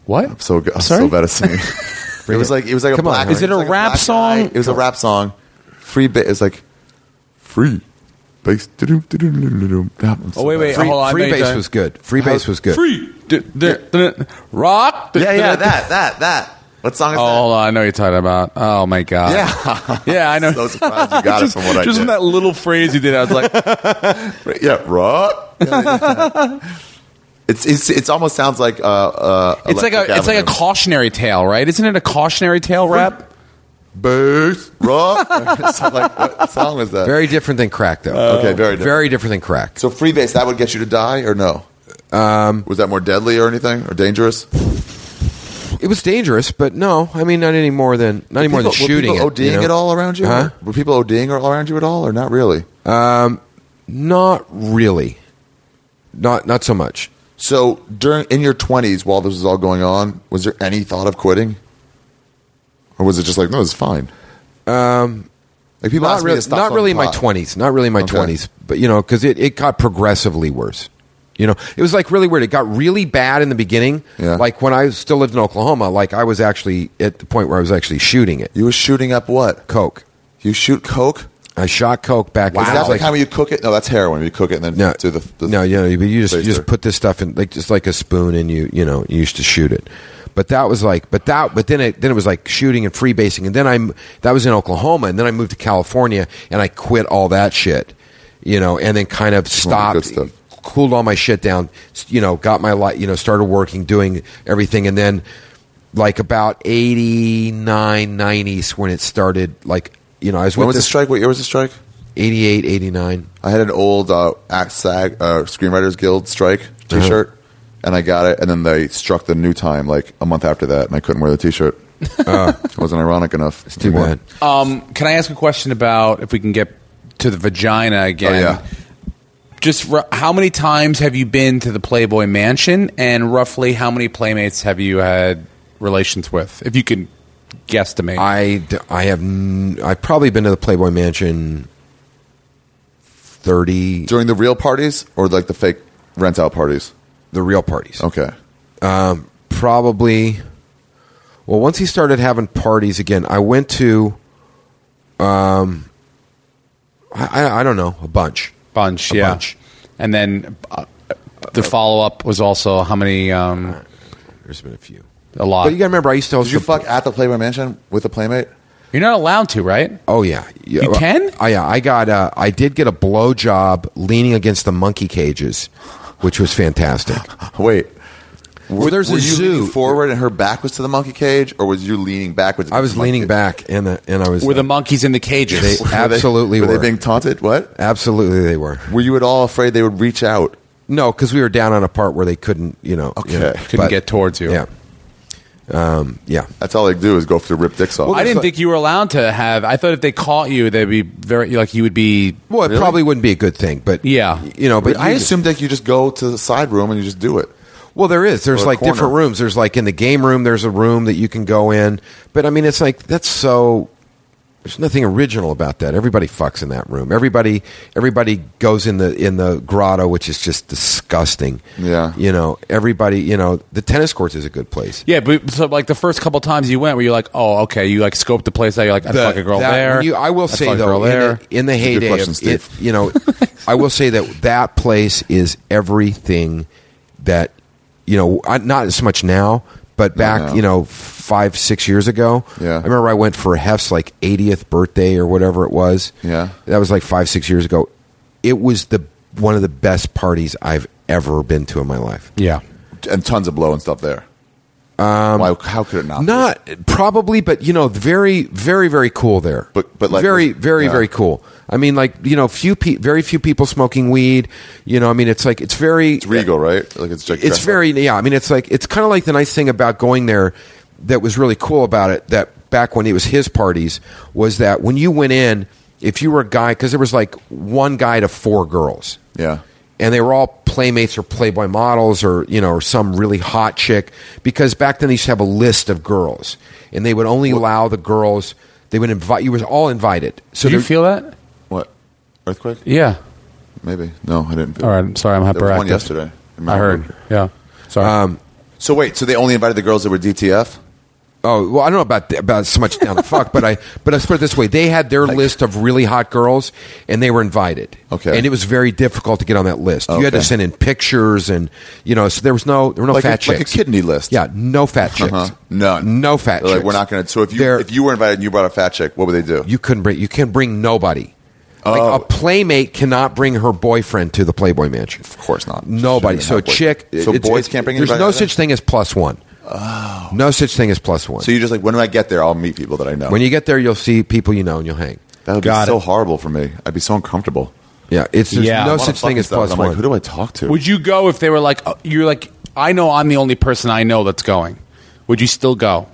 [SPEAKER 4] What?
[SPEAKER 1] I'm so good. I'm
[SPEAKER 4] Sorry?
[SPEAKER 1] so bad at singing. it was like it was like a
[SPEAKER 3] Come on,
[SPEAKER 1] black. was
[SPEAKER 3] Is
[SPEAKER 4] it a
[SPEAKER 1] like
[SPEAKER 4] rap
[SPEAKER 1] black
[SPEAKER 4] song?
[SPEAKER 1] guy. It was a rap song. Freebase. It's like free base.
[SPEAKER 4] Oh wait, wait,
[SPEAKER 3] Free,
[SPEAKER 4] hold on.
[SPEAKER 3] Freebase
[SPEAKER 4] Freebase
[SPEAKER 3] was good. Freebase was good.
[SPEAKER 4] Free. D- d- d- rock.
[SPEAKER 1] Yeah, yeah, that, that, that. What song is
[SPEAKER 4] Oh, hold on. I know what you're talking about. Oh my god.
[SPEAKER 1] Yeah.
[SPEAKER 4] Yeah, I know.
[SPEAKER 1] that? So surprised you got
[SPEAKER 4] just
[SPEAKER 1] it from what I
[SPEAKER 4] just
[SPEAKER 1] did.
[SPEAKER 4] from that little phrase you did, I was like,
[SPEAKER 1] Right, Yeah, rock. it's it's it's almost sounds like uh uh.
[SPEAKER 4] it's like a it's like a cautionary tale, right? Isn't it a cautionary tale rap?
[SPEAKER 1] bass rock. It's like, what song was that?
[SPEAKER 3] Very different than crack though.
[SPEAKER 1] okay, very different.
[SPEAKER 3] Very different than crack.
[SPEAKER 1] so freebase that would get you to die or no? Um, was that more deadly or anything or dangerous?
[SPEAKER 3] It was dangerous, but no, I mean not any more than not any more than
[SPEAKER 1] People-
[SPEAKER 3] shooting
[SPEAKER 1] were people ODing
[SPEAKER 3] it. you know?
[SPEAKER 1] at all around you?
[SPEAKER 3] Huh?
[SPEAKER 1] Were people ODing all around you at all or not really?
[SPEAKER 3] Not really. Not not so much.
[SPEAKER 1] So during in your twenties, while this was all going on, was there any thought of quitting, or was it just like no, it's fine? Um, like people
[SPEAKER 3] Um, Not,
[SPEAKER 1] ask me
[SPEAKER 3] really-
[SPEAKER 1] to stop
[SPEAKER 3] not
[SPEAKER 1] smoking
[SPEAKER 3] really my
[SPEAKER 1] pot.
[SPEAKER 3] twenties. Not really my
[SPEAKER 1] Okay.
[SPEAKER 3] twenties. But you know, because it, it got progressively worse. You know, it was like really weird. It got really bad in the beginning.
[SPEAKER 1] Yeah.
[SPEAKER 3] Like when I still lived in Oklahoma, like I was actually at the point where I was actually shooting it.
[SPEAKER 1] You were shooting up what?
[SPEAKER 3] Coke.
[SPEAKER 1] You shoot coke?
[SPEAKER 3] I shot coke back.
[SPEAKER 1] Is
[SPEAKER 3] I
[SPEAKER 1] that the
[SPEAKER 3] was
[SPEAKER 1] time you cook it? No, that's heroin. You cook it and then
[SPEAKER 3] no,
[SPEAKER 1] do the, the
[SPEAKER 3] no, you know, you, you just you
[SPEAKER 1] baster.
[SPEAKER 3] just put this stuff in like just like a spoon, and you you know you used to shoot it. But that was like, but that, but then it then it was like shooting and freebasing, and then I'm that was in Oklahoma, and then I moved to California, and I quit all that shit, you know, and then kind of
[SPEAKER 1] good
[SPEAKER 3] stopped,
[SPEAKER 1] stuff.
[SPEAKER 3] cooled all my shit down, s- you know, got my life, you know, started working, doing everything, and then like about 89, 90 is when it started, like you know, I was
[SPEAKER 1] When
[SPEAKER 3] with
[SPEAKER 1] was the
[SPEAKER 3] this
[SPEAKER 1] strike? What year was the strike?
[SPEAKER 3] 88, 89.
[SPEAKER 1] I had an old uh, act SAG uh, Screenwriters Guild strike.
[SPEAKER 6] T-shirt,
[SPEAKER 3] Uh-huh.
[SPEAKER 1] and I got it, and then they struck the new time like a month after that, and I couldn't wear the T-shirt. it wasn't ironic enough. It's
[SPEAKER 3] Ah. Too bad.
[SPEAKER 4] Um, can I ask a question about if we can get to the vagina again?
[SPEAKER 1] Oh, yeah.
[SPEAKER 4] Just r- how many times have you been to the Playboy Mansion, and roughly how many playmates have you had relations with? If you can guesstimate,
[SPEAKER 3] I, d- I have n- I've probably been to the Playboy Mansion thirty
[SPEAKER 1] During the real parties or like the fake rent out parties?
[SPEAKER 3] the real parties.
[SPEAKER 1] Okay.
[SPEAKER 3] Probably. Well, once he started having parties again, I went to. Um, I, I I don't know a bunch.
[SPEAKER 4] bunch,
[SPEAKER 3] A
[SPEAKER 4] yeah,
[SPEAKER 3] bunch.
[SPEAKER 4] and then uh, the follow up was also how many? Um,
[SPEAKER 3] There's been a few.
[SPEAKER 4] a lot.
[SPEAKER 3] But you got to remember, I used to host.
[SPEAKER 1] Uh, Did you
[SPEAKER 3] the-
[SPEAKER 1] fuck at the Playboy Mansion with a playmate?
[SPEAKER 4] You're not allowed to, right?
[SPEAKER 3] Oh yeah, yeah
[SPEAKER 4] You
[SPEAKER 3] well,
[SPEAKER 4] can?
[SPEAKER 3] I, yeah, I got. Uh, I did get a blow job leaning against the monkey cages, which was fantastic.
[SPEAKER 1] Wait.
[SPEAKER 3] Well, there's
[SPEAKER 1] were
[SPEAKER 3] a
[SPEAKER 1] you
[SPEAKER 3] zoo.
[SPEAKER 1] leaning forward and her back was to the monkey cage, or was you leaning backwards?
[SPEAKER 3] I was
[SPEAKER 1] Monkey
[SPEAKER 3] leaning
[SPEAKER 1] cage?
[SPEAKER 3] back, and the, and I was
[SPEAKER 4] Were the monkeys in the cages?
[SPEAKER 3] They- Absolutely
[SPEAKER 1] Were they,
[SPEAKER 3] were.
[SPEAKER 1] being taunted? What?
[SPEAKER 3] absolutely they were.
[SPEAKER 1] Were you at all afraid they would reach out?
[SPEAKER 3] No, because we were down on a part where they couldn't, you know, you
[SPEAKER 1] Okay.
[SPEAKER 3] know,
[SPEAKER 1] Couldn't
[SPEAKER 4] Couldn't get towards you.
[SPEAKER 3] Yeah, um, yeah.
[SPEAKER 1] That's all they do is go for the rip dicks off.
[SPEAKER 4] I didn't
[SPEAKER 3] like-
[SPEAKER 4] think you were allowed to have. I thought if they caught you, they'd be very like you would be.
[SPEAKER 3] Well, it probably wouldn't be a good thing, but
[SPEAKER 4] Yeah.
[SPEAKER 3] you know, but
[SPEAKER 1] I
[SPEAKER 3] you-
[SPEAKER 1] assumed that you just go to the side room and you just do it.
[SPEAKER 3] Well, there is.
[SPEAKER 1] Or
[SPEAKER 3] There's
[SPEAKER 1] a
[SPEAKER 3] like
[SPEAKER 1] corner.
[SPEAKER 3] different rooms. There's like in the game room. There's a room that you can go in. But I mean, it's like that's so. There's nothing original about that. Everybody fucks in that room. Everybody, everybody goes in the in the grotto, which is just disgusting.
[SPEAKER 1] Yeah.
[SPEAKER 3] you know, everybody. You know, the tennis courts is a good place.
[SPEAKER 4] Yeah, but so like the first couple times you went, where you're like, oh, okay, you like scoped the place out. You're like, I would
[SPEAKER 3] The-
[SPEAKER 4] fuck a girl
[SPEAKER 3] that-
[SPEAKER 4] there.
[SPEAKER 3] you- I will
[SPEAKER 4] I'd
[SPEAKER 3] say
[SPEAKER 4] fuck a girl
[SPEAKER 3] though, in
[SPEAKER 4] there.
[SPEAKER 3] the, in the
[SPEAKER 1] That's a good
[SPEAKER 3] heyday,
[SPEAKER 1] question,
[SPEAKER 3] of
[SPEAKER 1] Steve.
[SPEAKER 3] it, you know, I will say that that place is everything that you know. I- Not as much now, but back,
[SPEAKER 1] now.
[SPEAKER 3] you know, five six years ago.
[SPEAKER 1] Yeah.
[SPEAKER 3] I remember I went for Hef's like 80th birthday or whatever it was.
[SPEAKER 1] Yeah.
[SPEAKER 3] that was like five six years ago. It was the one of the best parties I've ever been to in my life.
[SPEAKER 4] yeah,
[SPEAKER 1] and tons of blow and stuff there. Um, Why, how could it not? be?
[SPEAKER 3] Not probably, but you know, very, very, very cool there.
[SPEAKER 1] But- but, like,
[SPEAKER 3] very,
[SPEAKER 1] was-
[SPEAKER 3] very,
[SPEAKER 1] yeah.
[SPEAKER 3] very cool. I mean, like you know, few pe- very few people smoking weed. You know, I mean, it's like it's very
[SPEAKER 1] it's regal, right? Like it's just
[SPEAKER 3] it's very yeah. I mean, it's like it's kind of like the nice thing about going there that was really cool about it. That back when it was his parties was that when you went in, if you were a guy, because there was like one guy to four girls
[SPEAKER 1] yeah.
[SPEAKER 3] and they were all playmates or playboy models or you know or some really hot chick because back then they used to have a list of girls and they would only allow the girls they would invite you was all invited so
[SPEAKER 4] do you
[SPEAKER 3] there-
[SPEAKER 4] feel that?
[SPEAKER 1] What earthquake?
[SPEAKER 4] Yeah.
[SPEAKER 1] Maybe no, I didn't.
[SPEAKER 4] All right. I'm sorry, I'm hyperactive.
[SPEAKER 1] There was one yesterday. in
[SPEAKER 4] I heard. Yeah. Sorry.
[SPEAKER 3] Um,
[SPEAKER 1] So wait, so they only invited the girls that were DTF?
[SPEAKER 3] oh well i don't know about th- about so much down the fuck but i but let's put it this way they had their list of really hot girls and they were invited
[SPEAKER 1] Okay.
[SPEAKER 3] and it was very difficult to get on that list you had to
[SPEAKER 1] Okay.
[SPEAKER 3] send in pictures and you know so there was no there were no
[SPEAKER 1] like
[SPEAKER 3] fat
[SPEAKER 1] a, like a
[SPEAKER 3] chicks
[SPEAKER 1] kidney list.
[SPEAKER 3] yeah no fat chicks
[SPEAKER 1] Uh-huh. None.
[SPEAKER 3] no
[SPEAKER 1] They're
[SPEAKER 3] fat chicks
[SPEAKER 1] Like we're not going to. So if you
[SPEAKER 3] They're-
[SPEAKER 1] if you were invited and you brought a fat chick, what would they do?
[SPEAKER 3] You couldn't bring. You can bring nobody.
[SPEAKER 1] Oh.
[SPEAKER 3] Like a playmate cannot bring her boyfriend to the Playboy Mansion.
[SPEAKER 1] of course not.
[SPEAKER 3] Nobody. So
[SPEAKER 1] Shouldn't have
[SPEAKER 3] chick.
[SPEAKER 1] boy- So
[SPEAKER 3] it's-
[SPEAKER 1] boys
[SPEAKER 3] it's-
[SPEAKER 1] can't bring.
[SPEAKER 3] There's
[SPEAKER 1] anybody
[SPEAKER 3] no
[SPEAKER 1] either?
[SPEAKER 3] such thing as plus one. Oh. No such thing as plus one.
[SPEAKER 1] So you're just like, when do I get there? I'll meet people that I know.
[SPEAKER 3] when you get there, you'll see people you know and you'll hang.
[SPEAKER 1] that would be
[SPEAKER 4] Got
[SPEAKER 1] so
[SPEAKER 4] it.
[SPEAKER 1] horrible for me. I'd be so uncomfortable.
[SPEAKER 3] Yeah. It's there's
[SPEAKER 4] Yeah. I
[SPEAKER 3] no
[SPEAKER 4] wanna
[SPEAKER 3] such
[SPEAKER 1] Fucking
[SPEAKER 3] thing as
[SPEAKER 1] stuff.
[SPEAKER 3] plus
[SPEAKER 1] I'm
[SPEAKER 3] one.
[SPEAKER 1] like, who do I talk to?
[SPEAKER 4] Would you go if they were like, oh, you're like, I know I'm the only person I know that's going. Would you still go?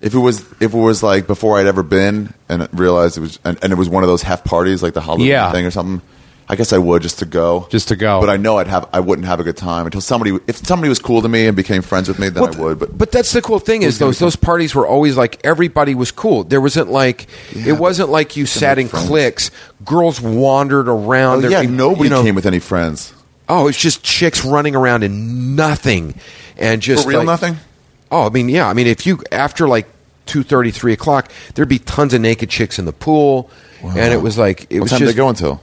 [SPEAKER 1] if it was if it was like before I'd ever been and realized it was and, and it was one of those half parties like the Halloween
[SPEAKER 4] Yeah.
[SPEAKER 1] thing or something. I guess I would just to go,
[SPEAKER 4] Just to go.
[SPEAKER 1] But I know I'd have I wouldn't have a good time until somebody if somebody was cool to me and became friends with me, then I would. But,
[SPEAKER 3] but that's the cool thing is
[SPEAKER 1] gonna
[SPEAKER 3] those
[SPEAKER 1] become-
[SPEAKER 3] those parties were always like everybody was cool. There wasn't like
[SPEAKER 1] Yeah,
[SPEAKER 3] it wasn't like you sat
[SPEAKER 1] make
[SPEAKER 3] in
[SPEAKER 1] friends.
[SPEAKER 3] cliques. Girls wandered around.
[SPEAKER 1] Oh,
[SPEAKER 3] There-
[SPEAKER 1] yeah,
[SPEAKER 3] you
[SPEAKER 1] nobody
[SPEAKER 3] know-
[SPEAKER 1] came with any friends.
[SPEAKER 3] Oh, it's just chicks running around in nothing, and just
[SPEAKER 1] For real,
[SPEAKER 3] like-
[SPEAKER 1] nothing.
[SPEAKER 3] Oh, I mean, yeah. I mean, if you after like two thirty, three o'clock, there'd be tons of naked chicks in the pool, and it was like it
[SPEAKER 1] What
[SPEAKER 3] was
[SPEAKER 1] time
[SPEAKER 3] just
[SPEAKER 1] did they go until?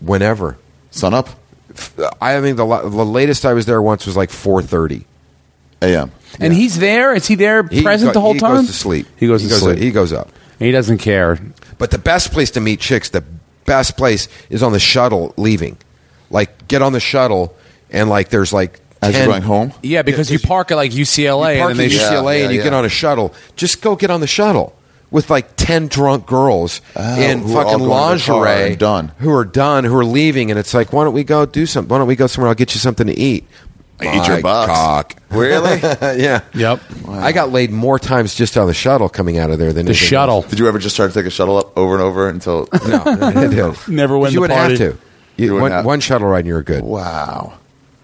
[SPEAKER 3] whenever.
[SPEAKER 1] Sun up,
[SPEAKER 3] I mean, the, la- the latest I was there once was like four thirty.
[SPEAKER 1] a.m.
[SPEAKER 4] And he's there. Is he there, present the whole
[SPEAKER 3] he
[SPEAKER 4] time?
[SPEAKER 3] goes to sleep.
[SPEAKER 4] He goes to sleep.
[SPEAKER 3] he goes up.
[SPEAKER 4] he doesn't care.
[SPEAKER 3] But the best place to meet chicks, the best place is on the shuttle leaving. Like, get on the shuttle, and like, there's like
[SPEAKER 1] As
[SPEAKER 3] 10
[SPEAKER 1] you're going home,
[SPEAKER 4] Yeah, because you park at like UCLA
[SPEAKER 3] You park
[SPEAKER 4] and then
[SPEAKER 3] at
[SPEAKER 4] they
[SPEAKER 3] UCLA
[SPEAKER 1] Yeah,
[SPEAKER 3] and
[SPEAKER 1] yeah,
[SPEAKER 3] you get
[SPEAKER 1] yeah.
[SPEAKER 3] on a shuttle. Just go get on the shuttle. with like 10 drunk girls in
[SPEAKER 1] Oh, who are all
[SPEAKER 3] fucking
[SPEAKER 1] going to the car
[SPEAKER 3] lingerie
[SPEAKER 1] and done.
[SPEAKER 3] who are done, who are leaving, and it's like, why don't we go do something? Why don't we go somewhere? I'll get you something to eat.
[SPEAKER 1] Eat your
[SPEAKER 3] My
[SPEAKER 1] box.
[SPEAKER 3] cock.
[SPEAKER 1] Really?
[SPEAKER 3] yeah.
[SPEAKER 4] Yep.
[SPEAKER 3] I got laid more times just on the shuttle coming out of there than
[SPEAKER 4] The
[SPEAKER 3] anything
[SPEAKER 4] shuttle.
[SPEAKER 1] Did you ever just try to take a shuttle up over and over until?
[SPEAKER 3] else. No, I didn't.
[SPEAKER 7] Never win
[SPEAKER 3] You
[SPEAKER 7] the
[SPEAKER 3] would have
[SPEAKER 7] party.
[SPEAKER 3] to. You-
[SPEAKER 1] You wouldn't
[SPEAKER 3] one,
[SPEAKER 1] have-
[SPEAKER 3] one shuttle ride, and you're good.
[SPEAKER 1] wow,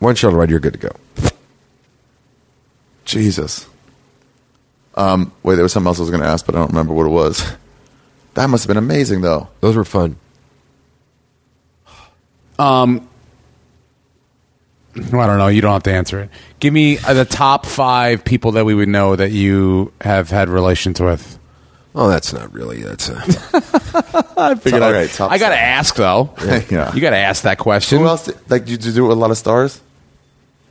[SPEAKER 3] One shuttle ride, you're good to go.
[SPEAKER 1] Jesus. Um, wait, there was something else I was going to ask, but I don't remember what it was. That must have been amazing, though.
[SPEAKER 3] Those were fun.
[SPEAKER 4] Well, I don't know. You don't have to answer it. Give me uh, the top five people that we would know that you have had relations with.
[SPEAKER 3] Oh, that's not really. That's a,
[SPEAKER 4] I figured.
[SPEAKER 1] All
[SPEAKER 4] I,
[SPEAKER 1] right, top
[SPEAKER 4] I got to
[SPEAKER 1] seven.
[SPEAKER 4] ask though.
[SPEAKER 1] Yeah.
[SPEAKER 4] You got to ask that question.
[SPEAKER 1] Who else? Did, like, did you do it with a lot of stars?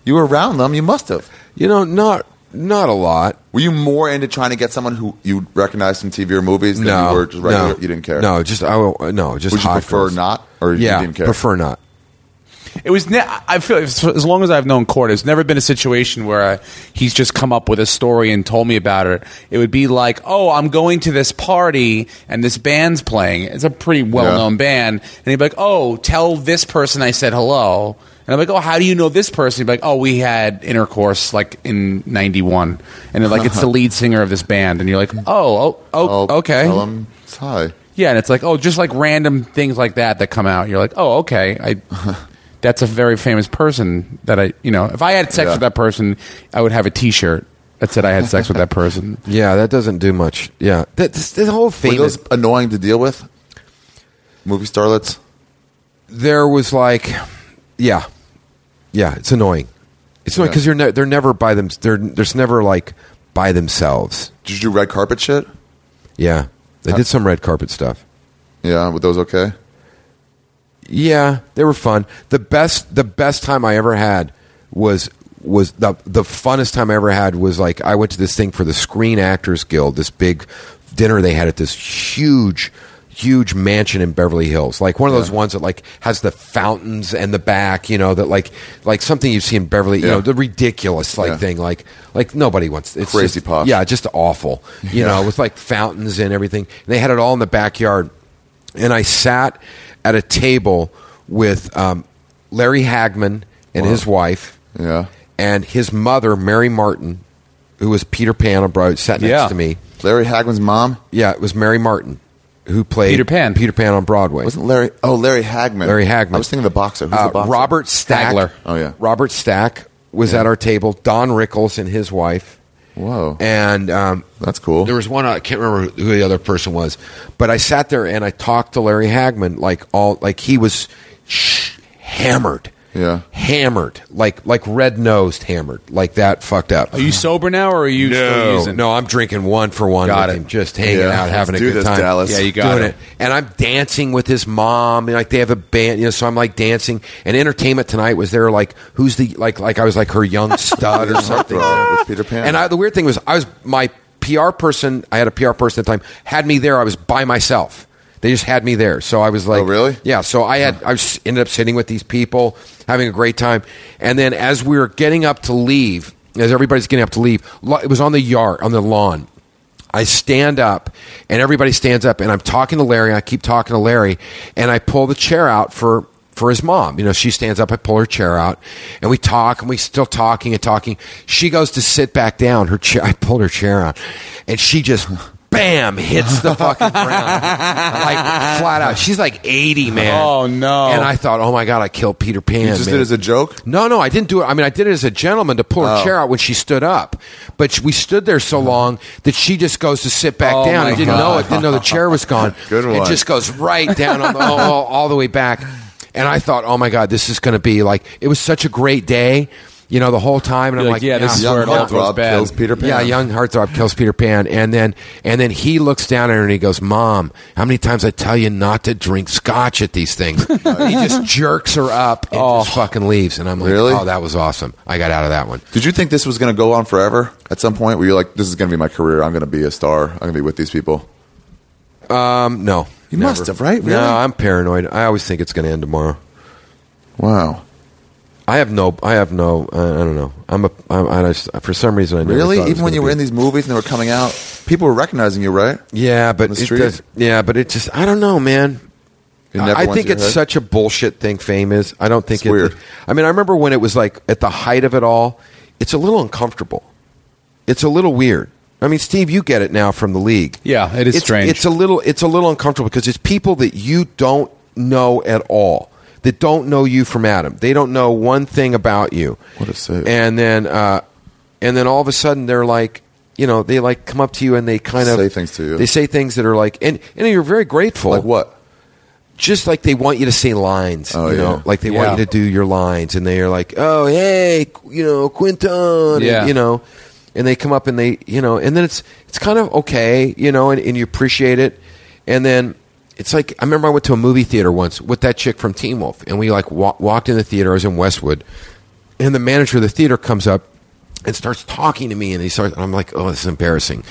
[SPEAKER 1] You were around them. You must have.
[SPEAKER 3] you know, not not a lot.
[SPEAKER 1] Were you more into trying to get someone who you recognized from TV or movies than
[SPEAKER 3] no,
[SPEAKER 1] you were just regular?
[SPEAKER 3] no,
[SPEAKER 1] You didn't care.
[SPEAKER 3] No, just I will- uh, no, just
[SPEAKER 1] Would you
[SPEAKER 3] hot
[SPEAKER 1] prefer
[SPEAKER 3] girls.
[SPEAKER 1] not, or
[SPEAKER 3] yeah,
[SPEAKER 1] you didn't care?
[SPEAKER 3] prefer not.
[SPEAKER 4] It was. Ne- I feel as as long as I've known Court, it's never been a situation where I, he's just come up with a story and told me about it. It would be like, "Oh, I'm going to this party and this band's playing. It's a pretty well-known
[SPEAKER 1] Yeah.
[SPEAKER 4] band." And he'd be like, "Oh, tell this person I said hello." And I'm like, "Oh, how do you know this person?" He'd be like, "Oh, we had intercourse like in '91, and they're like, it's the lead singer of this band." And you're like, "Oh, oh, oh,
[SPEAKER 1] I'll
[SPEAKER 4] okay."
[SPEAKER 1] Tell them it's hi.
[SPEAKER 4] Yeah, and it's like, oh, just like random things like that that come out. You're like, oh, okay, I. That's a very famous person that I, you know, if I had sex
[SPEAKER 1] Yeah.
[SPEAKER 4] with that person, I would have a T-shirt that said I had sex with that person.
[SPEAKER 3] Yeah, that doesn't do much. Yeah, that, this, this whole
[SPEAKER 1] Were
[SPEAKER 3] famous.
[SPEAKER 1] those annoying to deal with? Movie starlets.
[SPEAKER 3] there was like, yeah, yeah, it's annoying. It's annoying
[SPEAKER 1] Yeah.
[SPEAKER 3] because you're ne- they're never by them. They're there's never like by themselves.
[SPEAKER 1] Did you do red carpet shit?
[SPEAKER 3] Yeah, they
[SPEAKER 1] Huh.
[SPEAKER 3] did some red carpet stuff.
[SPEAKER 1] Yeah, were those okay?
[SPEAKER 3] Yeah, they were fun. The best the best time I ever had was was the the funnest time I ever had was like I went to this thing for the Screen Actors Guild, this big dinner they had at this huge huge mansion in Beverly Hills. Like one of those ones that like has the fountains and the back, you know, that like like something you see in Beverly, you
[SPEAKER 1] Yeah.
[SPEAKER 3] know, the ridiculous like
[SPEAKER 1] Yeah.
[SPEAKER 3] thing like like nobody wants it's
[SPEAKER 1] Crazy
[SPEAKER 3] just-
[SPEAKER 1] posh.
[SPEAKER 3] Yeah, just awful. You know, with like fountains and everything. And they had it all in the backyard. And I sat at a table with um, Larry Hagman and his wife
[SPEAKER 1] Yeah.
[SPEAKER 3] and his mother, Mary Martin, who was Peter Pan abroad, sat next
[SPEAKER 4] Yeah.
[SPEAKER 3] to me.
[SPEAKER 1] Larry Hagman's mom
[SPEAKER 3] Yeah, it was Mary Martin who played
[SPEAKER 4] Peter Pan.
[SPEAKER 3] Peter Pan on Broadway.
[SPEAKER 1] wasn't Larry. Oh, Larry Hagman.
[SPEAKER 3] Larry Hagman.
[SPEAKER 1] I was thinking the boxer. Who's
[SPEAKER 3] Uh,
[SPEAKER 1] the boxer?
[SPEAKER 3] Robert Stack.
[SPEAKER 4] Hagler.
[SPEAKER 1] Oh, yeah.
[SPEAKER 3] Robert Stack was at our table. Don Rickles and his wife.
[SPEAKER 1] Whoa.
[SPEAKER 3] And um,
[SPEAKER 1] That's cool.
[SPEAKER 3] There was one I can't remember who the other person was, but I sat there and I talked to Larry Hagman like all like he was sh- hammered.
[SPEAKER 1] Yeah.
[SPEAKER 3] hammered like like red nosed hammered like that fucked up.
[SPEAKER 4] Are you sober now, or are you still using?
[SPEAKER 3] No, I'm drinking one for one.
[SPEAKER 4] Got
[SPEAKER 3] with
[SPEAKER 4] it.
[SPEAKER 3] him, just hanging
[SPEAKER 1] Yeah.
[SPEAKER 3] out, having
[SPEAKER 1] Let's
[SPEAKER 3] a
[SPEAKER 1] do
[SPEAKER 3] good
[SPEAKER 1] this,
[SPEAKER 3] time.
[SPEAKER 1] Dallas.
[SPEAKER 4] Yeah, you got
[SPEAKER 3] Doing
[SPEAKER 4] it.
[SPEAKER 3] And I'm dancing with his mom. And like they have a band, you know. So I'm like dancing. And Entertainment Tonight was there. Like who's the like like I was like her young stud or something. you know?
[SPEAKER 1] with Peter Pan.
[SPEAKER 3] And I, the weird thing was, I was my PR person. I had a PR person at the time. Had me there. I was by myself. They just had me there. So I was like,
[SPEAKER 1] Oh, really?
[SPEAKER 3] Yeah. So I had I was, ended up sitting with these people, having a great time. And then as we were getting up to leave, as everybody's getting up to leave, lo- it was on the yard, on the lawn. I stand up and everybody stands up and I'm talking to Larry. I keep talking to Larry and I pull the chair out for, for his mom. You know, she stands up. I pull her chair out and we talk and we still talking and talking. She goes to sit back down. Her chair, I pulled her chair out and she just bam hits the fucking ground like flat out. She's like 80, man.
[SPEAKER 4] Oh, no.
[SPEAKER 3] And I thought, oh my God, I killed Peter Pan.
[SPEAKER 1] you just
[SPEAKER 3] man.
[SPEAKER 1] did it as a joke.
[SPEAKER 3] No, no, I didn't do it. I mean, I did it as a gentleman to pull
[SPEAKER 1] Oh.
[SPEAKER 3] her chair out when she stood up. But sh- we stood there so
[SPEAKER 1] Uh-huh.
[SPEAKER 3] long that she just goes to sit back
[SPEAKER 4] Oh,
[SPEAKER 3] down.
[SPEAKER 4] my
[SPEAKER 3] I didn't know it. Didn't know the chair was gone.
[SPEAKER 1] Good
[SPEAKER 3] It
[SPEAKER 1] one.
[SPEAKER 3] just goes right down on the, all, all- all the way back. And I thought, oh my God, this is going to be like, it was such a great day, you know, the whole time. And
[SPEAKER 4] You're
[SPEAKER 3] I'm
[SPEAKER 4] like,
[SPEAKER 3] like,
[SPEAKER 4] yeah, this is
[SPEAKER 1] Young
[SPEAKER 4] where it all goes
[SPEAKER 1] heartthrob
[SPEAKER 4] bad.
[SPEAKER 1] kills Peter Pan.
[SPEAKER 3] yeah, young heartthrob kills Peter Pan, and then and then he looks down at her and he goes, "Mom, how many times I tell you not to drink scotch at these things?" he just jerks her up and just fucking leaves, and I'm like,
[SPEAKER 1] Really?
[SPEAKER 3] "Oh, that was awesome! I got out of that one."
[SPEAKER 1] Did you think this was going to go on forever? At some point, were you like, "This is going to be my career. I'm going to be a star. I'm going to be with these people."
[SPEAKER 3] Um, no,
[SPEAKER 1] You must have, right? Really?
[SPEAKER 3] No, I'm paranoid. I always think it's going to end tomorrow.
[SPEAKER 1] Wow.
[SPEAKER 3] I have no, I have no, I I don't know. I'm a, I'm, I just, for some reason, I never
[SPEAKER 1] Really?
[SPEAKER 3] thought it was
[SPEAKER 1] Even when
[SPEAKER 3] gonna
[SPEAKER 1] you were
[SPEAKER 3] be-
[SPEAKER 1] in these movies and they were coming out, People were recognizing you, right?
[SPEAKER 3] Yeah, but
[SPEAKER 1] On the
[SPEAKER 3] it
[SPEAKER 1] street?
[SPEAKER 3] does, yeah, but it just I don't know, man.
[SPEAKER 1] It never
[SPEAKER 3] I I
[SPEAKER 1] went
[SPEAKER 3] think
[SPEAKER 1] through your
[SPEAKER 3] it's
[SPEAKER 1] head?
[SPEAKER 3] such a bullshit thing. Fame is. I don't think
[SPEAKER 1] It's weird.
[SPEAKER 3] I mean, I remember when it was like at the height of it all. It's a little uncomfortable. It's a little weird. I mean, Steve, you get it now from the league.
[SPEAKER 4] Yeah, it is
[SPEAKER 3] It's-
[SPEAKER 4] strange.
[SPEAKER 3] It's a little. It's a little uncomfortable because it's people that you don't know at all. That don't know you from Adam. They don't know one thing about you.
[SPEAKER 1] What a save.
[SPEAKER 3] And then, uh, and then all of a sudden they're like, you know, they like come up to you and they kind of
[SPEAKER 1] Say things to you.
[SPEAKER 3] They say things that are like, and and you're very grateful.
[SPEAKER 1] Like what?
[SPEAKER 3] Just like they want you to say lines,
[SPEAKER 1] Oh,
[SPEAKER 3] you know,
[SPEAKER 1] yeah.
[SPEAKER 3] like they
[SPEAKER 4] Yeah.
[SPEAKER 3] want you to do your lines, and they are like, oh hey, qu- you know, Quinton, and,
[SPEAKER 4] Yeah.
[SPEAKER 3] you know, and they come up and they, you know, and then it's it's kind of okay, you know, and, and you appreciate it, and then. It's like I remember I went to a movie theater once with that chick from Teen Wolf, and we like wa- walked in the theater. I was in Westwood, and the manager of the theater comes up and starts talking to me and he starts and I'm like, "Oh, this is embarrassing."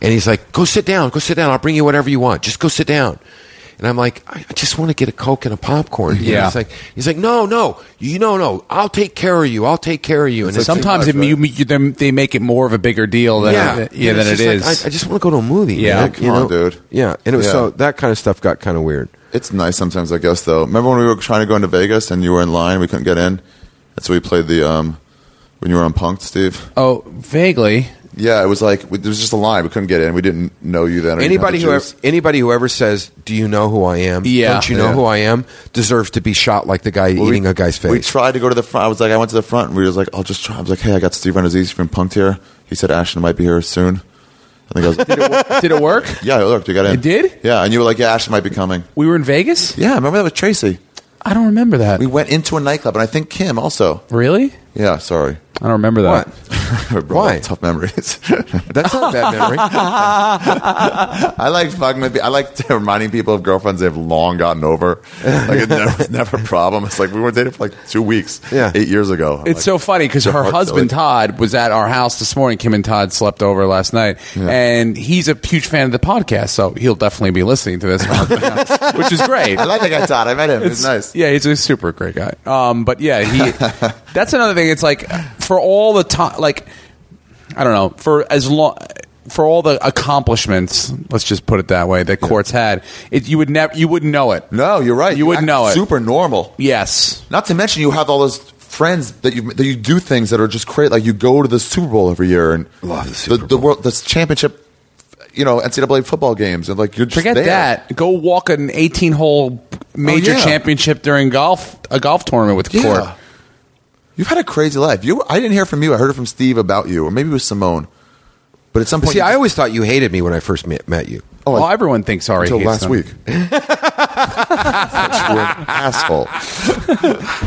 [SPEAKER 3] And he's like, "Go sit down. Go sit down. I'll bring you whatever you want. Just go sit down." And I'm like, "I I just want to get a coke and a popcorn." You know,
[SPEAKER 4] Yeah.
[SPEAKER 3] It's like he's like, "No, no. You no, no. I'll take care of you. I'll take care of you." And it's
[SPEAKER 4] Sometimes
[SPEAKER 1] too
[SPEAKER 4] it,
[SPEAKER 1] much,
[SPEAKER 4] you, you, them- they make it more of a bigger deal than yeah, yeah,
[SPEAKER 3] And
[SPEAKER 4] than it
[SPEAKER 3] it's
[SPEAKER 4] is.
[SPEAKER 3] just like, I, I just want to go to a movie.
[SPEAKER 4] Yeah.
[SPEAKER 3] man,
[SPEAKER 1] Come on, dude.
[SPEAKER 3] Yeah, and it was
[SPEAKER 1] Yeah.
[SPEAKER 3] so that kind of stuff got kind of weird.
[SPEAKER 1] It's nice sometimes, I guess. Though, remember when we were trying to go into Vegas and you were in line, we couldn't get in. That's why we played the um when you were on Punked, Steve.
[SPEAKER 4] oh, vaguely.
[SPEAKER 1] Yeah, it was like there was just a line. We couldn't get in. We didn't know you then. Or didn't have
[SPEAKER 3] Anybody
[SPEAKER 1] the
[SPEAKER 3] who ever,
[SPEAKER 1] juice.
[SPEAKER 3] anybody who ever says, "Do you know who I am?"
[SPEAKER 4] Yeah.
[SPEAKER 3] Don't you know
[SPEAKER 1] Yeah.
[SPEAKER 3] who I am? Deserves to be shot like the guy
[SPEAKER 1] Well,
[SPEAKER 3] eating
[SPEAKER 1] we,
[SPEAKER 3] a guy's face.
[SPEAKER 1] We tried to go to the front. I was like, I went to the front, and we was like, I'll just try. I was like, Hey, I got Steve Renazzisi from Punked here. He said Ashton might be here soon. I think I was.
[SPEAKER 4] Did it work?
[SPEAKER 1] yeah, look, you got in.
[SPEAKER 4] It did?
[SPEAKER 1] Yeah, and you were like, Yeah, Ashton might be coming.
[SPEAKER 4] We were in Vegas?
[SPEAKER 1] Yeah, remember that with Tracy?
[SPEAKER 4] I don't remember that.
[SPEAKER 1] We went into a nightclub, and I think Kim also.
[SPEAKER 4] really?
[SPEAKER 1] Yeah, sorry.
[SPEAKER 4] I don't remember that.
[SPEAKER 1] I brought
[SPEAKER 3] Why?
[SPEAKER 1] up Tough memories.
[SPEAKER 3] That's not a bad memory.
[SPEAKER 1] I like fucking with. pe- I like reminding people of girlfriends they've long gotten over. Like it never, it's never a problem. It's like we were dating for like two weeks.
[SPEAKER 3] Yeah.
[SPEAKER 1] eight years ago. I'm
[SPEAKER 4] It's
[SPEAKER 1] like,
[SPEAKER 4] so funny because
[SPEAKER 1] your
[SPEAKER 4] her
[SPEAKER 1] heart's
[SPEAKER 4] husband
[SPEAKER 1] silly.
[SPEAKER 4] Todd was at our house this morning. Kim and Todd slept over last night, and he's a huge fan of the podcast, so he'll definitely be listening to this, which is great.
[SPEAKER 1] I like that guy Todd. I met him. He's nice.
[SPEAKER 4] Yeah, he's a super great guy. Um, but yeah, he. that's another thing. It's like for all the time, like I don't know, for as long. For all the accomplishments, let's just put it that way, that Quartz had, it, you would never, you wouldn't know it.
[SPEAKER 1] No, you're right.
[SPEAKER 4] You wouldn't
[SPEAKER 1] act
[SPEAKER 4] know it.
[SPEAKER 1] Super normal.
[SPEAKER 4] Yes,
[SPEAKER 1] Not to mention you have all those friends that you that you do things that are just crazy. Like you go to the Super Bowl every year and
[SPEAKER 3] Love the Super
[SPEAKER 1] the,
[SPEAKER 3] Bowl.
[SPEAKER 1] world the championship. You know NCAA football games and like you're just
[SPEAKER 4] forget
[SPEAKER 1] there. Oh,
[SPEAKER 4] that. Go walk an eighteen-hole major
[SPEAKER 1] yeah.
[SPEAKER 4] championship during golf, a golf tournament with
[SPEAKER 1] Yeah.
[SPEAKER 4] Quartz.
[SPEAKER 1] You've had a crazy life. You, I didn't hear from you. I heard it from Steve about you, or maybe it was Simone. But at some point,
[SPEAKER 3] See,
[SPEAKER 1] you
[SPEAKER 3] I
[SPEAKER 1] just-
[SPEAKER 3] always thought you hated me when I first met, met you.
[SPEAKER 1] Oh,
[SPEAKER 4] well,
[SPEAKER 1] I-
[SPEAKER 4] everyone thinks sorry
[SPEAKER 1] until last week. Such an asshole.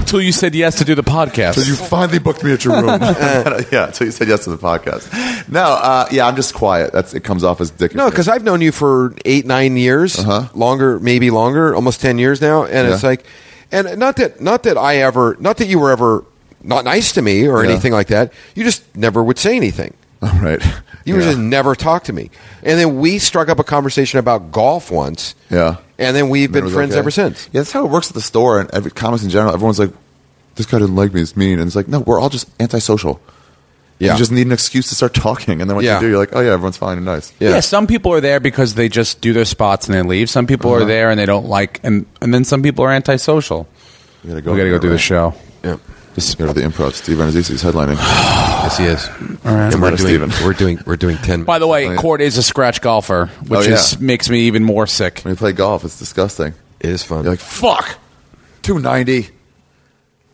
[SPEAKER 4] Until you said yes to do the podcast.
[SPEAKER 1] So you finally booked me at your room. yeah, so you said yes to the podcast. No, uh, yeah, I'm just quiet. That's it. Comes off as dick.
[SPEAKER 3] No, because I've known you for eight, nine years,
[SPEAKER 1] Uh-huh.
[SPEAKER 3] longer, maybe longer, almost ten years now, and it's
[SPEAKER 1] Yeah.
[SPEAKER 3] like, and not that, not that I ever, not that you were ever not nice to me or
[SPEAKER 1] Yeah.
[SPEAKER 3] anything like that. You just never would say anything.
[SPEAKER 1] all right. yeah.
[SPEAKER 3] You would just never talk to me, and then we struck up a conversation about golf once.
[SPEAKER 1] Yeah.
[SPEAKER 3] and then we've
[SPEAKER 1] Then it
[SPEAKER 3] been
[SPEAKER 1] was
[SPEAKER 3] friends
[SPEAKER 1] okay.
[SPEAKER 3] ever since.
[SPEAKER 1] Yeah, that's how it works at the store and every comics in general. Everyone's like, "This guy didn't like me. He's mean." And it's like, no, we're all just antisocial.
[SPEAKER 3] Yeah,
[SPEAKER 1] You just need an excuse to start talking, and then when
[SPEAKER 3] Yeah.
[SPEAKER 1] you do, you're like, "Oh yeah, everyone's fine and nice."
[SPEAKER 4] Yeah. some people are there because they just do their spots and they leave. Some people
[SPEAKER 1] Uh-huh.
[SPEAKER 4] are there and they don't like, and and then some people are antisocial.
[SPEAKER 1] we gotta
[SPEAKER 4] we got to go
[SPEAKER 1] there,
[SPEAKER 4] do the
[SPEAKER 1] right?
[SPEAKER 4] show.
[SPEAKER 3] yeah.
[SPEAKER 1] Just go to the improv. Steve Renazzisi's headlining.
[SPEAKER 3] yes, he is.
[SPEAKER 1] Come
[SPEAKER 3] And
[SPEAKER 1] on,
[SPEAKER 3] we're doing,
[SPEAKER 1] Steven.
[SPEAKER 3] we're doing, we're doing ten.
[SPEAKER 4] By the way,
[SPEAKER 1] Oh, Yeah.
[SPEAKER 4] Court is a scratch golfer, which
[SPEAKER 1] Oh, yeah.
[SPEAKER 4] is makes me even more sick.
[SPEAKER 1] When you play golf, it's disgusting.
[SPEAKER 3] it is fun.
[SPEAKER 1] You're like, fuck, 290.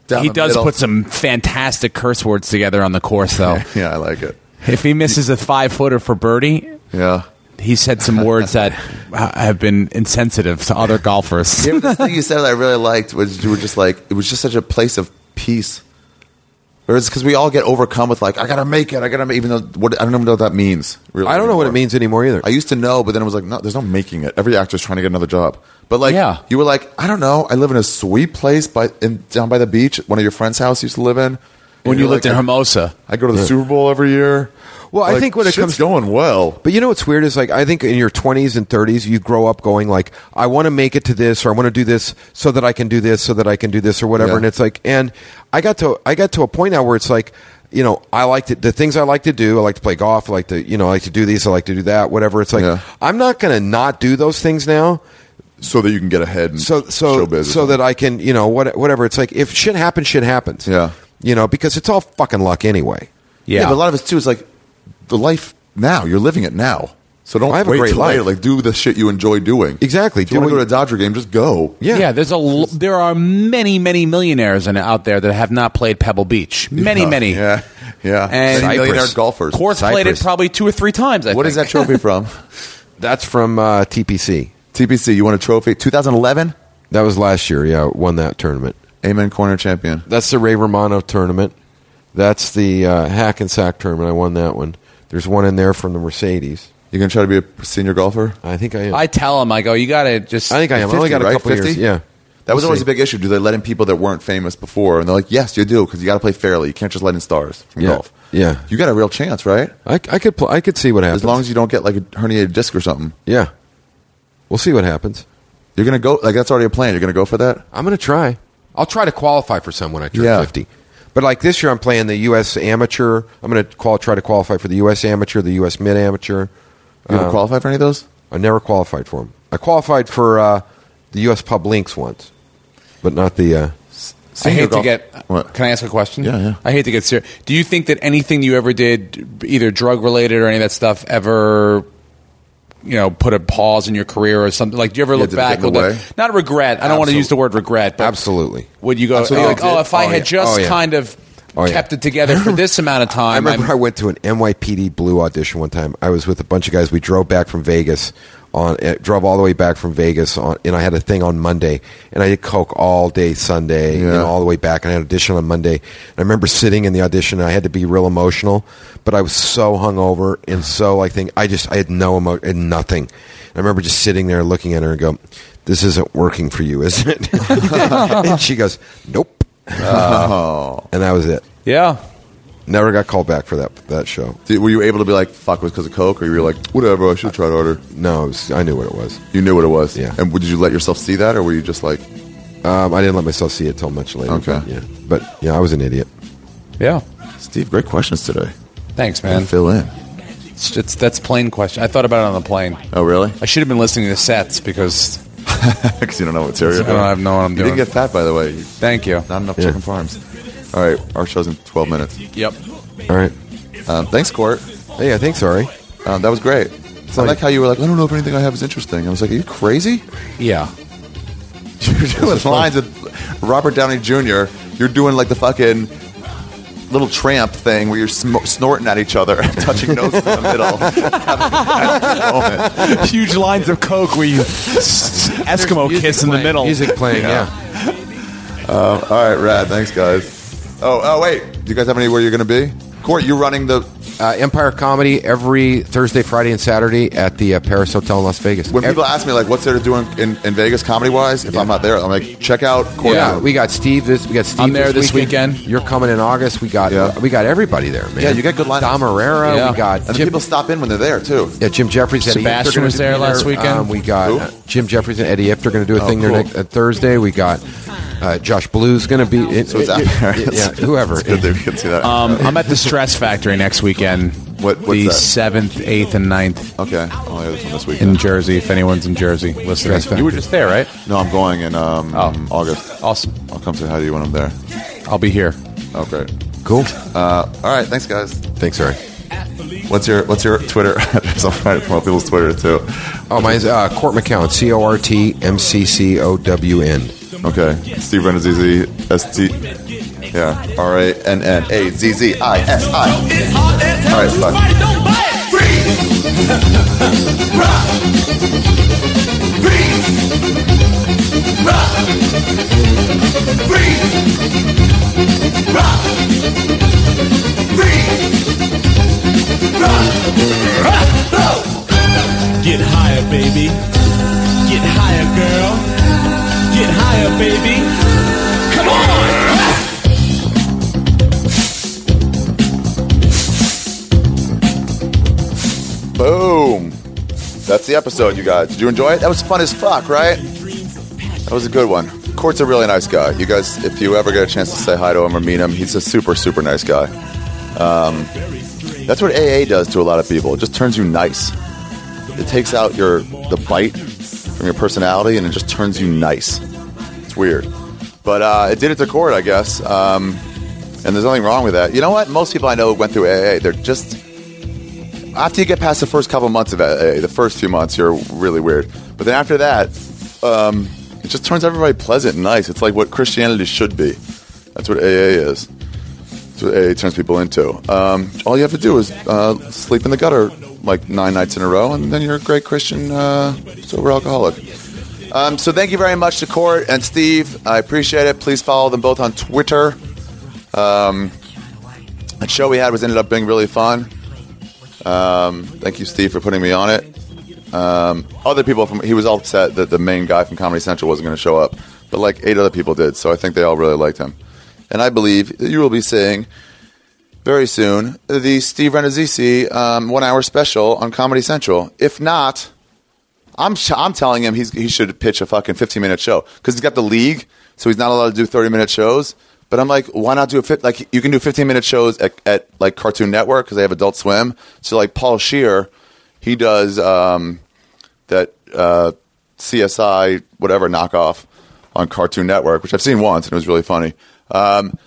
[SPEAKER 1] Down
[SPEAKER 4] He
[SPEAKER 1] the
[SPEAKER 4] does
[SPEAKER 1] middle.
[SPEAKER 4] put some fantastic curse words together on the course, though.
[SPEAKER 1] Yeah, I like it.
[SPEAKER 4] if he misses a five footer for birdie,
[SPEAKER 1] Yeah.
[SPEAKER 4] he said some words that ha- have been insensitive to other golfers.
[SPEAKER 1] You know, the thing you said that I really liked was you were just like, it was just such a place of peace. Whereas, because we all get overcome with like, I gotta make it, I gotta make, even though what, I don't even know what that means. Really
[SPEAKER 3] I don't know what
[SPEAKER 1] anymore.
[SPEAKER 3] it means anymore either.
[SPEAKER 1] I used to know, but then it was like, no, there's no making it. Every actor's trying to get another job. But like,
[SPEAKER 4] Yeah.
[SPEAKER 1] you were like, I don't know. I live in a sweet place by in, down by the beach. One of your friends' house you used to live in. And
[SPEAKER 4] when you
[SPEAKER 1] you're
[SPEAKER 4] lived
[SPEAKER 1] like,
[SPEAKER 4] in Hermosa,
[SPEAKER 1] I go to the Super Bowl every year.
[SPEAKER 3] Well, I think when it
[SPEAKER 1] shit's
[SPEAKER 3] comes-
[SPEAKER 1] going well,
[SPEAKER 3] But you know what's weird is like I think in your 20s and 30s you grow up going like I want to make it to this or I want to do this so that I can do this so that I can do this or whatever
[SPEAKER 1] Yeah.
[SPEAKER 3] and it's like and I got to I got to a point now where it's like you know, I like to, the things I like to do. I like to play golf. I like to, you know, I like to do these. I like to do that. Whatever. It's like
[SPEAKER 1] Yeah.
[SPEAKER 3] I'm not going to not do those things now.
[SPEAKER 1] so that you can get ahead and
[SPEAKER 3] So so
[SPEAKER 1] show business.
[SPEAKER 3] so that I can, you know, what whatever. It's like if shit happens, shit happens.
[SPEAKER 1] Yeah.
[SPEAKER 3] You know, because it's all fucking luck anyway.
[SPEAKER 4] Yeah.
[SPEAKER 1] but a lot of it too is like the life now. You're living it now. So don't
[SPEAKER 3] I have a
[SPEAKER 1] wait
[SPEAKER 3] great
[SPEAKER 1] till
[SPEAKER 3] life.
[SPEAKER 1] later. Like do the shit you enjoy doing.
[SPEAKER 3] Exactly.
[SPEAKER 1] If you
[SPEAKER 3] Do
[SPEAKER 1] want to
[SPEAKER 3] what-
[SPEAKER 1] go to a Dodger game, just go.
[SPEAKER 3] Yeah.
[SPEAKER 4] yeah. there's a l- there are many many millionaires in, out there that have not played Pebble Beach. Many
[SPEAKER 1] Yeah.
[SPEAKER 4] many.
[SPEAKER 1] Oh, Yeah. Yeah.
[SPEAKER 4] And
[SPEAKER 1] Many millionaire
[SPEAKER 3] Cyprus.
[SPEAKER 1] golfers.
[SPEAKER 4] Course played it
[SPEAKER 3] Cypress.
[SPEAKER 4] probably two or three times. I
[SPEAKER 1] What
[SPEAKER 4] think.
[SPEAKER 1] is that trophy from?
[SPEAKER 3] That's from uh, TPC.
[SPEAKER 1] TPC. You won a trophy. 2011.
[SPEAKER 3] That was last year. Yeah, won that tournament.
[SPEAKER 1] Amen. Corner champion.
[SPEAKER 3] That's the Ray Romano tournament. That's the uh, hack and sack tournament. I won that one. There's one in there from the Mercedes.
[SPEAKER 1] You gonna try to be a senior golfer?
[SPEAKER 3] I think I am.
[SPEAKER 4] I tell him, I go, you got to just.
[SPEAKER 3] I think I am. I
[SPEAKER 1] 50,
[SPEAKER 3] only got a
[SPEAKER 1] right?
[SPEAKER 3] couple
[SPEAKER 1] 50?
[SPEAKER 3] years. Yeah.
[SPEAKER 1] That was
[SPEAKER 3] We'll
[SPEAKER 1] always
[SPEAKER 3] see.
[SPEAKER 1] a big issue. Do they let in people that weren't famous before? And they're like, yes, you do, because you got to play fairly. You can't just let in stars from
[SPEAKER 3] Yeah.
[SPEAKER 1] golf.
[SPEAKER 3] Yeah.
[SPEAKER 1] You got a real chance, right?
[SPEAKER 3] I, I could pl- I could see what happens.
[SPEAKER 1] As long as you don't get like a herniated disc or something.
[SPEAKER 3] yeah, we'll see what happens.
[SPEAKER 1] You're going to go, like, that's already a plan. You're going to go for that?
[SPEAKER 3] I'm gonna try. I'll try to qualify for some when I turn
[SPEAKER 1] Yeah.
[SPEAKER 3] 50. But like this year, I'm playing the U.S. amateur. I'm gonna qual- try to qualify for the U.S. amateur, the U.S. mid amateur. Um,
[SPEAKER 1] You ever qualify for any of those?
[SPEAKER 3] Uh, I never qualified for them. I qualified for uh, the U.S. Pub Links once, but not the. Uh,
[SPEAKER 4] I
[SPEAKER 1] Senior
[SPEAKER 4] hate to
[SPEAKER 1] golf-
[SPEAKER 4] get.
[SPEAKER 1] What?
[SPEAKER 4] Can I ask a question?
[SPEAKER 1] Yeah, yeah.
[SPEAKER 4] I hate to get serious. Do you think that anything you ever did, either drug related or any of that stuff, ever, you know, put a pause in your career or something? Like, do you ever look
[SPEAKER 1] did it get
[SPEAKER 4] back?
[SPEAKER 1] in the
[SPEAKER 4] with a-
[SPEAKER 1] way?
[SPEAKER 4] not regret. I don't want to
[SPEAKER 3] Absolute-
[SPEAKER 4] use the word regret. But
[SPEAKER 3] Absolutely.
[SPEAKER 4] Would you go
[SPEAKER 1] Absolutely.
[SPEAKER 4] like, oh, if I
[SPEAKER 3] Oh,
[SPEAKER 4] had
[SPEAKER 3] yeah.
[SPEAKER 4] just
[SPEAKER 3] Oh, yeah.
[SPEAKER 4] kind of
[SPEAKER 3] Oh, yeah.
[SPEAKER 4] kept it together for this amount of
[SPEAKER 3] I
[SPEAKER 4] time?
[SPEAKER 3] remember i
[SPEAKER 4] I'm-
[SPEAKER 3] went to an NYPD Blue audition one time. I was with a bunch of guys. We drove back from Vegas on uh, drove all the way back from Vegas on, and I had a thing on Monday, and I did coke all day Sunday and
[SPEAKER 1] Yeah.
[SPEAKER 3] all the way back, and I had an audition on Monday. And I remember sitting in the audition, and I had to be real emotional, but I was so hungover and so like thing. I just I had no emo and nothing. I remember just sitting there looking at her and go, "This isn't working for you, is it?" and she goes, "Nope,"
[SPEAKER 1] Oh.
[SPEAKER 3] and that was it.
[SPEAKER 4] yeah.
[SPEAKER 3] Never got called back for that that show.
[SPEAKER 1] Did, were you able to be like, fuck, it was because of Coke? Or you were like, whatever, I should have tried harder.
[SPEAKER 3] No, it was, I knew what it was.
[SPEAKER 1] You knew what it was.
[SPEAKER 3] Yeah.
[SPEAKER 1] And did you let yourself see that? Or were you just like,
[SPEAKER 3] Um, I didn't let myself see it till much later.
[SPEAKER 1] Okay.
[SPEAKER 3] But yeah, but yeah, I was an idiot.
[SPEAKER 4] Yeah.
[SPEAKER 1] Steve, great questions today.
[SPEAKER 4] Thanks, man.
[SPEAKER 1] Fill in.
[SPEAKER 4] It's, it's, that's plain question. I thought about it on the plane.
[SPEAKER 1] Oh, really?
[SPEAKER 4] I should have been listening to sets because
[SPEAKER 1] Because you don't know what cereal.
[SPEAKER 4] I don't have no what I'm
[SPEAKER 1] You
[SPEAKER 4] doing.
[SPEAKER 1] didn't get fat, by the way. You-
[SPEAKER 4] Thank you.
[SPEAKER 1] Not enough
[SPEAKER 3] Yeah.
[SPEAKER 1] chicken farms. All right, our show's in 12 minutes.
[SPEAKER 4] Yep.
[SPEAKER 3] All right.
[SPEAKER 1] Um, thanks, Court.
[SPEAKER 3] Hey, I think sorry.
[SPEAKER 1] Um, that was great. I
[SPEAKER 3] like-
[SPEAKER 1] like how you were like, I don't know if anything I have is interesting. I was like, are you crazy?
[SPEAKER 4] Yeah.
[SPEAKER 1] You're doing lines with Robert Downey Jr. You're doing like the fucking little tramp thing where you're sm- snorting at each other and touching noses in the middle.
[SPEAKER 7] Huge lines of coke where you s- Eskimo kiss in the middle.
[SPEAKER 3] Music playing. yeah.
[SPEAKER 1] All right, rad. Thanks, guys. Oh, oh, wait. Do you guys have any where you're going to be? Court, you're running the.
[SPEAKER 3] Uh, Empire Comedy every Thursday, Friday, and Saturday at the uh, Paris Hotel in Las Vegas.
[SPEAKER 1] When
[SPEAKER 3] Every-
[SPEAKER 1] people ask me like, what's there to do in, in, in Vegas comedy wise, if I'm not there, I'm like, check out Court.
[SPEAKER 3] yeah, we got Steve. This we got Steve.
[SPEAKER 4] I'm there this weekend.
[SPEAKER 3] You're coming in August. We got
[SPEAKER 1] Yeah.
[SPEAKER 3] we got everybody there, man.
[SPEAKER 1] Yeah, you got good lineups.
[SPEAKER 3] Dom Herrera.
[SPEAKER 4] Yeah.
[SPEAKER 3] We got
[SPEAKER 1] And the
[SPEAKER 3] Jim,
[SPEAKER 1] people stop in when they're there too.
[SPEAKER 3] yeah, Jim Jeffries. Eddie
[SPEAKER 4] Sebastian
[SPEAKER 3] Ifter gonna
[SPEAKER 4] was
[SPEAKER 3] be
[SPEAKER 4] there last weekend.
[SPEAKER 3] Um, we got
[SPEAKER 1] Who?
[SPEAKER 3] uh, Jim Jeffries and Eddie Ifter going to do a
[SPEAKER 1] Oh,
[SPEAKER 3] thing
[SPEAKER 1] cool.
[SPEAKER 3] there next, uh, Thursday. We got uh, Josh Blue's going to be. It,
[SPEAKER 1] So it's out there.
[SPEAKER 3] yeah, whoever.
[SPEAKER 1] It's good that we can see that.
[SPEAKER 4] Um, I'm at the Stress Factory next weekend.
[SPEAKER 1] What- what's
[SPEAKER 4] the
[SPEAKER 1] that?
[SPEAKER 4] seventh, eighth, and 9th
[SPEAKER 1] okay. Oh, yeah, this one this
[SPEAKER 4] in
[SPEAKER 1] weekend.
[SPEAKER 4] Jersey. If anyone's in Jersey, listening,
[SPEAKER 3] Stress
[SPEAKER 4] you were
[SPEAKER 3] Factory.
[SPEAKER 4] just there, right?
[SPEAKER 1] No, I'm going in um,
[SPEAKER 4] Oh.
[SPEAKER 1] August.
[SPEAKER 4] Awesome.
[SPEAKER 1] I'll come say hi to you when I'm there.
[SPEAKER 4] I'll be here.
[SPEAKER 1] Oh, great.
[SPEAKER 3] Cool. Oh,
[SPEAKER 1] Uh, all right. Thanks, guys.
[SPEAKER 3] Thanks, Eric.
[SPEAKER 1] What's your What's your Twitter address? I'll try to promote people's Twitter too.
[SPEAKER 3] Oh, mine's uh, Court McCown. C O R T M C C O W N.
[SPEAKER 1] Okay. Steve Renazizi. S T. Yeah. R A N N A Z Z I S I.
[SPEAKER 2] It's hot and
[SPEAKER 1] All right, bye.
[SPEAKER 2] Somebody don't buy it. Freeze. Rock. Freeze. Rock. Freeze. Rock. Freeze. Rock. Rock. Roll.
[SPEAKER 7] Get higher, baby. Get higher, girl. Get higher, baby.
[SPEAKER 2] Come on.
[SPEAKER 1] Boom. That's the episode, you guys. Did you enjoy it? That was fun as fuck, right? That was a good one. Court's a really nice guy. You guys, if you ever get a chance to say hi to him or meet him, he's a super, super nice guy. That's what AA does to a lot of people. It just turns you nice. It takes out your the bite from your personality and it just turns you nice. It's weird, but uh, it did it to Cord, I guess. Um, and there's nothing wrong with that. You know what? Most people I know went through AA. They're just after you get past the first couple months of AA, the first few months you're really weird, but then after that, um, it just turns everybody pleasant and nice. It's like what Christianity should be. That's what AA is. That's what AA turns people into. Um, all you have to do is uh, sleep in the gutter like nine nights in a row, and then you're a great Christian uh, sober alcoholic. Um, so thank you very much to Court and Steve. I appreciate it. Please follow them both on Twitter. Um, the show we had was ended up being really fun. Um, thank you, Steve, for putting me on it. Um, other people from he was upset that the main guy from Comedy Central wasn't going to show up, but like eight other people did, so I think they all really liked him. And I believe that you will be seeing very soon the Steve Renazzisi um, one-hour special on Comedy Central. If not, I'm sh- I'm telling him he's, he should pitch a fucking 15-minute show because he's got the league, so he's not allowed to do 30-minute shows. But I'm like, why not do a fit? Like you can do 15-minute shows at, at like Cartoon Network because they have Adult Swim. So like Paul Shear, he does. Um, that uh, CSI whatever knockoff on Cartoon Network, which I've seen once and it was really funny. Um,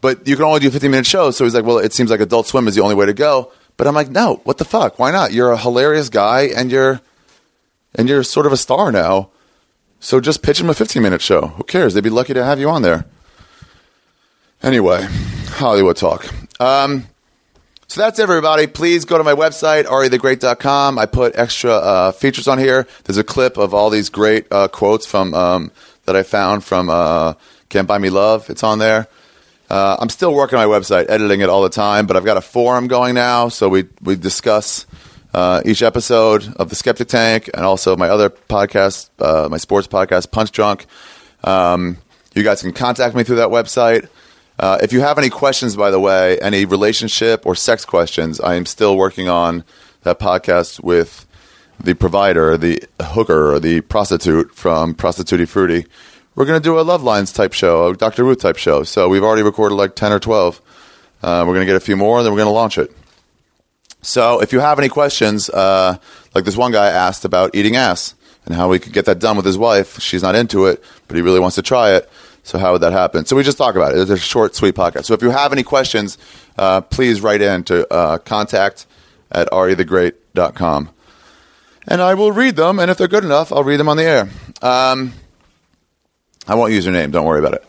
[SPEAKER 1] but you can only do 15 minute shows. So he's like, well, it seems like Adult Swim is the only way to go. But I'm like, no, what the fuck? Why not? You're a hilarious guy and you're and you're sort of a star now. So just pitch him a 15 minute show. Who cares? They'd be lucky to have you on there. Anyway, Hollywood talk. Um, so that's everybody. Please go to my website, arithegreat.com. I put extra uh, features on here. There's a clip of all these great uh, quotes from um, that I found from uh, Can't Buy Me Love. It's on there. Uh, I'm still working my website, editing it all the time, but I've got a forum going now. So we, we discuss uh, each episode of The Skeptic Tank and also my other podcast, uh, my sports podcast, Punch Drunk. Um, you guys can contact me through that website. Uh, if you have any questions, by the way, any relationship or sex questions, I am still working on that podcast with the provider, the hooker, or the prostitute from Prostituti Fruity. We're going to do a Love Lines type show, a Dr. Ruth type show. So we've already recorded like 10 or 12. Uh, we're going to get a few more, and then we're going to launch it. So if you have any questions, uh, like this one guy asked about eating ass and how we could get that done with his wife. She's not into it, but he really wants to try it. So how would that happen? So we just talk about it. It's a short, sweet podcast. So if you have any questions, uh, please write in to uh, contact at e arithegreat.com. And I will read them, and if they're good enough, I'll read them on the air. Um, I won't use your name. Don't worry about it.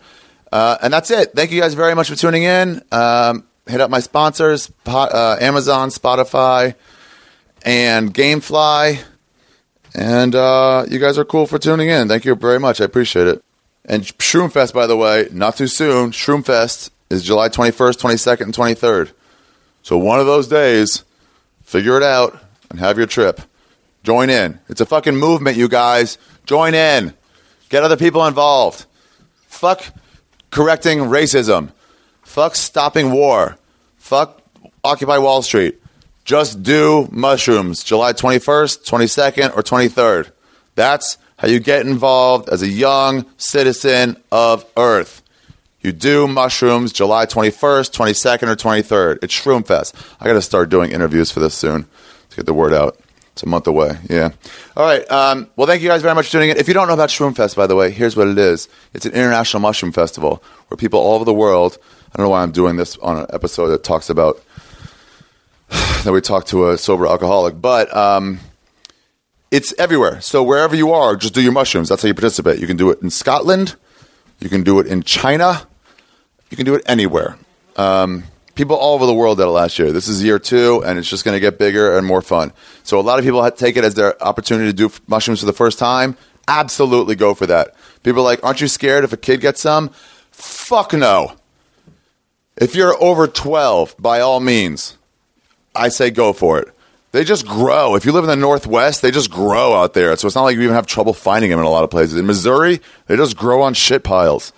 [SPEAKER 1] Uh, and that's it. Thank you guys very much for tuning in. Um, hit up my sponsors po- uh, Amazon, Spotify, and Gamefly. And uh, you guys are cool for tuning in. Thank you very much. I appreciate it. And Shroomfest, by the way, not too soon. Shroomfest is July 21st, 22nd, and 23rd. So one of those days, figure it out and have your trip. Join in. It's a fucking movement, you guys. Join in. Get other people involved. Fuck correcting racism. Fuck stopping war. Fuck Occupy Wall Street. Just do mushrooms July 21st, 22nd, or 23rd. That's how you get involved as a young citizen of Earth. You do mushrooms July 21st, 22nd, or 23rd. It's Shroom Fest. I got to start doing interviews for this soon to get the word out. It's a month away. Yeah. All right. Um, well, thank you guys very much for tuning in. If you don't know about Shroom Fest, by the way, here's what it is it's an international mushroom festival where people all over the world, I don't know why I'm doing this on an episode that talks about, that we talk to a sober alcoholic, but. Um, it's everywhere. So wherever you are, just do your mushrooms. That's how you participate. You can do it in Scotland. You can do it in China. You can do it anywhere. Um, people all over the world did it last year. This is year two, and it's just going to get bigger and more fun. So a lot of people ha- take it as their opportunity to do f- mushrooms for the first time. Absolutely go for that. People are like, aren't you scared if a kid gets some? Fuck no. If you're over 12, by all means, I say go for it. They just grow. If you live in the Northwest, they just grow out there. So it's not like you even have trouble finding them in a lot of places. In Missouri, they just grow on shit piles.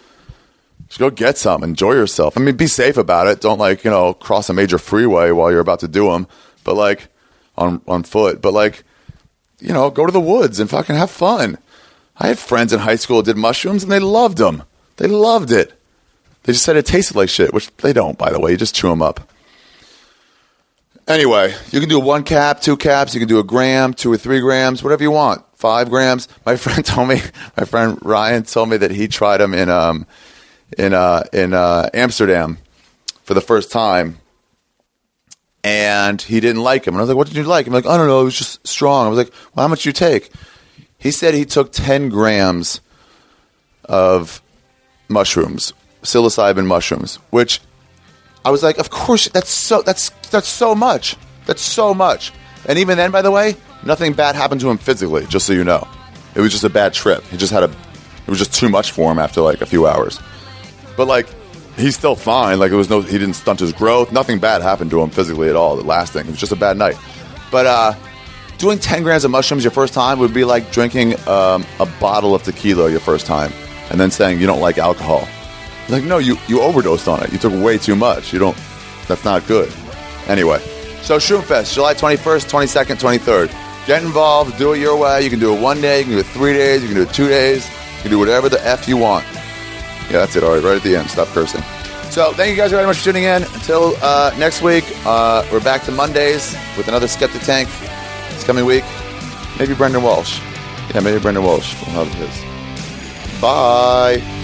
[SPEAKER 1] Just go get some. Enjoy yourself. I mean, be safe about it. Don't like you know cross a major freeway while you're about to do them. But like on on foot. But like you know, go to the woods and fucking have fun. I had friends in high school that did mushrooms and they loved them. They loved it. They just said it tasted like shit, which they don't, by the way. You just chew them up. Anyway, you can do one cap, two caps. You can do a gram, two or three grams, whatever you want. Five grams. My friend told me. My friend Ryan told me that he tried them in um in uh in uh Amsterdam for the first time, and he didn't like him. And I was like, "What did you like?" I'm like, "I don't know. It was just strong." I was like, "Well, how much do you take?" He said he took ten grams of mushrooms, psilocybin mushrooms, which I was like, of course, that's so that's that's so much, that's so much. And even then, by the way, nothing bad happened to him physically. Just so you know, it was just a bad trip. He just had a, it was just too much for him after like a few hours. But like, he's still fine. Like it was no, he didn't stunt his growth. Nothing bad happened to him physically at all. The last thing, it was just a bad night. But uh, doing ten grams of mushrooms your first time would be like drinking um, a bottle of tequila your first time, and then saying you don't like alcohol. Like, no, you, you overdosed on it. You took way too much. You don't, that's not good. Anyway, so Shroomfest, July 21st, 22nd, 23rd. Get involved, do it your way. You can do it one day, you can do it three days, you can do it two days, you can do whatever the F you want. Yeah, that's it. All right, right at the end. Stop cursing. So, thank you guys very much for tuning in. Until uh, next week, uh, we're back to Mondays with another Skeptic Tank this coming week. Maybe Brendan Walsh. Yeah, maybe Brendan Walsh will have his. Bye.